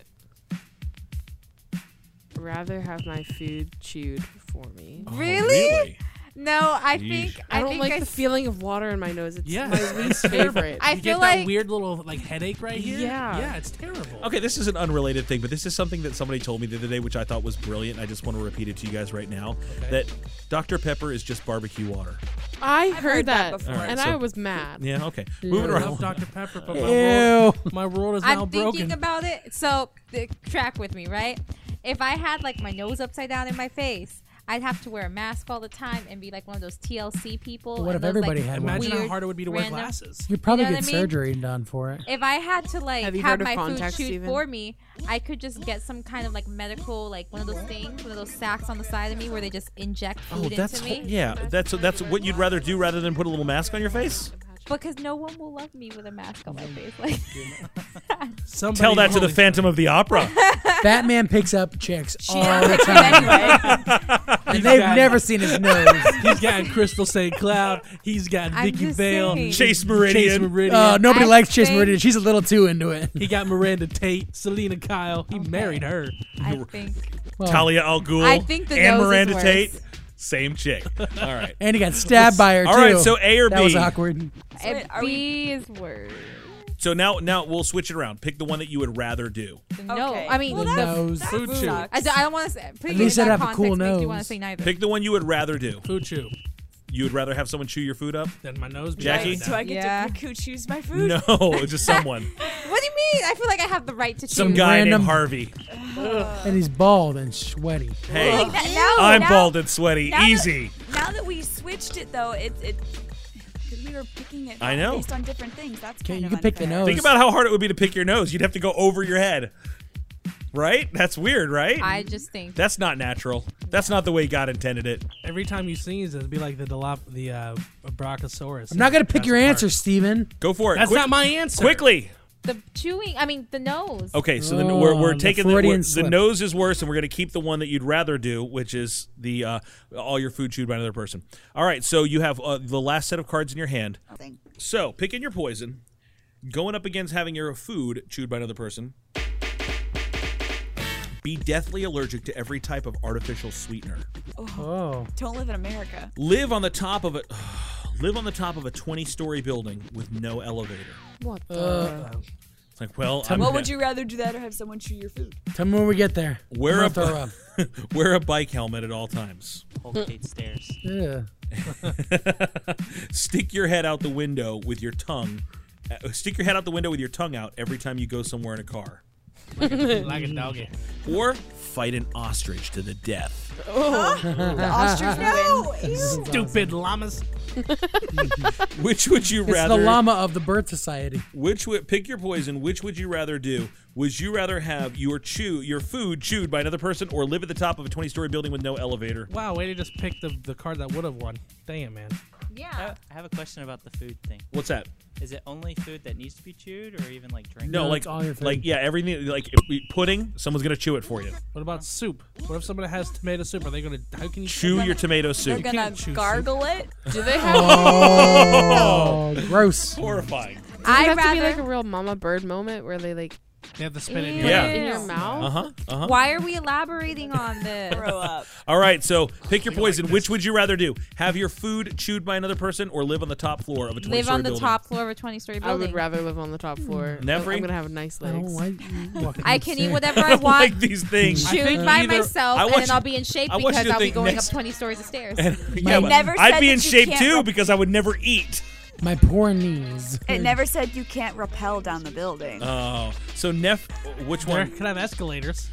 [SPEAKER 8] rather have my food chewed for me.
[SPEAKER 3] Oh,
[SPEAKER 2] Oh,
[SPEAKER 6] really? No, I
[SPEAKER 2] Yeesh.
[SPEAKER 6] think
[SPEAKER 8] I don't
[SPEAKER 6] think
[SPEAKER 8] like
[SPEAKER 6] I
[SPEAKER 8] the
[SPEAKER 6] s-
[SPEAKER 8] feeling of water in my nose. It's
[SPEAKER 3] Yeah.
[SPEAKER 8] my least favorite.
[SPEAKER 6] I
[SPEAKER 3] you
[SPEAKER 6] feel
[SPEAKER 3] get that
[SPEAKER 6] like-
[SPEAKER 3] weird little like headache right here.
[SPEAKER 8] Yeah.
[SPEAKER 3] Yeah, it's terrible.
[SPEAKER 2] Okay, this is an unrelated thing, but this is something that somebody told me the other day, which I thought was brilliant. and I just want to repeat it to you guys right now that Dr. Pepper is just barbecue water.
[SPEAKER 8] I heard,
[SPEAKER 4] heard that
[SPEAKER 8] that,
[SPEAKER 4] before.
[SPEAKER 2] Alright,
[SPEAKER 8] and
[SPEAKER 2] so-
[SPEAKER 8] I was mad.
[SPEAKER 2] Yeah, okay.
[SPEAKER 8] Yeah.
[SPEAKER 2] Moving
[SPEAKER 3] I love
[SPEAKER 2] around.
[SPEAKER 3] Dr Pepper, but my world, my world is now
[SPEAKER 6] I'm
[SPEAKER 3] broken.
[SPEAKER 6] thinking about it. So the track with me, right? If I had like my nose upside down in my face, I'd have to wear a mask all the time and be like one of those TLC people.
[SPEAKER 5] But what
[SPEAKER 6] and
[SPEAKER 5] if
[SPEAKER 6] those,
[SPEAKER 5] everybody
[SPEAKER 6] like,
[SPEAKER 5] had one?
[SPEAKER 3] Imagine how
[SPEAKER 6] weird,
[SPEAKER 3] hard it would be to wear
[SPEAKER 6] random-
[SPEAKER 3] glasses.
[SPEAKER 5] You'd probably
[SPEAKER 6] You know
[SPEAKER 5] get
[SPEAKER 6] what I mean?
[SPEAKER 5] surgery done for it.
[SPEAKER 6] If I had to like
[SPEAKER 8] Have
[SPEAKER 6] have,
[SPEAKER 8] you heard of
[SPEAKER 6] my food
[SPEAKER 8] contacts,
[SPEAKER 6] chewed
[SPEAKER 8] Steven?
[SPEAKER 6] for me, I could just get some kind of like medical, like one of those things, one of those sacks on the side of me where they just inject food
[SPEAKER 2] Oh, that's
[SPEAKER 6] into me.
[SPEAKER 2] yeah. That's that's what you'd rather do rather than put a little mask on your face.
[SPEAKER 6] Because no one will love me with a mask on my face. Like
[SPEAKER 3] Somebody
[SPEAKER 2] Tell that to the
[SPEAKER 3] normally-
[SPEAKER 2] Phantom of the Opera.
[SPEAKER 5] Batman picks up chicks
[SPEAKER 8] Oh,
[SPEAKER 5] all the
[SPEAKER 6] picks them
[SPEAKER 5] time,
[SPEAKER 6] anyway.
[SPEAKER 5] and
[SPEAKER 3] He's
[SPEAKER 5] they've
[SPEAKER 3] got-
[SPEAKER 5] never seen his nose.
[SPEAKER 3] He's got Crystal St. Cloud. He's got
[SPEAKER 6] I'm
[SPEAKER 3] Vicky
[SPEAKER 6] just
[SPEAKER 3] Vale.
[SPEAKER 6] saying.
[SPEAKER 2] Chase Meridian.
[SPEAKER 3] Chase Meridian.
[SPEAKER 8] Uh,
[SPEAKER 5] Oh, nobody
[SPEAKER 6] I
[SPEAKER 5] likes Chase
[SPEAKER 6] think-
[SPEAKER 5] Meridian. She's a little too into it.
[SPEAKER 3] He got Miranda Tate, Selena Kyle. He married her.
[SPEAKER 6] I think
[SPEAKER 5] Well,
[SPEAKER 2] Talia al Ghul.
[SPEAKER 6] I think the
[SPEAKER 2] and
[SPEAKER 6] nose is
[SPEAKER 2] Miranda
[SPEAKER 6] worse.
[SPEAKER 2] Tate. Same chick. All right.
[SPEAKER 5] and he got stabbed by her
[SPEAKER 2] All
[SPEAKER 5] too.
[SPEAKER 2] right, so A or
[SPEAKER 5] That was
[SPEAKER 2] B?
[SPEAKER 5] awkward.
[SPEAKER 4] wait, are
[SPEAKER 6] B is worse.
[SPEAKER 2] So now now we'll switch it around. Pick the one that you would rather do.
[SPEAKER 6] No,
[SPEAKER 4] Okay.
[SPEAKER 6] I mean
[SPEAKER 4] Well,
[SPEAKER 6] the-
[SPEAKER 4] that's-
[SPEAKER 5] nose.
[SPEAKER 4] that
[SPEAKER 3] Food chew.
[SPEAKER 4] sucks.
[SPEAKER 6] I, don't- I don't want to say. Put it
[SPEAKER 5] least
[SPEAKER 6] in
[SPEAKER 5] I'd
[SPEAKER 6] that
[SPEAKER 5] have a
[SPEAKER 6] context,
[SPEAKER 5] cool
[SPEAKER 6] makes You want to
[SPEAKER 5] nose.
[SPEAKER 6] say neither.
[SPEAKER 2] Pick the one you would rather do.
[SPEAKER 3] Food chew.
[SPEAKER 2] You would rather have someone chew your food up?
[SPEAKER 3] Then my nose. be
[SPEAKER 2] Jackie?
[SPEAKER 3] upside
[SPEAKER 4] Do I
[SPEAKER 3] down.
[SPEAKER 4] get
[SPEAKER 6] Yeah.
[SPEAKER 4] to pick who choose my food?
[SPEAKER 2] No, just someone.
[SPEAKER 6] what do you mean? I feel like I have the right to choose.
[SPEAKER 2] Some guy
[SPEAKER 5] Random-
[SPEAKER 2] named Harvey.
[SPEAKER 5] And he's bald and sweaty.
[SPEAKER 2] Hey,
[SPEAKER 6] Like that- now-
[SPEAKER 2] I'm
[SPEAKER 6] now-
[SPEAKER 2] bald and sweaty.
[SPEAKER 4] Oh, now that-
[SPEAKER 2] Easy.
[SPEAKER 4] Now that we switched it, though, it it because we were picking it.
[SPEAKER 2] I know.
[SPEAKER 4] based on different things. That's
[SPEAKER 5] Okay,
[SPEAKER 4] kind
[SPEAKER 5] you
[SPEAKER 4] of
[SPEAKER 5] can pick the
[SPEAKER 4] unfair.
[SPEAKER 5] nose.
[SPEAKER 2] Think about how hard it would be to pick your nose. You'd have to go over your head. Right? That's weird, right?
[SPEAKER 6] I just think
[SPEAKER 2] That's not natural. That's not the way God intended it.
[SPEAKER 3] Every time you sneeze, it'd be like the Dilop, the uh, Brachiosaurus.
[SPEAKER 5] I'm not gonna pick your answer,
[SPEAKER 3] answers.
[SPEAKER 5] Steven.
[SPEAKER 2] Go for it.
[SPEAKER 3] That's
[SPEAKER 2] Quick-
[SPEAKER 3] not my answer.
[SPEAKER 2] Quickly.
[SPEAKER 6] the chewing. I mean the nose.
[SPEAKER 2] Okay, so then we're, we're
[SPEAKER 5] Oh, the
[SPEAKER 2] taking the,
[SPEAKER 5] Freudian
[SPEAKER 2] we're- the
[SPEAKER 5] slip.
[SPEAKER 2] nose is worse, and we're going to keep the one that you'd rather do, which is the uh, all your food chewed by another person. All right, so you have uh, the last set of cards in your hand.
[SPEAKER 4] Thing.
[SPEAKER 2] So picking your poison, going up against having your food chewed by another person. Be deathly allergic to every type of artificial sweetener.
[SPEAKER 5] Oh,
[SPEAKER 4] Don't live in America.
[SPEAKER 2] Live on the top of a live on the top of a twenty-story building with no elevator.
[SPEAKER 8] What the?
[SPEAKER 2] It's like, well, I'm
[SPEAKER 4] What
[SPEAKER 2] ne-
[SPEAKER 4] would you rather do that or have someone chew your food?
[SPEAKER 5] tell me when we get there.
[SPEAKER 2] wear
[SPEAKER 5] i
[SPEAKER 2] a wear a bike helmet at all times.
[SPEAKER 7] Hold eight stairs.
[SPEAKER 5] Yeah.
[SPEAKER 2] stick your head out the window with your tongue. uh, stick your head out the window with your tongue out every time you go somewhere in a car.
[SPEAKER 3] like a doggy.
[SPEAKER 2] Or fight an ostrich to the death.
[SPEAKER 4] The ostrich no!
[SPEAKER 3] Stupid llamas.
[SPEAKER 2] Which would you
[SPEAKER 5] It's
[SPEAKER 2] rather?
[SPEAKER 5] the llama of the bird society.
[SPEAKER 2] Which would pick your poison? Which would you rather do? Would you rather have your chew your food chewed by another person, or live at the top of a twenty-story building with no elevator?
[SPEAKER 3] Wow, way to just pick the, the card that would have won. Damn, man.
[SPEAKER 6] Yeah.
[SPEAKER 7] I have a question about the food thing.
[SPEAKER 2] What's that?
[SPEAKER 7] Is it only food that needs to be chewed, or even like drink?
[SPEAKER 2] No,
[SPEAKER 5] No,
[SPEAKER 2] like
[SPEAKER 5] it's all your food.
[SPEAKER 2] like yeah, everything like if- pudding. Someone's gonna chew it for you.
[SPEAKER 3] What about soup? What if somebody has tomato soup? Are they gonna? How can you
[SPEAKER 2] Chew your tomato
[SPEAKER 4] They're
[SPEAKER 2] soup.
[SPEAKER 4] gonna
[SPEAKER 3] can't choose
[SPEAKER 4] gargle it.
[SPEAKER 8] Do they have?
[SPEAKER 5] Oh, gross.
[SPEAKER 2] Horrifying.
[SPEAKER 8] I
[SPEAKER 3] Oh,
[SPEAKER 6] I
[SPEAKER 8] have to be
[SPEAKER 6] rather
[SPEAKER 8] like a real mama bird moment where they like
[SPEAKER 3] They have to spit it in
[SPEAKER 8] Ew.
[SPEAKER 3] your
[SPEAKER 2] Yeah.
[SPEAKER 8] In your mouth?
[SPEAKER 2] Uh-huh, uh-huh.
[SPEAKER 6] Why are we elaborating on this?
[SPEAKER 4] Grow up.
[SPEAKER 2] All right, so pick your poison. Which would you rather do? Have your food chewed by another person or live on the top floor of a 20
[SPEAKER 6] Live on the
[SPEAKER 2] building?
[SPEAKER 6] top floor of a 20 story
[SPEAKER 8] I
[SPEAKER 6] building.
[SPEAKER 8] would rather live on the top floor. I'm-
[SPEAKER 2] Never? e-
[SPEAKER 8] I'm gonna have nice legs.
[SPEAKER 6] I can eat whatever
[SPEAKER 2] I
[SPEAKER 6] I
[SPEAKER 2] don't
[SPEAKER 6] want.
[SPEAKER 2] like these things. I
[SPEAKER 6] Chewed
[SPEAKER 2] think
[SPEAKER 6] by
[SPEAKER 2] either-
[SPEAKER 6] myself,
[SPEAKER 2] I
[SPEAKER 6] and
[SPEAKER 2] want
[SPEAKER 6] then
[SPEAKER 2] you-
[SPEAKER 6] I'll be in shape
[SPEAKER 2] I want
[SPEAKER 6] because
[SPEAKER 2] you to
[SPEAKER 6] I'll be
[SPEAKER 2] think
[SPEAKER 6] going
[SPEAKER 2] next-
[SPEAKER 6] up 20 stories of stairs.
[SPEAKER 2] And-
[SPEAKER 4] It
[SPEAKER 2] yeah, but
[SPEAKER 4] never
[SPEAKER 2] I'd
[SPEAKER 4] said
[SPEAKER 2] be in
[SPEAKER 4] that you
[SPEAKER 2] shape
[SPEAKER 4] can't
[SPEAKER 2] too
[SPEAKER 4] rep-
[SPEAKER 2] because I would never eat.
[SPEAKER 5] My poor knees.
[SPEAKER 4] It never said you can't rappel down the building.
[SPEAKER 2] Oh, so Neff, which
[SPEAKER 3] There
[SPEAKER 2] one?
[SPEAKER 3] could have escalators.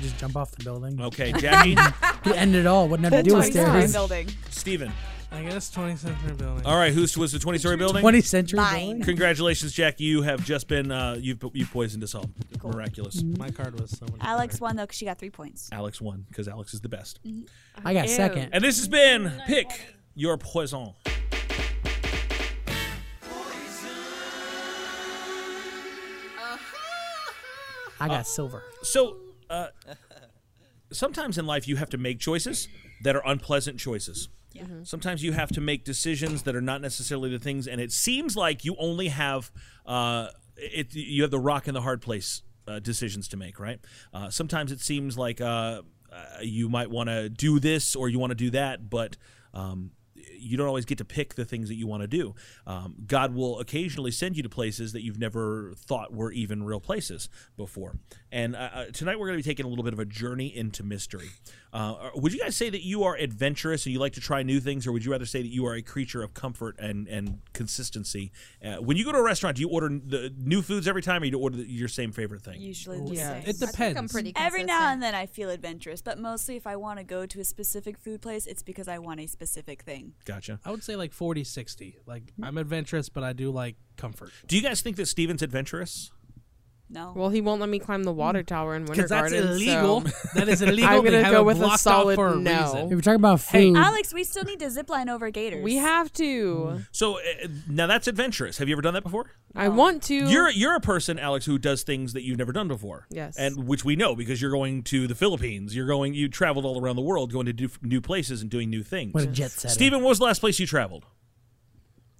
[SPEAKER 5] Just jump off the building.
[SPEAKER 2] Okay, Jackie,
[SPEAKER 5] You end it all. Wouldn't have to do with stairs.
[SPEAKER 4] building.
[SPEAKER 2] Steven.
[SPEAKER 3] I guess 20th century building.
[SPEAKER 2] All right, who's was the 20 story building?
[SPEAKER 5] 20th century
[SPEAKER 4] Mine.
[SPEAKER 5] building.
[SPEAKER 2] Congratulations, Jack. You have just been uh, you've you've poisoned us all. Miraculous.
[SPEAKER 3] My card was someone.
[SPEAKER 4] Alex won though, 'cause she got three points.
[SPEAKER 2] Alex won because Alex is the best.
[SPEAKER 5] I got
[SPEAKER 8] Ew.
[SPEAKER 5] second.
[SPEAKER 2] And this has been pick your poison.
[SPEAKER 5] I got silver.
[SPEAKER 2] So uh, sometimes in life you have to make choices that are unpleasant choices. Sometimes you have to make decisions that are not necessarily the things, and it seems like you only have uh, it. You have the rock and the hard place uh, decisions to make, right? Uh, sometimes it seems like uh, uh, you might want to do this or you want to do that, but um, you don't always get to pick the things that you want to do. Um, God will occasionally send you to places that you've never thought were even real places before. And uh, uh, tonight we're going to be taking a little bit of a journey into mystery. Uh, are- would you guys say that you are adventurous and you like to try new things, or would you rather say that you are a creature of comfort and and consistency? Uh, when you go to a restaurant, do you order the new foods every time, or do you order the, your same favorite thing?
[SPEAKER 4] Usually the
[SPEAKER 8] Yeah.
[SPEAKER 4] same.
[SPEAKER 3] It
[SPEAKER 6] I think I'm
[SPEAKER 3] depends.
[SPEAKER 6] pretty
[SPEAKER 4] Every now and
[SPEAKER 6] consistent.
[SPEAKER 4] then I feel adventurous, but mostly if I want to go to a specific food place, it's because I want a specific thing.
[SPEAKER 2] Gotcha.
[SPEAKER 3] I would say like 40, 60. Like I'm adventurous, but I do like comfort.
[SPEAKER 2] Do you guys think that Steven's adventurous?
[SPEAKER 4] No.
[SPEAKER 8] Well, he won't let me climb the water tower in Winter
[SPEAKER 3] Because that's
[SPEAKER 8] Garden.
[SPEAKER 3] illegal.
[SPEAKER 8] so-
[SPEAKER 3] That is illegal.
[SPEAKER 8] I'm
[SPEAKER 3] They
[SPEAKER 8] gonna
[SPEAKER 3] have
[SPEAKER 8] go
[SPEAKER 3] it
[SPEAKER 8] with a
[SPEAKER 3] blocked off
[SPEAKER 8] solid
[SPEAKER 3] for a
[SPEAKER 8] no.
[SPEAKER 3] reason.
[SPEAKER 5] If we're talking about food,
[SPEAKER 4] Alex, we still need to zip line over gators.
[SPEAKER 8] we have to.
[SPEAKER 2] So uh, now that's adventurous. Have you ever done that before?
[SPEAKER 3] Oh.
[SPEAKER 8] I want to.
[SPEAKER 2] You're you're a person, Alex, who does things that you've never done before.
[SPEAKER 8] Yes.
[SPEAKER 2] and which we know because you're going to the Philippines. You're going. You traveled all around the world, going to do new places and doing new things.
[SPEAKER 5] what a jet set.
[SPEAKER 2] Stephen, what was the last place you traveled?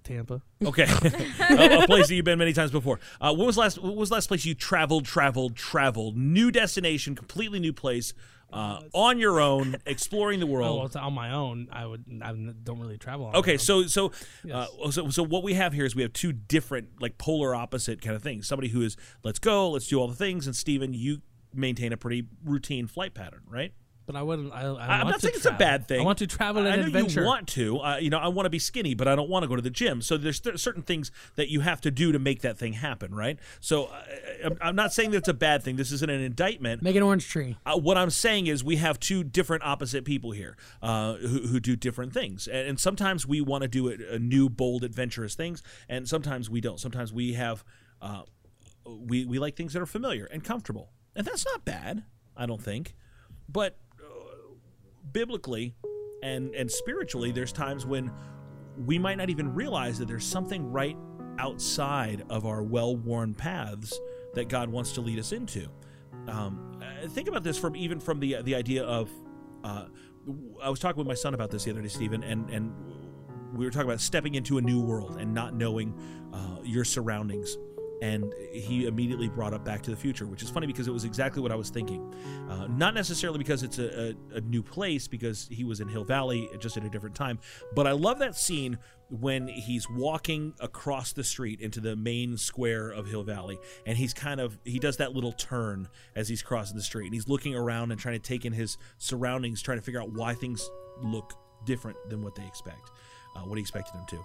[SPEAKER 3] Tampa.
[SPEAKER 2] Okay, a, a place that you've been many times before. Uh, what was last? What was the last place you traveled? Traveled? Traveled? New destination, completely new place, uh, on your own, exploring the
[SPEAKER 3] Oh,
[SPEAKER 2] world.
[SPEAKER 3] well, it's on my own, I would. I don't really travel. On my
[SPEAKER 2] Okay,
[SPEAKER 3] own.
[SPEAKER 2] so so, uh, so so what we have here is we have two different, like polar opposite kind of things. Somebody who is let's go, let's do all the things, and Steven, you maintain a pretty routine flight pattern, right?
[SPEAKER 3] But I wouldn't. I, I
[SPEAKER 2] I- I'm
[SPEAKER 3] want
[SPEAKER 2] not
[SPEAKER 3] to
[SPEAKER 2] saying it's a
[SPEAKER 3] travel.
[SPEAKER 2] bad thing.
[SPEAKER 3] I want to travel
[SPEAKER 2] I
[SPEAKER 3] and
[SPEAKER 2] know
[SPEAKER 3] adventure.
[SPEAKER 2] you want to. Uh, you know, I want to be skinny, but I don't want to go to the gym. So there's th- certain things that you have to do to make that thing happen, right? So uh, I'm, I'm not saying that it's a bad thing. This isn't an indictment.
[SPEAKER 5] Make an orange tree.
[SPEAKER 2] Uh, what I'm saying is we have two different opposite people here uh, who, who do different things, and, and sometimes we want to do a, a new, bold, adventurous things, and sometimes we don't. Sometimes we have uh, we we like things that are familiar and comfortable, and that's not bad, I don't think. But uh, biblically and and spiritually, there's times when we might not even realize that there's something right outside of our well-worn paths that God wants to lead us into. Um, uh, think about this from even from the the idea of. Uh, w- I was talking with my son about this the other day, Stephen, and and we were talking about stepping into a new world and not knowing uh, your surroundings. And he immediately brought up Back to the Future, which is funny because it was exactly what I was thinking. Uh, not necessarily because it's a, a, a new place, because he was in Hill Valley just at a different time. But I love that scene when he's walking across the street into the main square of Hill Valley, and he's kind of he does that little turn as he's crossing the street, and he's looking around and trying to take in his surroundings, trying to figure out why things look different than what they expect, uh, what he expected them to.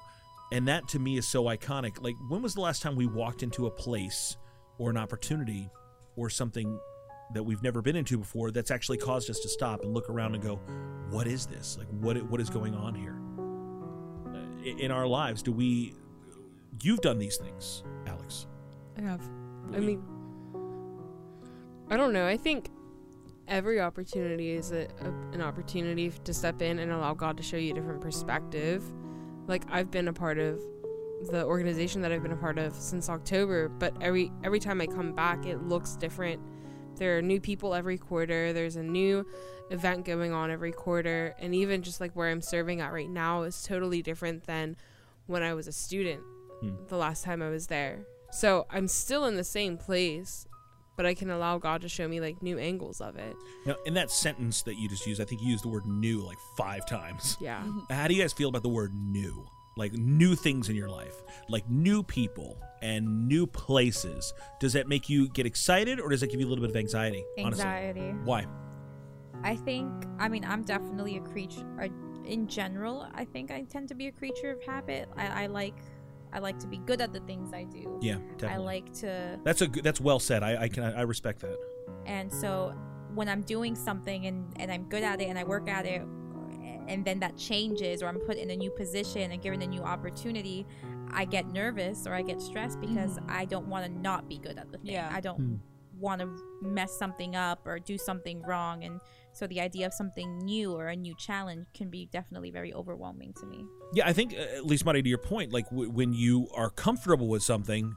[SPEAKER 2] And that to me is so iconic. Like, when was the last time we walked into a place or an opportunity or something that we've never been into before that's actually caused us to stop and look around and go, what is this? Like, what, what is going on here? Uh, i- in our lives, do we. You've done these things, Alex.
[SPEAKER 8] I have. I mean, I don't know. I think every opportunity is a, a, an opportunity f- to step in and allow God to show you a different perspective. Like I've been a part of the organization that I've been a part of since October, but every every time I come back, it looks different. There are new people every quarter. There's a new event going on every quarter, and even just like where I'm serving at right now is totally different than when I was a student the last time I was there. So I'm still in the same place,
[SPEAKER 10] but I can allow God to show me like new angles of it.
[SPEAKER 2] Now, in that sentence that you just used, I think you used the word new like five times.
[SPEAKER 10] Yeah. Mhm.
[SPEAKER 2] How do you guys feel about the word new? Like new things in your life, like new people and new places. Does that make you get excited or does that give you a little bit of anxiety? honestly?
[SPEAKER 6] Anxiety.
[SPEAKER 2] Why?
[SPEAKER 6] I think, I mean, I'm definitely a creature. I, in general, I think I tend to be a creature of habit. I, I like, I like to be good at the things I do.
[SPEAKER 2] Yeah, definitely.
[SPEAKER 6] I like to,
[SPEAKER 2] That's a good, that's well said. I, I can I respect that.
[SPEAKER 6] and so when I'm doing something and and I'm good at it and I work at it, and then that changes or I'm put in a new position and given a new opportunity, I get nervous or I get stressed because I don't want to not be good at the thing. I don't
[SPEAKER 13] Hmm.
[SPEAKER 6] want to mess something up or do something wrong and. So the idea of something new or a new challenge can be definitely very overwhelming to me.
[SPEAKER 2] Yeah, I think uh, at least, Marty, to your point, like w- when you are comfortable with something,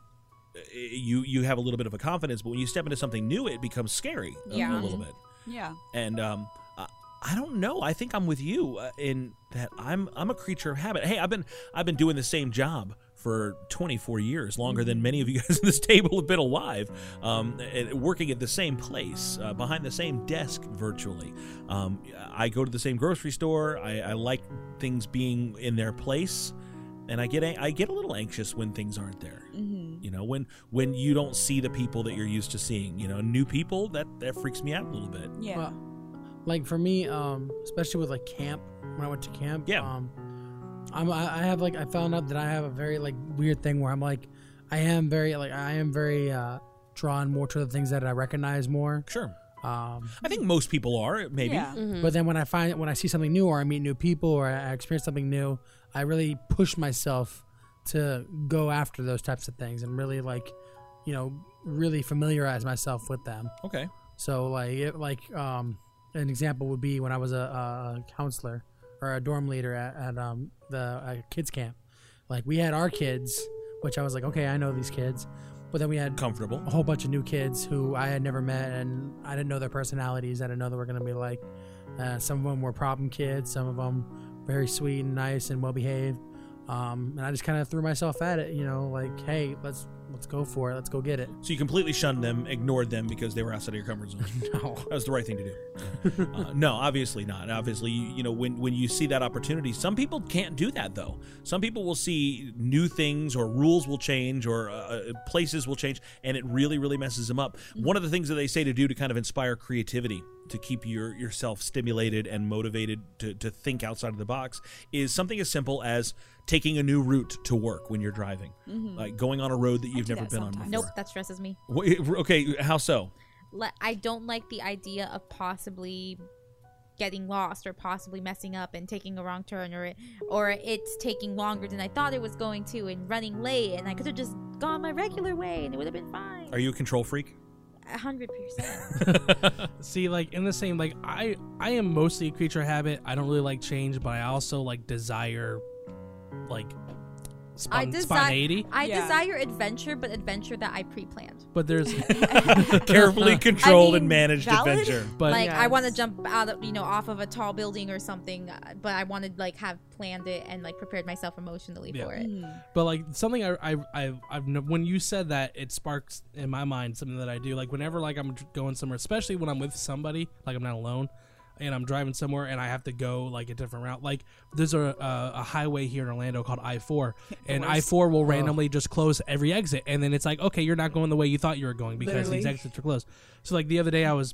[SPEAKER 2] uh, you you have a little bit of a confidence. But when you step into something new, it becomes scary a- a,
[SPEAKER 4] Yeah.
[SPEAKER 2] little bit.
[SPEAKER 4] Yeah.
[SPEAKER 2] And um, I, I don't know. I think I'm with you uh, in that I'm I'm a creature of habit. Hey, I've been I've been doing the same job for 24 years, longer than many of you guys at this table have been alive, um, and working at the same place, uh, behind the same desk virtually. Um, I go to the same grocery store. I, I like things being in their place, and I get an- I get a little anxious when things aren't there.
[SPEAKER 4] Mm-hmm.
[SPEAKER 2] You know, when when you don't see the people that you're used to seeing. You know, new people that that freaks me out a little bit.
[SPEAKER 4] Yeah.
[SPEAKER 8] Well, like for me, um, especially with like camp, when I went to camp, yeah. Um, I'm, I I have like I found out that I have a very like weird thing where I'm like, I am very like I am very uh, drawn more to the things that I recognize more.
[SPEAKER 2] Sure.
[SPEAKER 8] Um,
[SPEAKER 2] I think most people are maybe.
[SPEAKER 8] Yeah. But then when I find when I see something new or I meet new people or I experience something new, I really push myself to go after those types of things and really like, you know, really familiarize myself with them.
[SPEAKER 2] Okay.
[SPEAKER 8] So like it like um an example would be when I was a, a counselor or a dorm leader at, at um the uh, kids camp. Like we had our kids, which I was like, okay, I know these kids. But then we had
[SPEAKER 2] comfortable
[SPEAKER 8] a whole bunch of new kids who I had never met, and I didn't know their personalities. I didn't know they were going to be like. Uh, some of them were problem kids. Some of them very sweet and nice and well behaved. Um, and I just kind of threw myself at it, you know, like, hey, let's let's go for it. Let's go get it.
[SPEAKER 2] So you completely shunned them, ignored them because they were outside of your comfort zone.
[SPEAKER 8] no, that
[SPEAKER 2] was the right thing to do. Uh, no, obviously not. Obviously, you, you know when when you see that opportunity, some people can't do that though. Some people will see new things or rules will change or uh, uh, places will change, and it really really messes them up. One of the things that they say to do to kind of inspire creativity to keep your yourself stimulated and motivated to, to think outside of the box is something as simple as taking a new route to work when you're driving
[SPEAKER 6] Mhm.
[SPEAKER 2] like going on a road that you've never been on before
[SPEAKER 6] Nope, that stresses me.
[SPEAKER 2] Wait, okay, how so?
[SPEAKER 6] Let I don't like the idea of possibly getting lost or possibly messing up and taking a wrong turn or it or it's taking longer than I thought it was going to and running late and I could have just gone my regular way and it would have been fine.
[SPEAKER 2] Are you a control freak?
[SPEAKER 6] A hundred percent.
[SPEAKER 3] See, like in the same, like I, I am mostly a creature of habit. I don't really like change, but I also like desire, like spon-
[SPEAKER 6] I desire
[SPEAKER 3] spontaneity.
[SPEAKER 6] I
[SPEAKER 3] Yeah.
[SPEAKER 6] desire adventure, but adventure that I pre-planned.
[SPEAKER 3] But there's
[SPEAKER 2] Carefully controlled
[SPEAKER 6] I
[SPEAKER 2] and
[SPEAKER 6] mean,
[SPEAKER 2] managed
[SPEAKER 6] valid.
[SPEAKER 2] adventure.
[SPEAKER 6] like I want to jump out of you know off of a tall building or something, uh, but I wanted like have planned it and like prepared myself emotionally
[SPEAKER 3] Yeah.
[SPEAKER 6] for it.
[SPEAKER 3] But like something I I I I've no- when you said that it sparks in my mind something that I do like whenever like I'm dr- going somewhere, especially when I'm with somebody, like I'm not alone, and I'm driving somewhere and I have to go like a different route. Like there's a a, a highway here in Orlando called I four, and I
[SPEAKER 8] worst.
[SPEAKER 3] four will
[SPEAKER 8] Ugh.
[SPEAKER 3] randomly just close every exit, and then it's like okay, you're not going the way you thought you were going because these
[SPEAKER 8] Literally.
[SPEAKER 3] exits are closed. So like the other day I was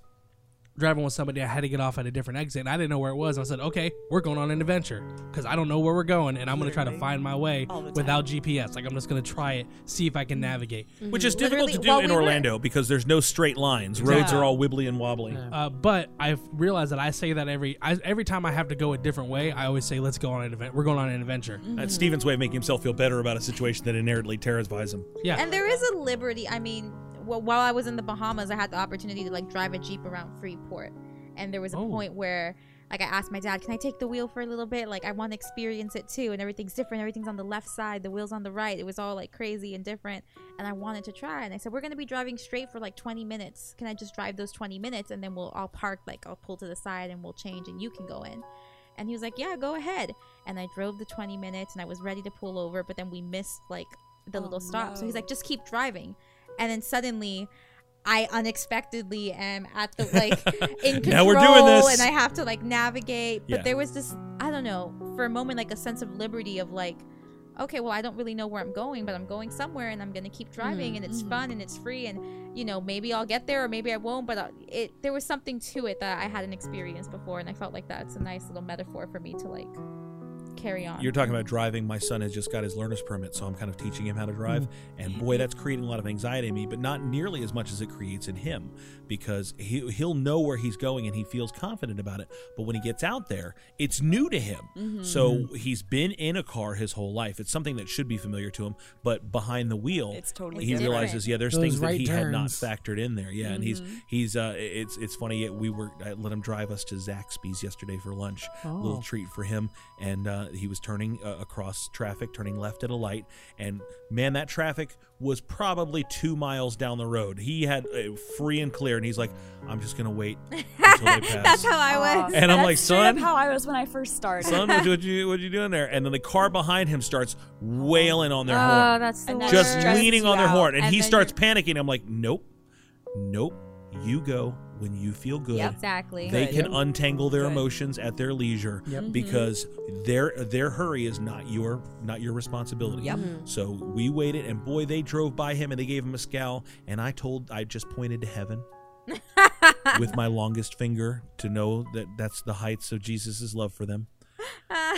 [SPEAKER 3] driving with somebody, I had to get off at a different exit, and I didn't know where it was. I said, "Okay, we're going on an adventure because I don't know where we're going, and I'm going to try to
[SPEAKER 2] Literally.
[SPEAKER 3] find my way
[SPEAKER 2] All the time. Mm-hmm.
[SPEAKER 3] without GPS. Like I'm just going to try it, see if I can navigate."
[SPEAKER 2] Which is difficult
[SPEAKER 3] Literally,
[SPEAKER 2] to
[SPEAKER 3] while
[SPEAKER 2] do in
[SPEAKER 3] we were-
[SPEAKER 2] Orlando because there's no straight lines. Roads
[SPEAKER 3] Exactly.
[SPEAKER 2] are all wibbly and wobbly.
[SPEAKER 3] Uh, but I've realized that I say that every I, every time I have to go a different way, I always say, "Let's go on an event. We're going on an adventure."
[SPEAKER 2] That's Steven's way of making himself feel better about a situation that inherently terrifies him.
[SPEAKER 3] Yeah.
[SPEAKER 6] And there is a liberty. I mean, well, while I was in the Bahamas, I had the opportunity to like drive a jeep around Freeport, and there was a
[SPEAKER 13] Oh.
[SPEAKER 6] point where. Like I asked my dad, can I take the wheel for a little bit? Like I want to experience it too, and everything's different. Everything's on the left side, the wheels on the right. It was all like crazy and different, and I wanted to try. And I said, we're gonna be driving straight for like 20 minutes. Can I just drive those 20 minutes, and then we'll I'll park, like I'll pull to the side, and we'll change, and you can go in. And he was like, "Yeah, go ahead." And I drove the 20 minutes, and I was ready to pull over, but then we missed like the
[SPEAKER 13] Oh,
[SPEAKER 6] little stop. So he's
[SPEAKER 13] no.
[SPEAKER 6] like, "Just keep driving." And then suddenly, I unexpectedly am at the like in control
[SPEAKER 2] Now we're doing this.
[SPEAKER 6] and I have to like navigate. But
[SPEAKER 2] Yeah.
[SPEAKER 6] there was this I don't know, for a moment like a sense of liberty of like okay, well I don't really know where I'm going, but I'm going somewhere and I'm going to keep
[SPEAKER 13] Mm,
[SPEAKER 6] driving and it's
[SPEAKER 13] mm-hmm.
[SPEAKER 11] Mhm.
[SPEAKER 6] fun and it's free and you know, maybe I'll get there or maybe I won't, but I, it there was something to it that I hadn't experienced before and I felt like that's a nice little metaphor for me to like carry on.
[SPEAKER 2] You're talking about driving. My son has just got his learner's permit, so I'm kind of teaching him how to drive.
[SPEAKER 14] Mm-hmm.
[SPEAKER 2] And boy, that's creating a lot of anxiety in me, but not nearly as much as it creates in him because he, he'll know where he's going and he feels confident about it. But when he gets out there, it's new to him.
[SPEAKER 14] Mhm.
[SPEAKER 2] So he's been in a car his whole life. It's something that should be familiar to him, but behind the wheel,
[SPEAKER 14] It's totally
[SPEAKER 2] he
[SPEAKER 14] different.
[SPEAKER 2] realizes, yeah, there's
[SPEAKER 5] Those
[SPEAKER 2] things that
[SPEAKER 5] right
[SPEAKER 2] he had not
[SPEAKER 5] turns.
[SPEAKER 2] factored in there. Yeah, and he's
[SPEAKER 4] Mm-hmm.
[SPEAKER 5] Mhm.
[SPEAKER 2] he's uh, it's it's funny. uh, We were I let him drive us to Zaxby's yesterday for lunch,
[SPEAKER 5] Oh.
[SPEAKER 2] little treat for him, and uh, he was turning uh, across traffic, turning left at a light, and man, that traffic was probably two miles down the road. He had uh, free and clear, and he's like, "I'm just gonna wait until they pass."
[SPEAKER 4] That's how I
[SPEAKER 2] was. And I'm
[SPEAKER 4] That's
[SPEAKER 2] like,
[SPEAKER 4] straight up
[SPEAKER 2] "Son,
[SPEAKER 4] how I was when I first started.
[SPEAKER 2] Son, what you, what you what you doing there? And then the car behind him starts wailing on their
[SPEAKER 4] Oh,
[SPEAKER 2] horn,
[SPEAKER 4] that's the
[SPEAKER 2] just
[SPEAKER 4] worst.
[SPEAKER 2] leaning on their
[SPEAKER 4] Yeah.
[SPEAKER 2] horn, and,
[SPEAKER 4] And
[SPEAKER 2] he
[SPEAKER 4] then
[SPEAKER 2] starts panicking. I'm like, nope, nope, you go when you feel good.
[SPEAKER 6] Yep, exactly.
[SPEAKER 2] They
[SPEAKER 6] Good.
[SPEAKER 2] can
[SPEAKER 6] Yep.
[SPEAKER 2] untangle their emotions at their leisure
[SPEAKER 6] Yep. Mm-hmm.
[SPEAKER 2] because their their hurry is not your not your responsibility.
[SPEAKER 14] Yep. Mhm.
[SPEAKER 2] So we waited, and boy, they drove by him and they gave him a scowl. And I told, I just pointed to heaven with my longest finger to know that that's the heights of Jesus' love for them.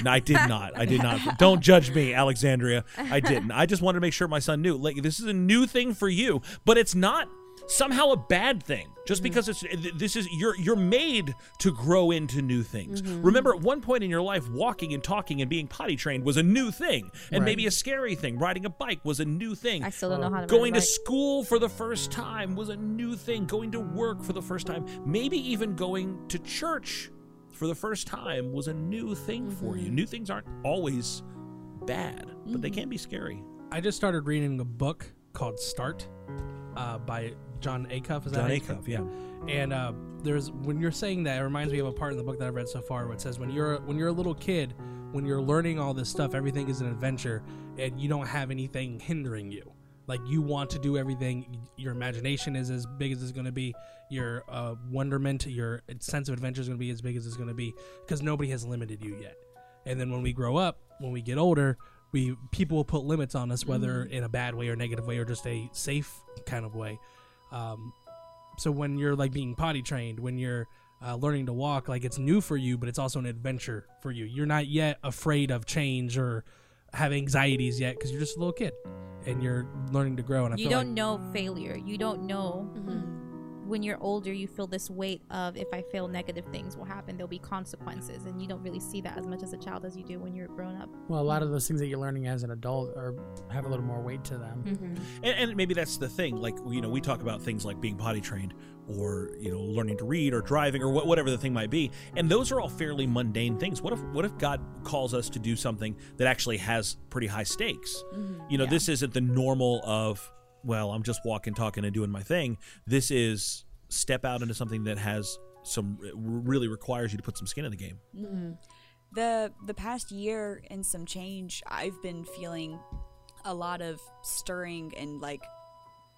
[SPEAKER 2] No, I did not. I did not. Don't judge me, Alexandria. I didn't. I just wanted to make sure my son knew. Like this is a new thing for you, but it's not somehow a bad thing. Just because it's th- this is you're you're made to grow into new things.
[SPEAKER 14] Mhm.
[SPEAKER 2] Remember, at one point in your life, walking and talking and being potty trained was a new thing, and
[SPEAKER 14] Right.
[SPEAKER 2] maybe a scary thing. Riding a bike was a new thing. I
[SPEAKER 6] still don't know how to ride a
[SPEAKER 2] going to
[SPEAKER 6] bike.
[SPEAKER 2] school for the first time was a new thing. Going to work for the first time, maybe even going to church for the first time was a new thing for you. New things aren't always bad, but they can be scary.
[SPEAKER 3] I just started reading a book called Start uh, by John Acuff. Is that
[SPEAKER 2] John
[SPEAKER 3] how you say it?
[SPEAKER 2] Acuff, yeah.
[SPEAKER 3] And uh, there's when you're saying that, it reminds me of a part in the book that I've read so far where it says when you're when you're a little kid, when you're learning all this stuff, everything is an adventure, and you don't have anything hindering you. Like you want to do everything. Your imagination is as big as it's going to be. Your uh, wonderment, your sense of adventure is going to be as big as it's going to be because nobody has limited you yet. And then when we grow up, when we get older, we people will put limits on us, whether
[SPEAKER 6] Mm.
[SPEAKER 3] in a bad way or negative way or just a safe kind of way. Um, so when you're like being potty trained, when you're uh, learning to walk, like it's new for you, but it's also an adventure for you. You're not yet afraid of change or have anxieties yet because you're just a little kid and you're learning to grow. And I
[SPEAKER 6] you
[SPEAKER 3] feel
[SPEAKER 6] don't
[SPEAKER 3] like
[SPEAKER 6] know failure. You don't know when you're older. You feel this weight of if I fail, negative things will happen. There'll be consequences, and you don't really see that as much as a child as you do when you're grown up.
[SPEAKER 5] Well, a lot of those things that you're learning as an adult are have a little more weight to them.
[SPEAKER 2] Mm-hmm. And, and maybe that's the thing. Like, you know, we talk about things like being potty trained or, you know, learning to read or driving or wha- whatever the thing might be. And those are all fairly mundane things. What if, what if God calls us to do something that actually has pretty high stakes?
[SPEAKER 4] Mm-hmm.
[SPEAKER 14] Mhm.
[SPEAKER 2] You know, this isn't the normal of, well, I'm just walking, talking, and doing my thing. This is step out into something that has some really requires you to put some skin in the game.
[SPEAKER 4] Mhm. The the past year and some change, I've been feeling a lot of stirring and like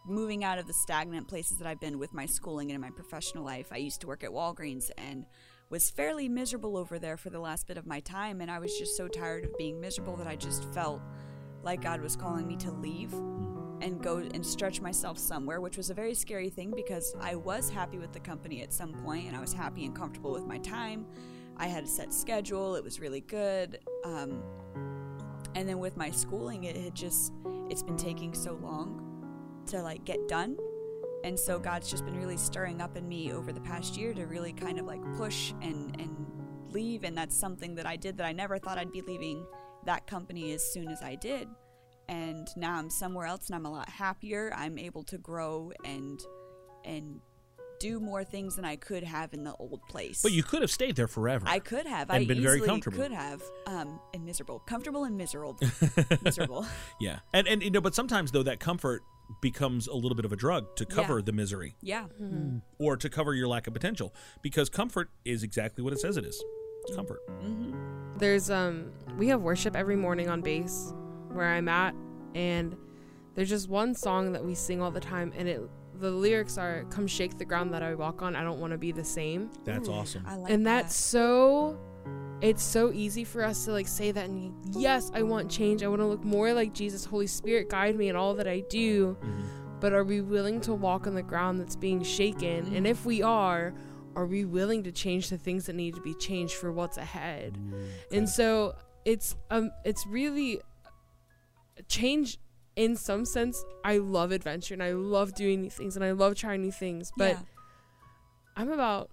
[SPEAKER 4] moving out of the stagnant places that I've been with my schooling and in my professional life. I used to work at Walgreens and was fairly miserable over there for the last bit of my time and I was just so tired of being miserable that I just felt like God was calling me to leave and go and stretch myself somewhere, which was a very scary thing because I was happy with the company at some point and I was happy and comfortable with my time. I had a set schedule, it was really good. Um, and then with my schooling, it had just, it's been taking so long to like get done. And so God's just been really stirring up in me over the past year to really kind of like push and, and leave. And that's something that I did that I never thought I'd be leaving that company as soon as I did and now I'm somewhere else and I'm a lot happier. I'm able to grow and and do more things than I could have in the old place.
[SPEAKER 2] But you could have stayed there forever.
[SPEAKER 4] I could have.
[SPEAKER 2] And
[SPEAKER 4] I
[SPEAKER 2] been
[SPEAKER 4] easily
[SPEAKER 2] very comfortable.
[SPEAKER 4] could have. Um, and miserable, comfortable and miserable, miserable.
[SPEAKER 2] Yeah, and and you know, but sometimes though that comfort becomes a little bit of a drug to
[SPEAKER 4] Yeah.
[SPEAKER 2] cover the misery
[SPEAKER 4] Yeah.
[SPEAKER 14] Mhm.
[SPEAKER 2] or to cover your lack of potential because comfort is exactly what it says it is. Comfort.
[SPEAKER 4] Mm-hmm.
[SPEAKER 8] There's um we have worship every morning on base where I'm at and there's just one song that we sing all the time and it the lyrics are "Come shake the ground that I walk on. I don't want to be the same."
[SPEAKER 2] That's
[SPEAKER 4] Hmm.
[SPEAKER 2] Ooh, awesome. I
[SPEAKER 4] like
[SPEAKER 8] and that's so. It's so easy for us to like say that and yes, I want change. I want to look more like Jesus. Holy Spirit, guide me in all that I do. But are we willing to walk on the ground that's being shaken? And if we are, are we willing to change the things that need to be changed for what's ahead? And so it's um it's really change in some sense I love adventure and I love doing these things and I love trying new things, but
[SPEAKER 4] Yeah.
[SPEAKER 8] I'm about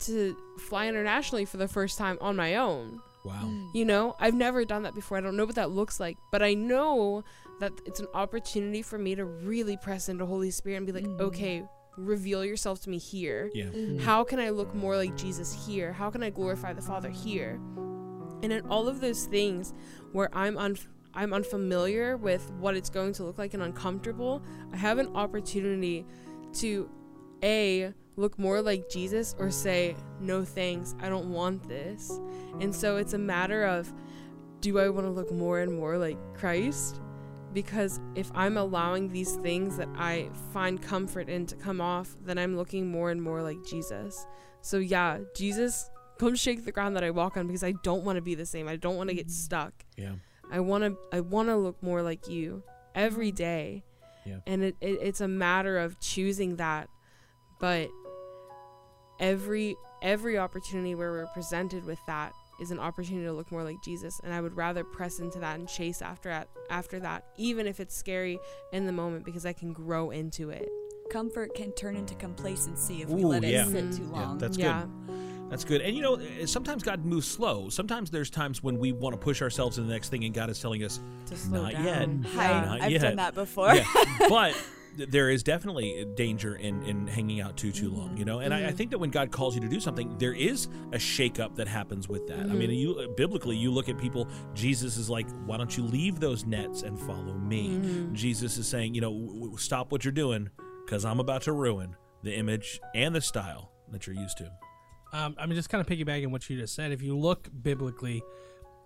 [SPEAKER 8] to fly internationally for the first time on my own.
[SPEAKER 2] Wow.
[SPEAKER 8] You know, I've never done that before. I don't know what that looks like, but I know that it's an opportunity for me to really press into Holy Spirit and be like, okay, reveal yourself to me here.
[SPEAKER 2] Yeah. Mhm.
[SPEAKER 8] How can I look more like Jesus here? How can I glorify the Father here? And in all of those things where I'm un- I'm unfamiliar with what it's going to look like and uncomfortable, I have an opportunity to a look more like Jesus or say no thanks, I don't want this. And so it's a matter of do I want to look more and more like Christ? Because if I'm allowing these things that I find comfort in to come off, then I'm looking more and more like Jesus. So, yeah, Jesus, come shake the ground that I walk on because I don't want to be the same. I don't want to get stuck.
[SPEAKER 2] Yeah.
[SPEAKER 8] I want to I want to look more like you every day.
[SPEAKER 2] Yeah.
[SPEAKER 8] And it, it, it's a matter of choosing that. But every every opportunity where we're presented with that is an opportunity to look more like Jesus and I would rather press into that and chase after that after that even if it's scary in the moment because I can grow into it.
[SPEAKER 4] Comfort can turn into complacency if we
[SPEAKER 2] Ooh,
[SPEAKER 4] let it
[SPEAKER 2] yeah.
[SPEAKER 4] sit
[SPEAKER 2] Mhm.
[SPEAKER 4] too
[SPEAKER 2] Yeah,
[SPEAKER 4] long.
[SPEAKER 2] that's good. That's good. And you know, eh, sometimes God moves slow. Sometimes there's times when we want to push ourselves to the next thing, and God is telling us,
[SPEAKER 8] To slow
[SPEAKER 2] not
[SPEAKER 8] down.
[SPEAKER 2] yet.
[SPEAKER 4] Hi,
[SPEAKER 2] not
[SPEAKER 4] I've
[SPEAKER 2] yet."
[SPEAKER 4] done that before.
[SPEAKER 2] Yeah. But th- there is definitely danger in, in hanging out too too long, you know. And I, I
[SPEAKER 1] Mhm.
[SPEAKER 2] think that when God calls you to do something, there is a shakeup that happens with that. I
[SPEAKER 1] Mhm.
[SPEAKER 2] mean, you biblically, you look at people. Jesus is like, "Why don't you leave those nets and follow me?"
[SPEAKER 1] Mhm.
[SPEAKER 2] Jesus is saying, "You know, w- w- stop what you're doing, because I'm about to ruin the image and the style that you're used to."
[SPEAKER 3] Um, I mean, just kind of piggybacking what you just said. If you look biblically,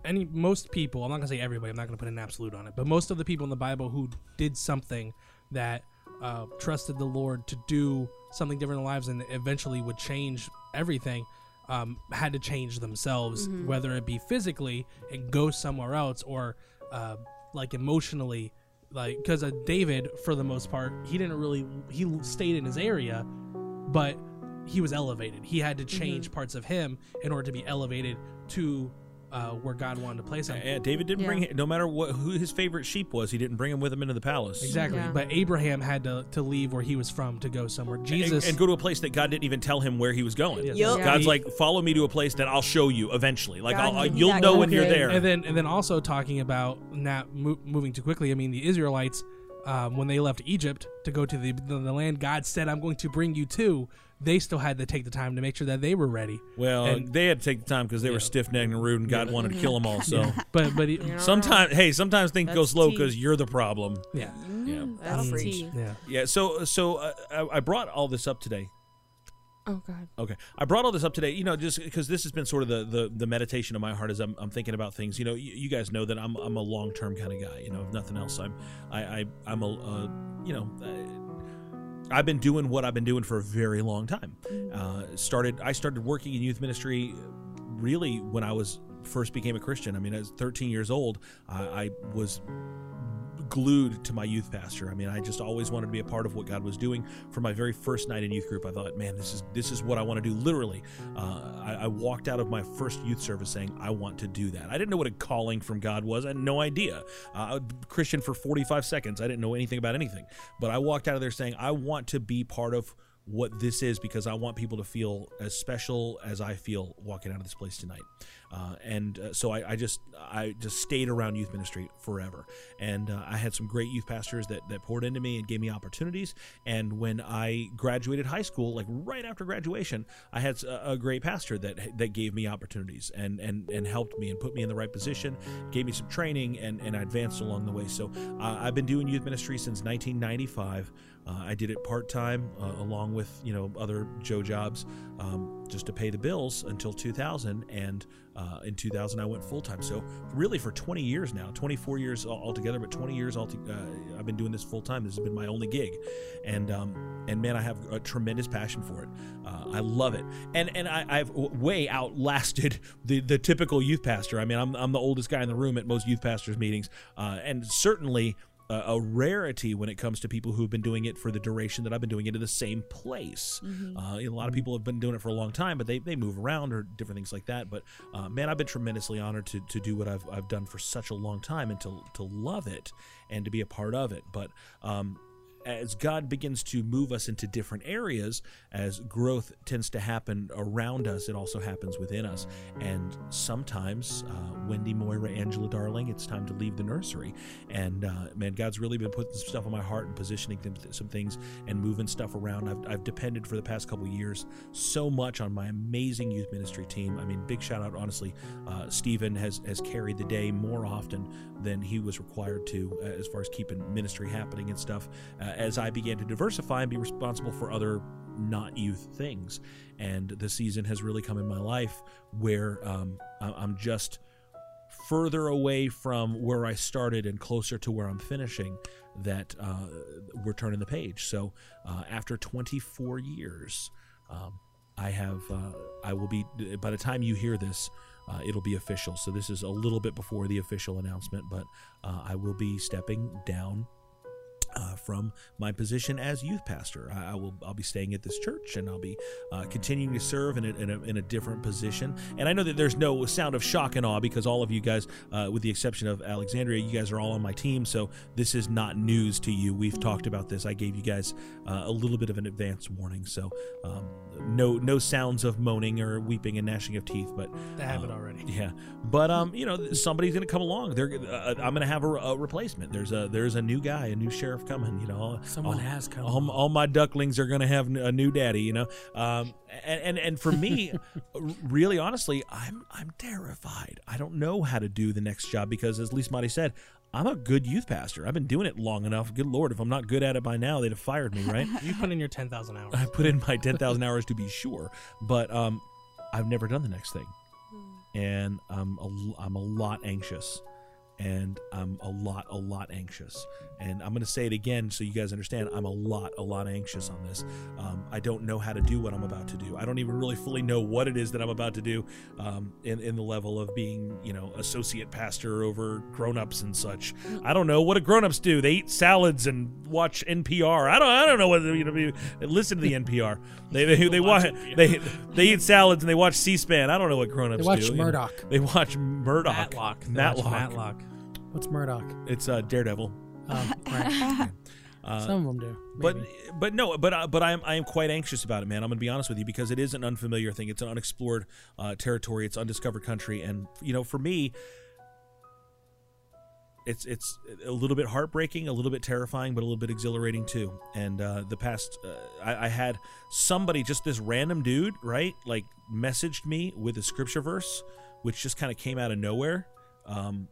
[SPEAKER 3] any most people, I'm not gonna say everybody, I'm not gonna put an absolute on it, but most of the people in the Bible who did something that uh, trusted the Lord to do something different in their lives and eventually would change everything, um, had to change themselves,
[SPEAKER 1] Mhm.
[SPEAKER 3] whether it be physically and go somewhere else or uh, like emotionally. Like, because uh, David, for the most part, he didn't really he stayed in his area, but he was elevated. He had to
[SPEAKER 2] Mm-hmm.
[SPEAKER 3] change parts of him in order to be elevated to uh, where God wanted to place him.
[SPEAKER 2] Yeah, David didn't bring no matter what who his favorite sheep was, he didn't bring him with him into the palace.
[SPEAKER 3] exactly, but Abraham had to, to leave where he was from to go somewhere. Jesus
[SPEAKER 2] and, and go to a place that God didn't even tell him where he was going.
[SPEAKER 3] Yes. Yup. Yeah.
[SPEAKER 2] God's
[SPEAKER 3] He-
[SPEAKER 2] like, follow me to a place that I'll show you eventually. Like,
[SPEAKER 3] God
[SPEAKER 2] I'll, I-
[SPEAKER 3] knew
[SPEAKER 2] you'll
[SPEAKER 3] that
[SPEAKER 2] know
[SPEAKER 3] God
[SPEAKER 2] when you're
[SPEAKER 3] did.
[SPEAKER 2] there.
[SPEAKER 3] And then, and then also talking about not mo- moving too quickly. I mean, the Israelites, um, when they left Egypt to go to the, the the land God said, "I'm going to bring you to," they still had to take the time to make sure that they were ready.
[SPEAKER 2] well,
[SPEAKER 3] And-
[SPEAKER 2] they had to take the time because they were stiff necked and rude, and God wanted to kill them all. So,
[SPEAKER 3] Yeah. But- but it- You're not
[SPEAKER 2] sometimes, hey, sometimes things go
[SPEAKER 3] That's
[SPEAKER 2] slow
[SPEAKER 3] tea.
[SPEAKER 2] because you're the problem.
[SPEAKER 3] Yeah.
[SPEAKER 2] yeah,
[SPEAKER 8] Mm-hmm. That's tea.
[SPEAKER 3] Yeah.
[SPEAKER 2] yeah. So, so uh, I, I brought all this up today
[SPEAKER 8] Oh god.
[SPEAKER 2] Okay, I brought all this up today, you know, just because this has been sort of the, the, the meditation of my heart as I'm, I'm thinking about things. You know, you, you guys know that I'm, I'm a long term kind of guy. You know, if nothing else, I'm I, I I'm a uh, you know, I, I've been doing what I've been doing for a very long time.
[SPEAKER 8] Mm.
[SPEAKER 2] Uh, started I started working in youth ministry really when I was first became a Christian. I mean, I was 13 years old. I, I was glued to my youth pastor. I mean, I just always wanted to be a part of what God was doing. From my very first night in youth group, I thought, man, this is this is what I want to do. Literally, uh, I, I walked out of my first youth service saying, I want to do that. I didn't know what a calling from God was. I had no idea. Uh, I was Christian for 45 seconds. I didn't know anything about anything, but I walked out of there saying, I want to be part of what this is because I want people to feel as special as I feel walking out of this place tonight. Uh, and uh, so I, I just I just stayed around youth ministry forever, and uh, I had some great youth pastors that that poured into me and gave me opportunities. And when I graduated high school, like right after graduation, I had a, a great pastor that that gave me opportunities and and and helped me and put me in the right position, gave me some training and and I advanced along the way. So uh, I've been doing youth ministry since 1995 Uh, I did it part time uh, along with you know other Joe jobs um, just to pay the bills until 2000. And uh, in 2000, I went full time. So really, for 20 years now, 24 years al- altogether, but 20 years all uh, I've been doing this full time. This has been my only gig, and um, and man, I have a tremendous passion for it. Uh, I love it, and and I, I've w- way outlasted the the typical youth pastor. I mean, I'm I'm the oldest guy in the room at most youth pastors meetings, uh, and certainly a, a rarity when it comes to people who have been doing it for the duration that I've been doing it in the same place.
[SPEAKER 14] Mhm.
[SPEAKER 2] Uh, you know, a lot of people have been doing it for a long time, but they, they move around or different things like that. But uh, man, I've been tremendously honored to, to do what I've, I've done for such a long time and to, to love it and to be a part of it. But um, as God begins to move us into different areas, as growth tends to happen around us, it also happens within us. And sometimes, uh, Wendy, Moira, Angela, darling, it's time to leave the nursery. And uh, man, God's really been putting some stuff on my heart and positioning th- some things and moving stuff around. I've, I've depended for the past couple years so much on my amazing youth ministry team. I mean, big shout out, honestly. Uh, Stephen has, has carried the day more often than he was required to uh, as far as keeping ministry happening and stuff uh, as I began to diversify and be responsible for other not youth things. And the season has really come in my life where um, I- I'm just further away from where I started and closer to where I'm finishing that uh, we're turning the page. So uh, after 24 years, um, I have uh, I will be by the time you hear this. Uh, it'll be official. So, this is a little bit before the official announcement, but uh, I will be stepping down uh, from my position as youth pastor. I, I will I'll be staying at this church and I'll be uh, continuing to serve in a, in, a, in a different position. And I know that there's no sound of shock and awe because all of you guys, uh, with the exception of Alexandria, you guys are all on my team. So this is not news to you. We've talked about this. I gave you guys uh, a little bit of an advance warning. So um, no no sounds of moaning or weeping and gnashing of teeth. But
[SPEAKER 3] That happened
[SPEAKER 2] um,
[SPEAKER 3] already.
[SPEAKER 2] Yeah, but um, you know, th- somebody's gonna come along. They're uh, I'm gonna have a, a replacement. There's a there's a new guy, a new sheriff coming. You know,
[SPEAKER 5] Someone
[SPEAKER 2] all-
[SPEAKER 5] has come.
[SPEAKER 2] All, all my ducklings are gonna have n- a new daddy. You know, um, and and, and for me, r- really honestly, I'm I'm terrified. I don't know how to do the next job because, as Lisa Mati said. I'm a good youth pastor. I've been doing it long enough. Good lord, if I'm not good at it by now, they'd have fired me, right?
[SPEAKER 3] You put in your ten thousand hours.
[SPEAKER 2] I put in my 10,000 hours to be sure, but um, I've never done the next thing. And I'm a, l- I'm a lot anxious. And I'm a lot, a lot anxious. And I'm going to say it again so you guys understand I'm a lot, a lot anxious on this. Um, I don't know how to do what I'm about to do. I don't even really fully know what it is that I'm about to do um, in, in the level of being, you know, associate pastor over grown ups and such. I don't know what do grown ups do? They eat salads and watch NPR. I don't, I don't know what, you know, they listen to the NPR. They, they, they, watch, they, they eat salads and they watch C SPAN. I don't know what grown ups
[SPEAKER 5] They watch
[SPEAKER 2] do. you know.
[SPEAKER 5] Murdoch.
[SPEAKER 2] They watch Murdoch.
[SPEAKER 3] Matlock. They watch
[SPEAKER 2] Matlock.
[SPEAKER 3] Matlock.
[SPEAKER 5] What's Murdoch?
[SPEAKER 2] It's uh, Daredevil. Uh,
[SPEAKER 5] Um, right.
[SPEAKER 4] Uh,
[SPEAKER 5] Some of 'em do,
[SPEAKER 2] But but no, but uh, but I'm I am quite anxious about it, man. I'm gonna be honest with you because it is an unfamiliar thing. It's an unexplored uh, territory. It's undiscovered country, and you know, for me, it's it's a little bit heartbreaking, a little bit terrifying, but a little bit exhilarating too. And uh, the past, uh, I, I had somebody, just this random dude, right, like messaged me with a scripture verse, which just kind of came out of nowhere. Um,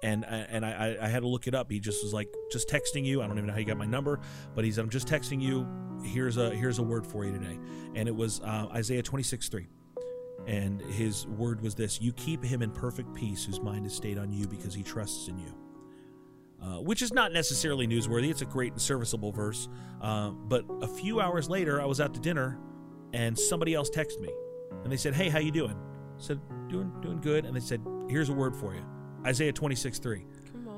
[SPEAKER 2] and I- and I, I- I had to look it up. He just was like, just texting you. I don't even know how you got my number, but he said, I'm just texting you. Here's a here's a word for you today, and it was uh, Isaiah 26 3. And his word was this: You keep him in perfect peace, whose mind is stayed on you, because he trusts in you uh, which is not necessarily newsworthy. It's a great and serviceable verse. Uh, but a few hours later, I was out to dinner, and somebody else texted me, and they said, "Hey, how you doing?" I said, "Doing, doing good." And they said, "Here's a word for you, Isaiah 26, 3.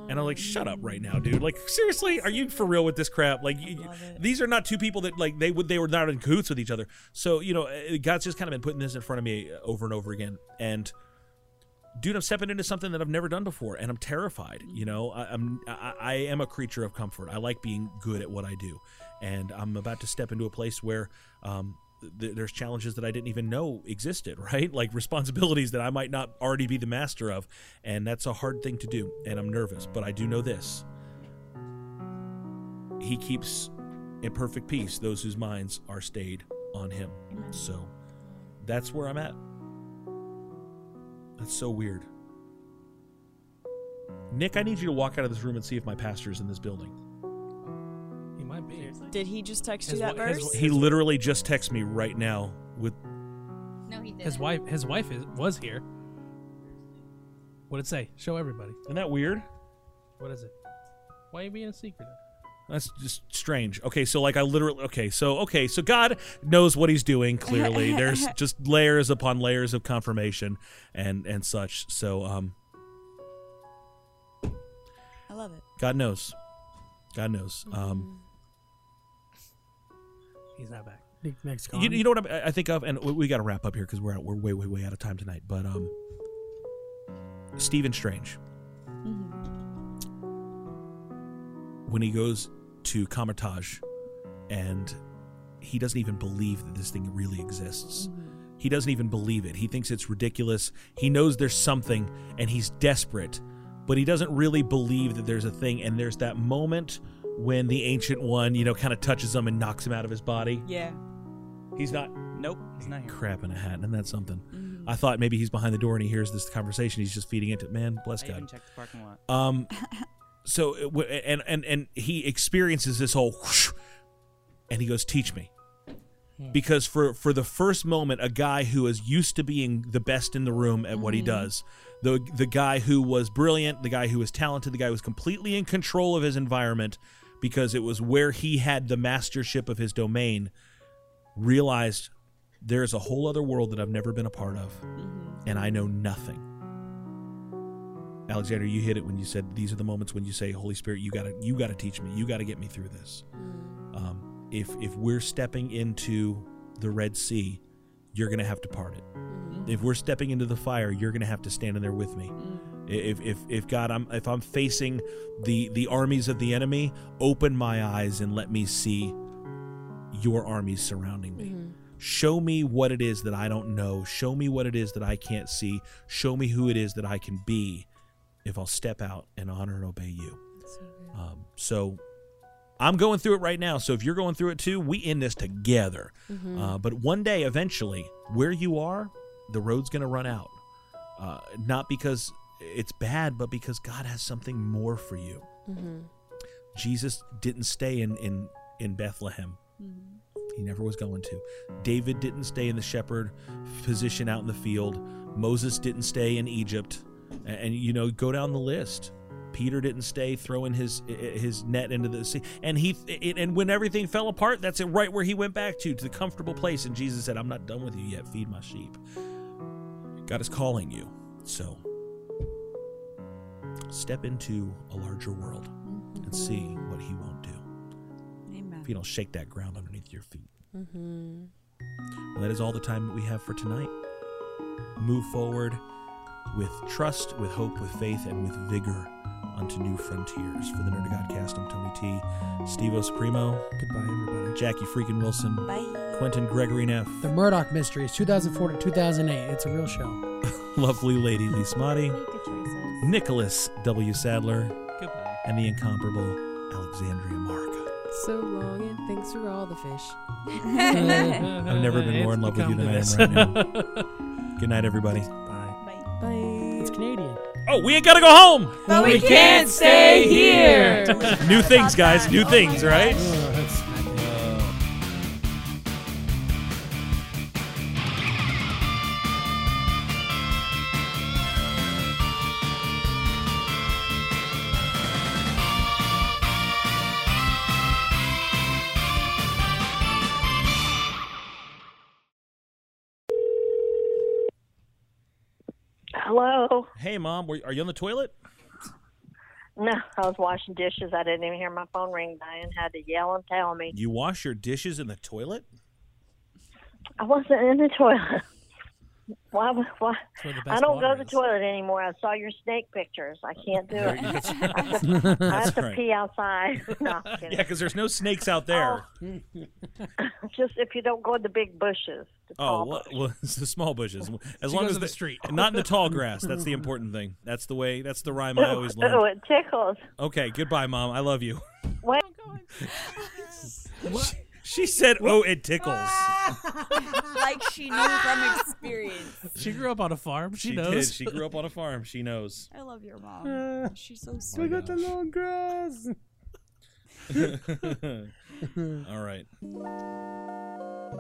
[SPEAKER 2] And I'm like, shut up right now, dude. Like, seriously, are you for real with this crap? Like, you, these are not two people that like they would they were not in cahoots with each other. So you know, uh, God's just kind of been putting this in front of me uh, over and over again. And dude, I'm stepping into something that I've never done before, and I'm terrified. You know, I, I'm I, I am a creature of comfort. I like being good at what I do, and I'm about to step into a place where um, th- there's challenges that I didn't even know existed. Right, like responsibilities that I might not already be the master of, and that's a hard thing to do. And I'm nervous, but I do know this: He keeps in perfect peace those whose minds are stayed on Him. So that's where I'm at. That's so weird. Nick, I need you to walk out of this room and see if my pastor is in this building.
[SPEAKER 3] He might
[SPEAKER 4] Did he just text you
[SPEAKER 3] His
[SPEAKER 4] that
[SPEAKER 3] wi- his
[SPEAKER 4] verse?
[SPEAKER 2] He literally just texted me right now with
[SPEAKER 6] No, he didn't.
[SPEAKER 3] His wife, his wife is, was here. What did it say? Show everybody.
[SPEAKER 2] Isn't that weird?
[SPEAKER 3] What is it? Why are you being secretive?
[SPEAKER 2] That's just strange. Okay, so like I literally okay, so okay, so God knows what he's doing clearly. There's just layers upon layers of confirmation and and such. So um
[SPEAKER 4] I love it.
[SPEAKER 2] God knows. God knows. Um
[SPEAKER 3] He's not back.
[SPEAKER 5] Nick's gone.
[SPEAKER 2] you, you know what I'm, I think of and we, we got to wrap up here cuz we're out, we're way way way out of time tonight, but um Stephen Strange when he goes to Kamatage and he doesn't even believe that this thing really exists. He doesn't even believe it. He thinks it's ridiculous. He knows there's something and he's desperate, but he doesn't really believe that there's a thing. And there's that moment when the Ancient One, you know, kind of touches him and knocks him out of his body.
[SPEAKER 4] Yeah.
[SPEAKER 2] He's not.
[SPEAKER 7] Nope, he's not here.
[SPEAKER 2] Crap in a hat, and that's something. I thought maybe he's behind the door and he hears this conversation. He's just feeding into it. Man, bless
[SPEAKER 7] I
[SPEAKER 2] God.
[SPEAKER 7] even checked the parking lot.
[SPEAKER 2] Um, so it w- and and and he experiences this whole, whoosh, and he goes, "Teach me," because for for the first moment, a guy who is used to being the best in the room at what he does, the the guy who was brilliant, the guy who was talented, the guy who was completely in control of his environment, because it was where he had the mastership of his domain, realized there's a whole other world that I've never been a part of, and I know nothing. Alexander, you hit it when you said these are the moments when you say, "Holy Spirit, you gotta, you gotta teach me, you gotta get me through this." Um, if if we're stepping into the Red Sea, you're gonna have to part it. If we're stepping into the fire, you're gonna have to stand in there with me. If if if God, I'm if I'm facing the the armies of the enemy, open my eyes and let me see your armies surrounding me. Show me what it is that I don't know. Show me what it is that I can't see. Show me who it is that I can be if I'll step out and honor and obey you. Um, so I'm going through it right now. So if you're going through it too, we end this together.
[SPEAKER 14] Mhm.
[SPEAKER 2] Uh, but one day, eventually, where you are, the road's going to run out. Uh, not because it's bad, but because God has something more for you.
[SPEAKER 8] Mm-hmm.
[SPEAKER 2] Jesus didn't stay in in in Bethlehem. He never was going to. David didn't stay in the shepherd position out in the field. Moses didn't stay in Egypt. And, and, you know, go down the list. Peter didn't stay throwing his i- i- his net into the sea. And he it, and when everything fell apart, that's it right where he went back to to the comfortable place and Jesus said, "I'm not done with you yet. Feed my sheep." God is calling you. So step into a larger world and see what he won't do
[SPEAKER 4] Amen.
[SPEAKER 2] if you don't shake that ground underneath your feet.
[SPEAKER 8] Mm-hmm.
[SPEAKER 2] Well, that is all the time that we have for tonight. Move forward with trust, with hope, with faith, and with vigor unto new frontiers. For the Nerd of Godcast, I'm Tony T. Steve O. Supremo.
[SPEAKER 5] Goodbye, everybody.
[SPEAKER 2] Jackie Freakin' Wilson.
[SPEAKER 4] Bye.
[SPEAKER 2] Quentin Gregory Neff.
[SPEAKER 5] The Murdoch Mysteries, 2004 to 2008. It's a real show.
[SPEAKER 2] Lovely Lady Lee Smotty. Nicholas W. Sadler. Goodbye. And the incomparable Alexandria Mark.
[SPEAKER 8] So long, and thanks for all the fish.
[SPEAKER 2] I've never been more in love with you than I am
[SPEAKER 3] It's
[SPEAKER 2] right
[SPEAKER 3] become
[SPEAKER 2] now. Good night, everybody.
[SPEAKER 8] Bye.
[SPEAKER 5] It's Canadian.
[SPEAKER 2] Oh, we ain't gotta go home.
[SPEAKER 5] But we can't stay here.
[SPEAKER 2] New things, guys. New things, right?
[SPEAKER 12] Hello.
[SPEAKER 2] Hey, mom, were, are you on the toilet?
[SPEAKER 12] No, I was washing dishes. I didn't even hear my phone ring. Diane had to yell and tell me.
[SPEAKER 2] You wash your dishes in the toilet?
[SPEAKER 12] I wasn't in the toilet. Why? would- Why?
[SPEAKER 2] where the best
[SPEAKER 12] I don't go
[SPEAKER 2] water
[SPEAKER 12] to the toilet anymore. I saw your snake pictures. I can't do
[SPEAKER 2] There
[SPEAKER 12] it.
[SPEAKER 2] you
[SPEAKER 12] I
[SPEAKER 2] go.
[SPEAKER 12] have to, I
[SPEAKER 2] That's
[SPEAKER 12] have to
[SPEAKER 2] right.
[SPEAKER 12] pee outside. No, I'm kidding.
[SPEAKER 2] Yeah, because there's no snakes out there.
[SPEAKER 12] Just if you don't go in the big bushes.
[SPEAKER 2] Oh, well, well, it's the small bushes. As
[SPEAKER 3] She
[SPEAKER 2] long
[SPEAKER 3] goes
[SPEAKER 2] as
[SPEAKER 3] in the street.
[SPEAKER 2] and not in the tall grass. That's the important thing. That's the way. That's the rhyme I always
[SPEAKER 12] Oh,
[SPEAKER 2] learn.
[SPEAKER 12] it tickles.
[SPEAKER 2] Okay, goodbye, mom. I love you.
[SPEAKER 12] Wait.
[SPEAKER 2] She, she said, "Oh, it tickles."
[SPEAKER 3] Ah,
[SPEAKER 4] like she knew from experience.
[SPEAKER 3] She grew up on a farm. She,
[SPEAKER 2] She
[SPEAKER 3] knows.
[SPEAKER 2] did. She grew up on a farm. She knows.
[SPEAKER 4] I love your mom. She's so sweet.
[SPEAKER 5] got the long grass.
[SPEAKER 2] All right.